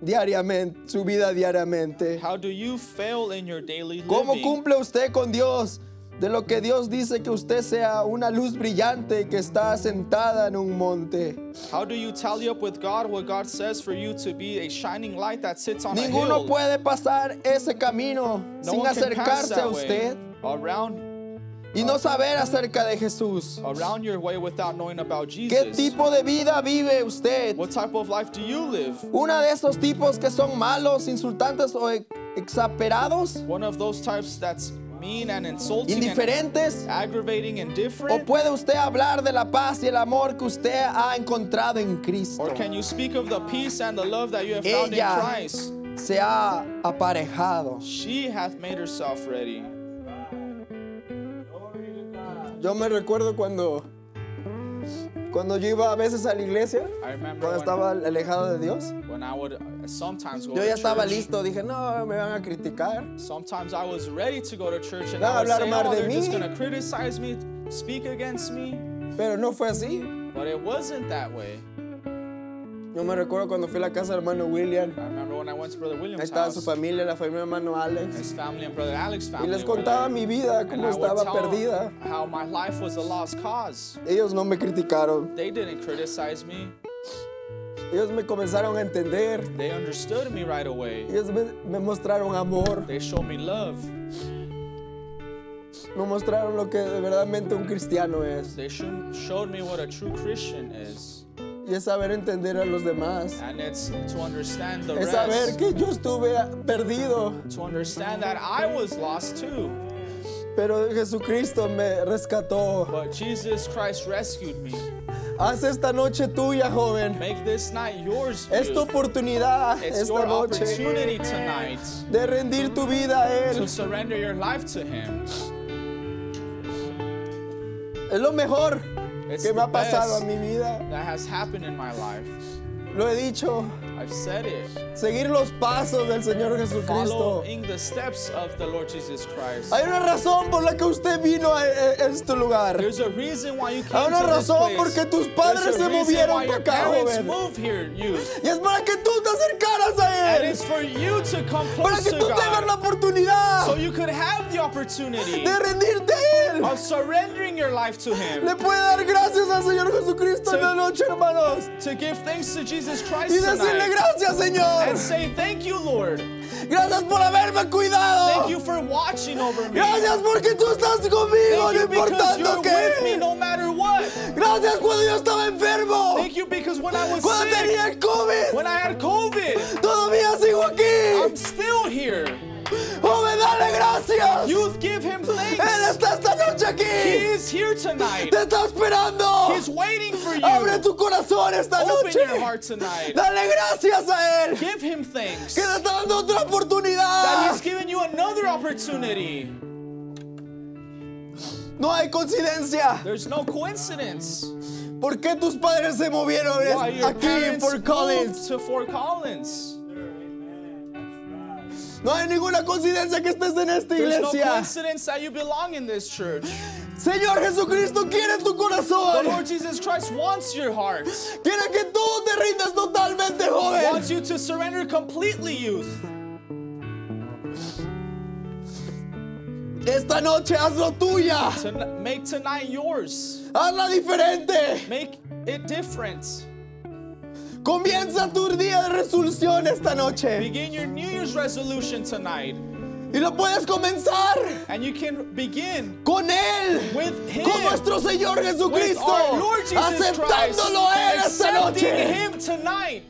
Speaker 8: diariamente, su vida diariamente,
Speaker 5: How do you fail in your daily
Speaker 8: ¿cómo
Speaker 5: living?
Speaker 8: cumple usted con Dios? De lo que Dios dice que usted sea una luz brillante que está sentada en un monte.
Speaker 5: How do you tally up with God what God says for you to be a shining light that sits on a
Speaker 8: Ninguno
Speaker 5: hill?
Speaker 8: puede pasar ese camino
Speaker 5: no
Speaker 8: sin
Speaker 5: one can pass
Speaker 8: acercarse
Speaker 5: that
Speaker 8: a
Speaker 5: way
Speaker 8: usted
Speaker 5: around
Speaker 8: y no saber acerca de Jesús.
Speaker 5: around your way without knowing about Oh, Jesus.
Speaker 8: ¿Qué tipo de vida vive usted?
Speaker 5: What type of life do you live?
Speaker 8: ¿Una de esos tipos que son malos, insultantes o e- exasperados?
Speaker 5: One of those types that's mean and insulting and
Speaker 8: ¿Indiferentes?
Speaker 5: aggravating and
Speaker 8: ¿O
Speaker 5: different?
Speaker 8: puede usted hablar de la paz y el amor que usted ha encontrado en Cristo?
Speaker 5: Or can you speak of the peace and the love that you
Speaker 8: Eh,
Speaker 5: have found in
Speaker 8: Ella-
Speaker 5: Christ?
Speaker 8: Se ha aparejado.
Speaker 5: She hath made herself ready.
Speaker 8: Yo me recuerdo cuando, cuando yo iba a veces a la iglesia,
Speaker 5: I remember
Speaker 8: cuando
Speaker 5: when,
Speaker 8: estaba alejado de Dios.
Speaker 5: when I would uh, sometimes go
Speaker 8: Yo
Speaker 5: to
Speaker 8: ya estaba
Speaker 5: church.
Speaker 8: listo, dije, no, me van a criticar.
Speaker 5: Sometimes I was ready to go to church and
Speaker 8: Van a
Speaker 5: I would
Speaker 8: hablar
Speaker 5: say,
Speaker 8: mal
Speaker 5: oh,
Speaker 8: de
Speaker 5: they're just
Speaker 8: mí."
Speaker 5: going to criticize me, speak against me.
Speaker 8: Pero no fue así.
Speaker 5: But it wasn't that way.
Speaker 8: Yo me recuerdo cuando fui a la casa del hermano William.
Speaker 5: I remember when I went to Brother
Speaker 8: Ahí
Speaker 5: William's
Speaker 8: estaba su
Speaker 5: house,
Speaker 8: familia, la familia del hermano Alex.
Speaker 5: his family and Brother Alex's
Speaker 8: Y
Speaker 5: family
Speaker 8: les
Speaker 5: were
Speaker 8: contaba
Speaker 5: there.
Speaker 8: mi vida,
Speaker 5: ah, And
Speaker 8: cómo
Speaker 5: I would
Speaker 8: estaba
Speaker 5: tell
Speaker 8: perdida.
Speaker 5: them how my life was a lost cause.
Speaker 8: Ellos no me criticaron.
Speaker 5: They didn't criticize me.
Speaker 8: Ellos me comenzaron a entender.
Speaker 5: They understood me right away.
Speaker 8: Ellos me, me mostraron amor.
Speaker 5: They showed me love.
Speaker 8: Me mostraron lo que de verdaderamente un cristiano es.
Speaker 5: They sho- showed me what a true Christian is.
Speaker 8: Y es saber entender a los demás.
Speaker 5: And it's to understand the
Speaker 8: Es saber
Speaker 5: rest.
Speaker 8: que yo estuve perdido,
Speaker 5: To understand that I was lost too.
Speaker 8: pero Jesucristo me rescató.
Speaker 5: But Jesus Christ rescued me.
Speaker 8: Haz esta noche tuya, joven.
Speaker 5: Make this night yours.
Speaker 8: Es tu
Speaker 5: youth.
Speaker 8: oportunidad
Speaker 5: It's
Speaker 8: esta
Speaker 5: your
Speaker 8: noche
Speaker 5: opportunity tonight
Speaker 8: de rendir tu vida a
Speaker 5: to
Speaker 8: Él.
Speaker 5: surrender your life to Him.
Speaker 8: Es lo mejor
Speaker 5: It's
Speaker 8: que me
Speaker 5: the
Speaker 8: ha pasado a
Speaker 5: best
Speaker 8: mi vida.
Speaker 5: that has happened in my life.
Speaker 8: Lo he dicho,
Speaker 5: I've said it.
Speaker 8: seguir los pasos del Señor Jesucristo.
Speaker 5: Following the steps of the Lord Jesus Christ.
Speaker 8: Hay una razón por la que usted vino a, a- a este lugar.
Speaker 5: There's a reason why you came
Speaker 8: Hay una
Speaker 5: to this
Speaker 8: razón
Speaker 5: place.
Speaker 8: porque tus padres
Speaker 5: There's a
Speaker 8: se
Speaker 5: reason
Speaker 8: movieron
Speaker 5: why your
Speaker 8: pa' acá,
Speaker 5: parents
Speaker 8: joven.
Speaker 5: moved here, youth.
Speaker 8: Y es para que tú te acercaras a
Speaker 5: And
Speaker 8: Él.
Speaker 5: it's for you to come
Speaker 8: Para
Speaker 5: close
Speaker 8: que
Speaker 5: to
Speaker 8: tú tengas la
Speaker 5: God.
Speaker 8: oportunidad
Speaker 5: So you could have the opportunity
Speaker 8: de rendirte a Él.
Speaker 5: of surrendering your life to Him.
Speaker 8: Le puede dar gracias al Señor Jesucristo en
Speaker 5: To-
Speaker 8: la noche, hermanos.
Speaker 5: To give thanks to Jesus Christ
Speaker 8: Y decirle
Speaker 5: tonight.
Speaker 8: gracias, Señor.
Speaker 5: And say, thank you, Lord.
Speaker 8: Gracias por haberme
Speaker 5: Thank
Speaker 8: cuidado.
Speaker 5: you for watching over me.
Speaker 8: Gracias porque tú estás conmigo,
Speaker 5: Thank
Speaker 8: no
Speaker 5: you because you're
Speaker 8: importando
Speaker 5: with me
Speaker 8: qué.
Speaker 5: no matter what.
Speaker 8: Gracias cuando yo estaba enfermo.
Speaker 5: Thank you because when I was
Speaker 8: Cuando tenía
Speaker 5: sick,
Speaker 8: el COVID.
Speaker 5: when I had COVID,
Speaker 8: Todavía sigo
Speaker 5: I'm
Speaker 8: aquí.
Speaker 5: still here.
Speaker 8: Joven, dale gracias.
Speaker 5: Youth, give him
Speaker 8: Él
Speaker 5: thanks.
Speaker 8: está esta noche
Speaker 5: He
Speaker 8: aquí.
Speaker 5: is here tonight.
Speaker 8: Te está esperando.
Speaker 5: He's waiting for
Speaker 8: Abre
Speaker 5: you.
Speaker 8: tu corazón esta
Speaker 5: Open
Speaker 8: noche.
Speaker 5: your heart tonight.
Speaker 8: Dale gracias a Él.
Speaker 5: Give him thanks.
Speaker 8: Que te está dando otra
Speaker 5: That
Speaker 8: oportunidad.
Speaker 5: he's given you another opportunity.
Speaker 8: No hay coincidencia.
Speaker 5: There's no coincidence.
Speaker 8: ¿Por qué tus padres se movieron
Speaker 5: Why your
Speaker 8: aquí
Speaker 5: parents
Speaker 8: por Collins?
Speaker 5: moved to Fort Collins.
Speaker 8: No hay ninguna coincidencia que estés en esta
Speaker 5: There's no
Speaker 8: iglesia.
Speaker 5: coincidence that you belong in this church.
Speaker 8: Señor Jesucristo quiere
Speaker 5: The
Speaker 8: tu corazón.
Speaker 5: Lord Jesus Christ wants your heart.
Speaker 8: Quiere que tú te rindas totalmente, joven.
Speaker 5: Wants you to surrender completely, youth.
Speaker 8: Esta noche hazlo tuya.
Speaker 5: Ton- make tonight yours.
Speaker 8: Hazla diferente.
Speaker 5: Make it different.
Speaker 8: Comienza tu día de resolución esta noche.
Speaker 5: Begin your New Year's resolution tonight.
Speaker 8: Y lo puedes comenzar
Speaker 5: And you can begin
Speaker 8: con Él.
Speaker 5: with Him.
Speaker 8: Con nuestro Señor
Speaker 5: with
Speaker 8: Jesucristo.
Speaker 5: our Lord Jesus Christ.
Speaker 8: Aceptándolo a Él esta
Speaker 5: accepting
Speaker 8: noche.
Speaker 5: Him tonight.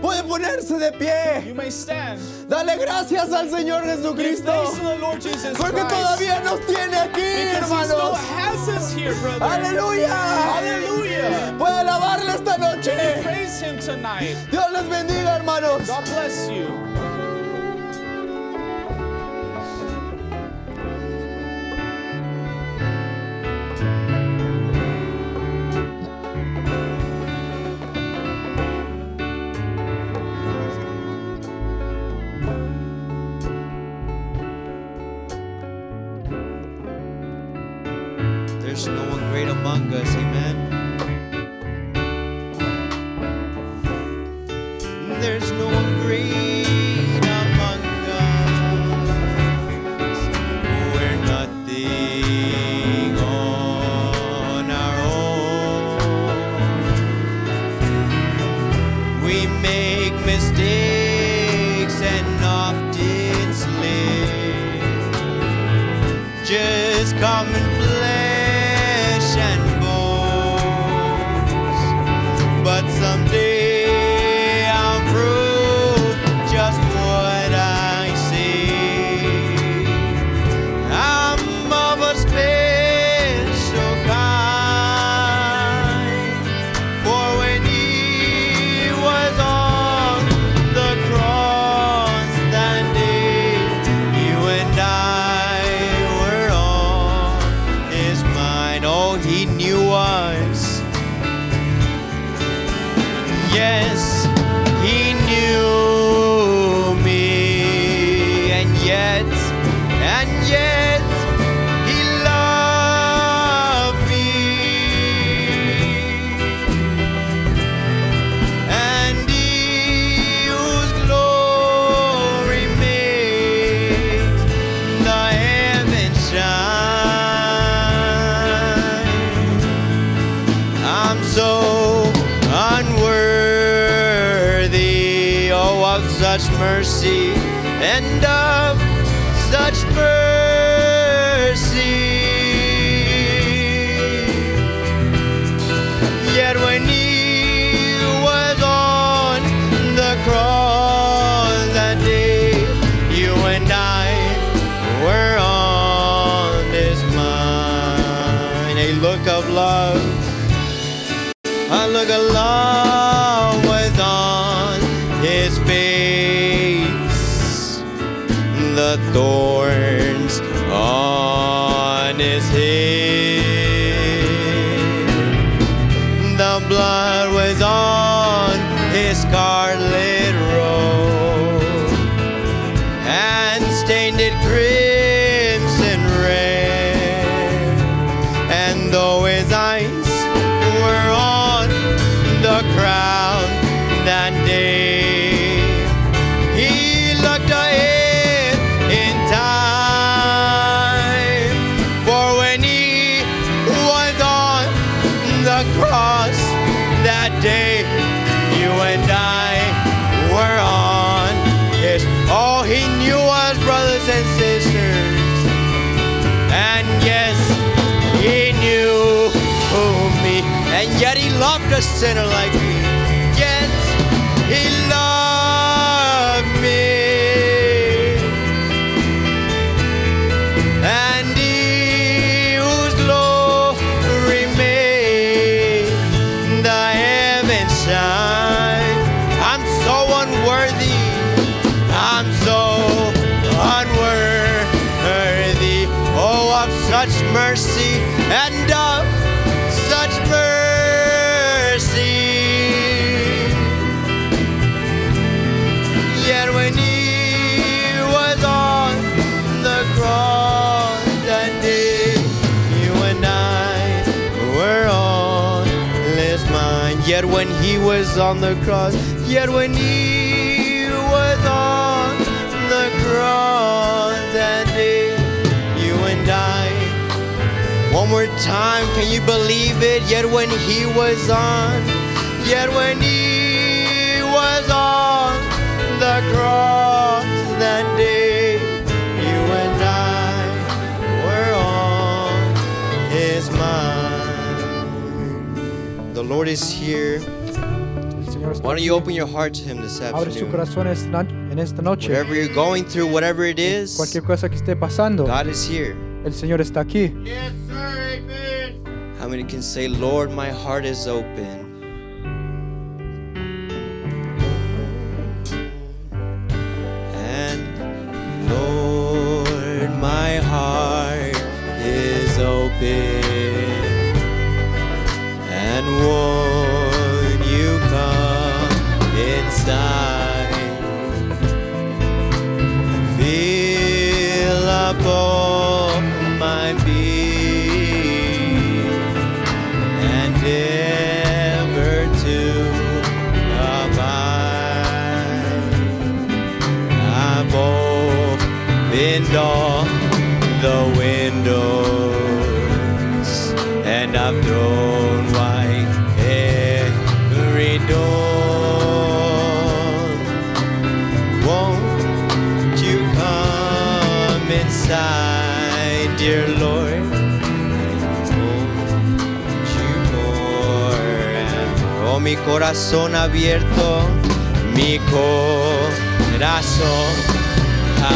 Speaker 8: Puede ponerse de
Speaker 5: You
Speaker 8: pie.
Speaker 5: may stand.
Speaker 8: Dale gracias al Señor
Speaker 5: Give thanks
Speaker 8: Jesucristo.
Speaker 5: to the Lord Jesus
Speaker 8: Porque
Speaker 5: Christ.
Speaker 8: todavía nos tiene aquí,
Speaker 5: because He still
Speaker 8: hermanos.
Speaker 5: has us here, brother.
Speaker 8: Aleluya.
Speaker 5: Hallelujah.
Speaker 8: Puede alabarle esta noche.
Speaker 5: Praise Him tonight.
Speaker 8: Dios les bendiga, hermanos.
Speaker 5: God bless you.
Speaker 7: there's no one great among us. Amen. There's no one great among us. We're nothing on our own. We make mistakes and often slip just common flesh and bones. But someday I'll prove just what I say. I'm of a special kind. For when he was on the cross that day, you and I were on his mind. Oh, he knew us. Yes, he knew me, and yet, and yet, he loved me and he whose glory makes the heaven shine. I'm so unworthy, oh, of such mercy and of such mercy. Yet when he was on the cross that day, you and I were on his mind. A look of love, a look of love was on his face. The thorns on his head. The blood was on his scarlet robe and stained it crimson red. And though his eyes were on the crown that day, he looked ahead in time. For when he was on the cross that day, you and I were on his. Oh, he knew us, brothers and sisters. And yes, he knew me. And yet he loved a sinner like me. Yes, he loved me. And he whose glory made the heaven shine. I'm so unworthy. I'm so unworthy. Oh, of such mercy and of such mercy. Yet when he was on the cross that day, you and I were on his mind. Yet when he was on the cross, yet when he was on the cross that day, you and I one more time, can you believe it? Yet when he was on, yet when he was on the cross that day, you and I were on his mind. The Lord is here.
Speaker 2: El Señor está
Speaker 7: Why don't you
Speaker 2: aquí.
Speaker 7: open your heart to him this
Speaker 2: Abre su
Speaker 7: afternoon?
Speaker 2: corazón en esta na- en esta noche.
Speaker 7: Whatever you're going through, whatever it is,
Speaker 2: Cualquier cosa que esté pasando,
Speaker 7: God is here.
Speaker 2: el Señor está aquí.
Speaker 7: How many can say, Lord, my heart is open? And Lord, my heart is open. And would you come inside? Fill up all my being. opened all the windows and I've thrown wide every door. Won't you come inside, dear Lord? Won't you more and more? Oh, mi corazón abierto, mi corazón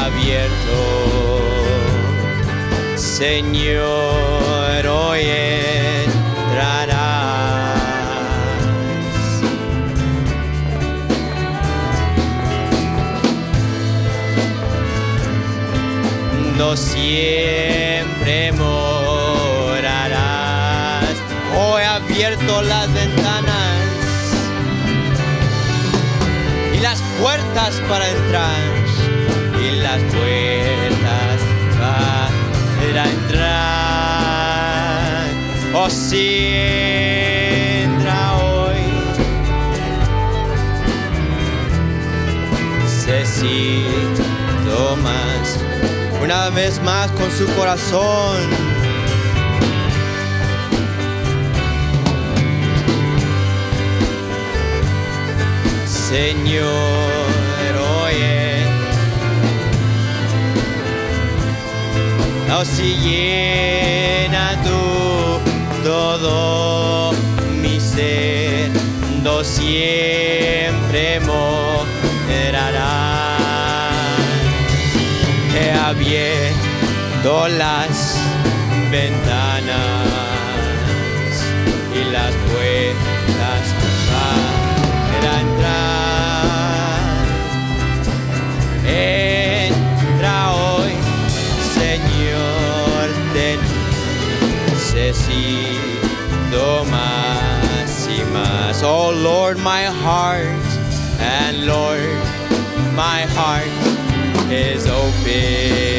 Speaker 7: abierto, Señor, hoy entrarás. no siempre morarás. Hoy he abierto las ventanas y las puertas para entrar y las puertas para entrar. Oh, si entra hoy, necesito más. Una vez más con su corazón. Señor, oye. Oh, si llena tú todo mi ser, no siempre morarás he abierto las ventanas y las puertas para entrar. Entra hoy, Señor, te necesito más y más. Oh Lord, my heart and Lord, my heart is open.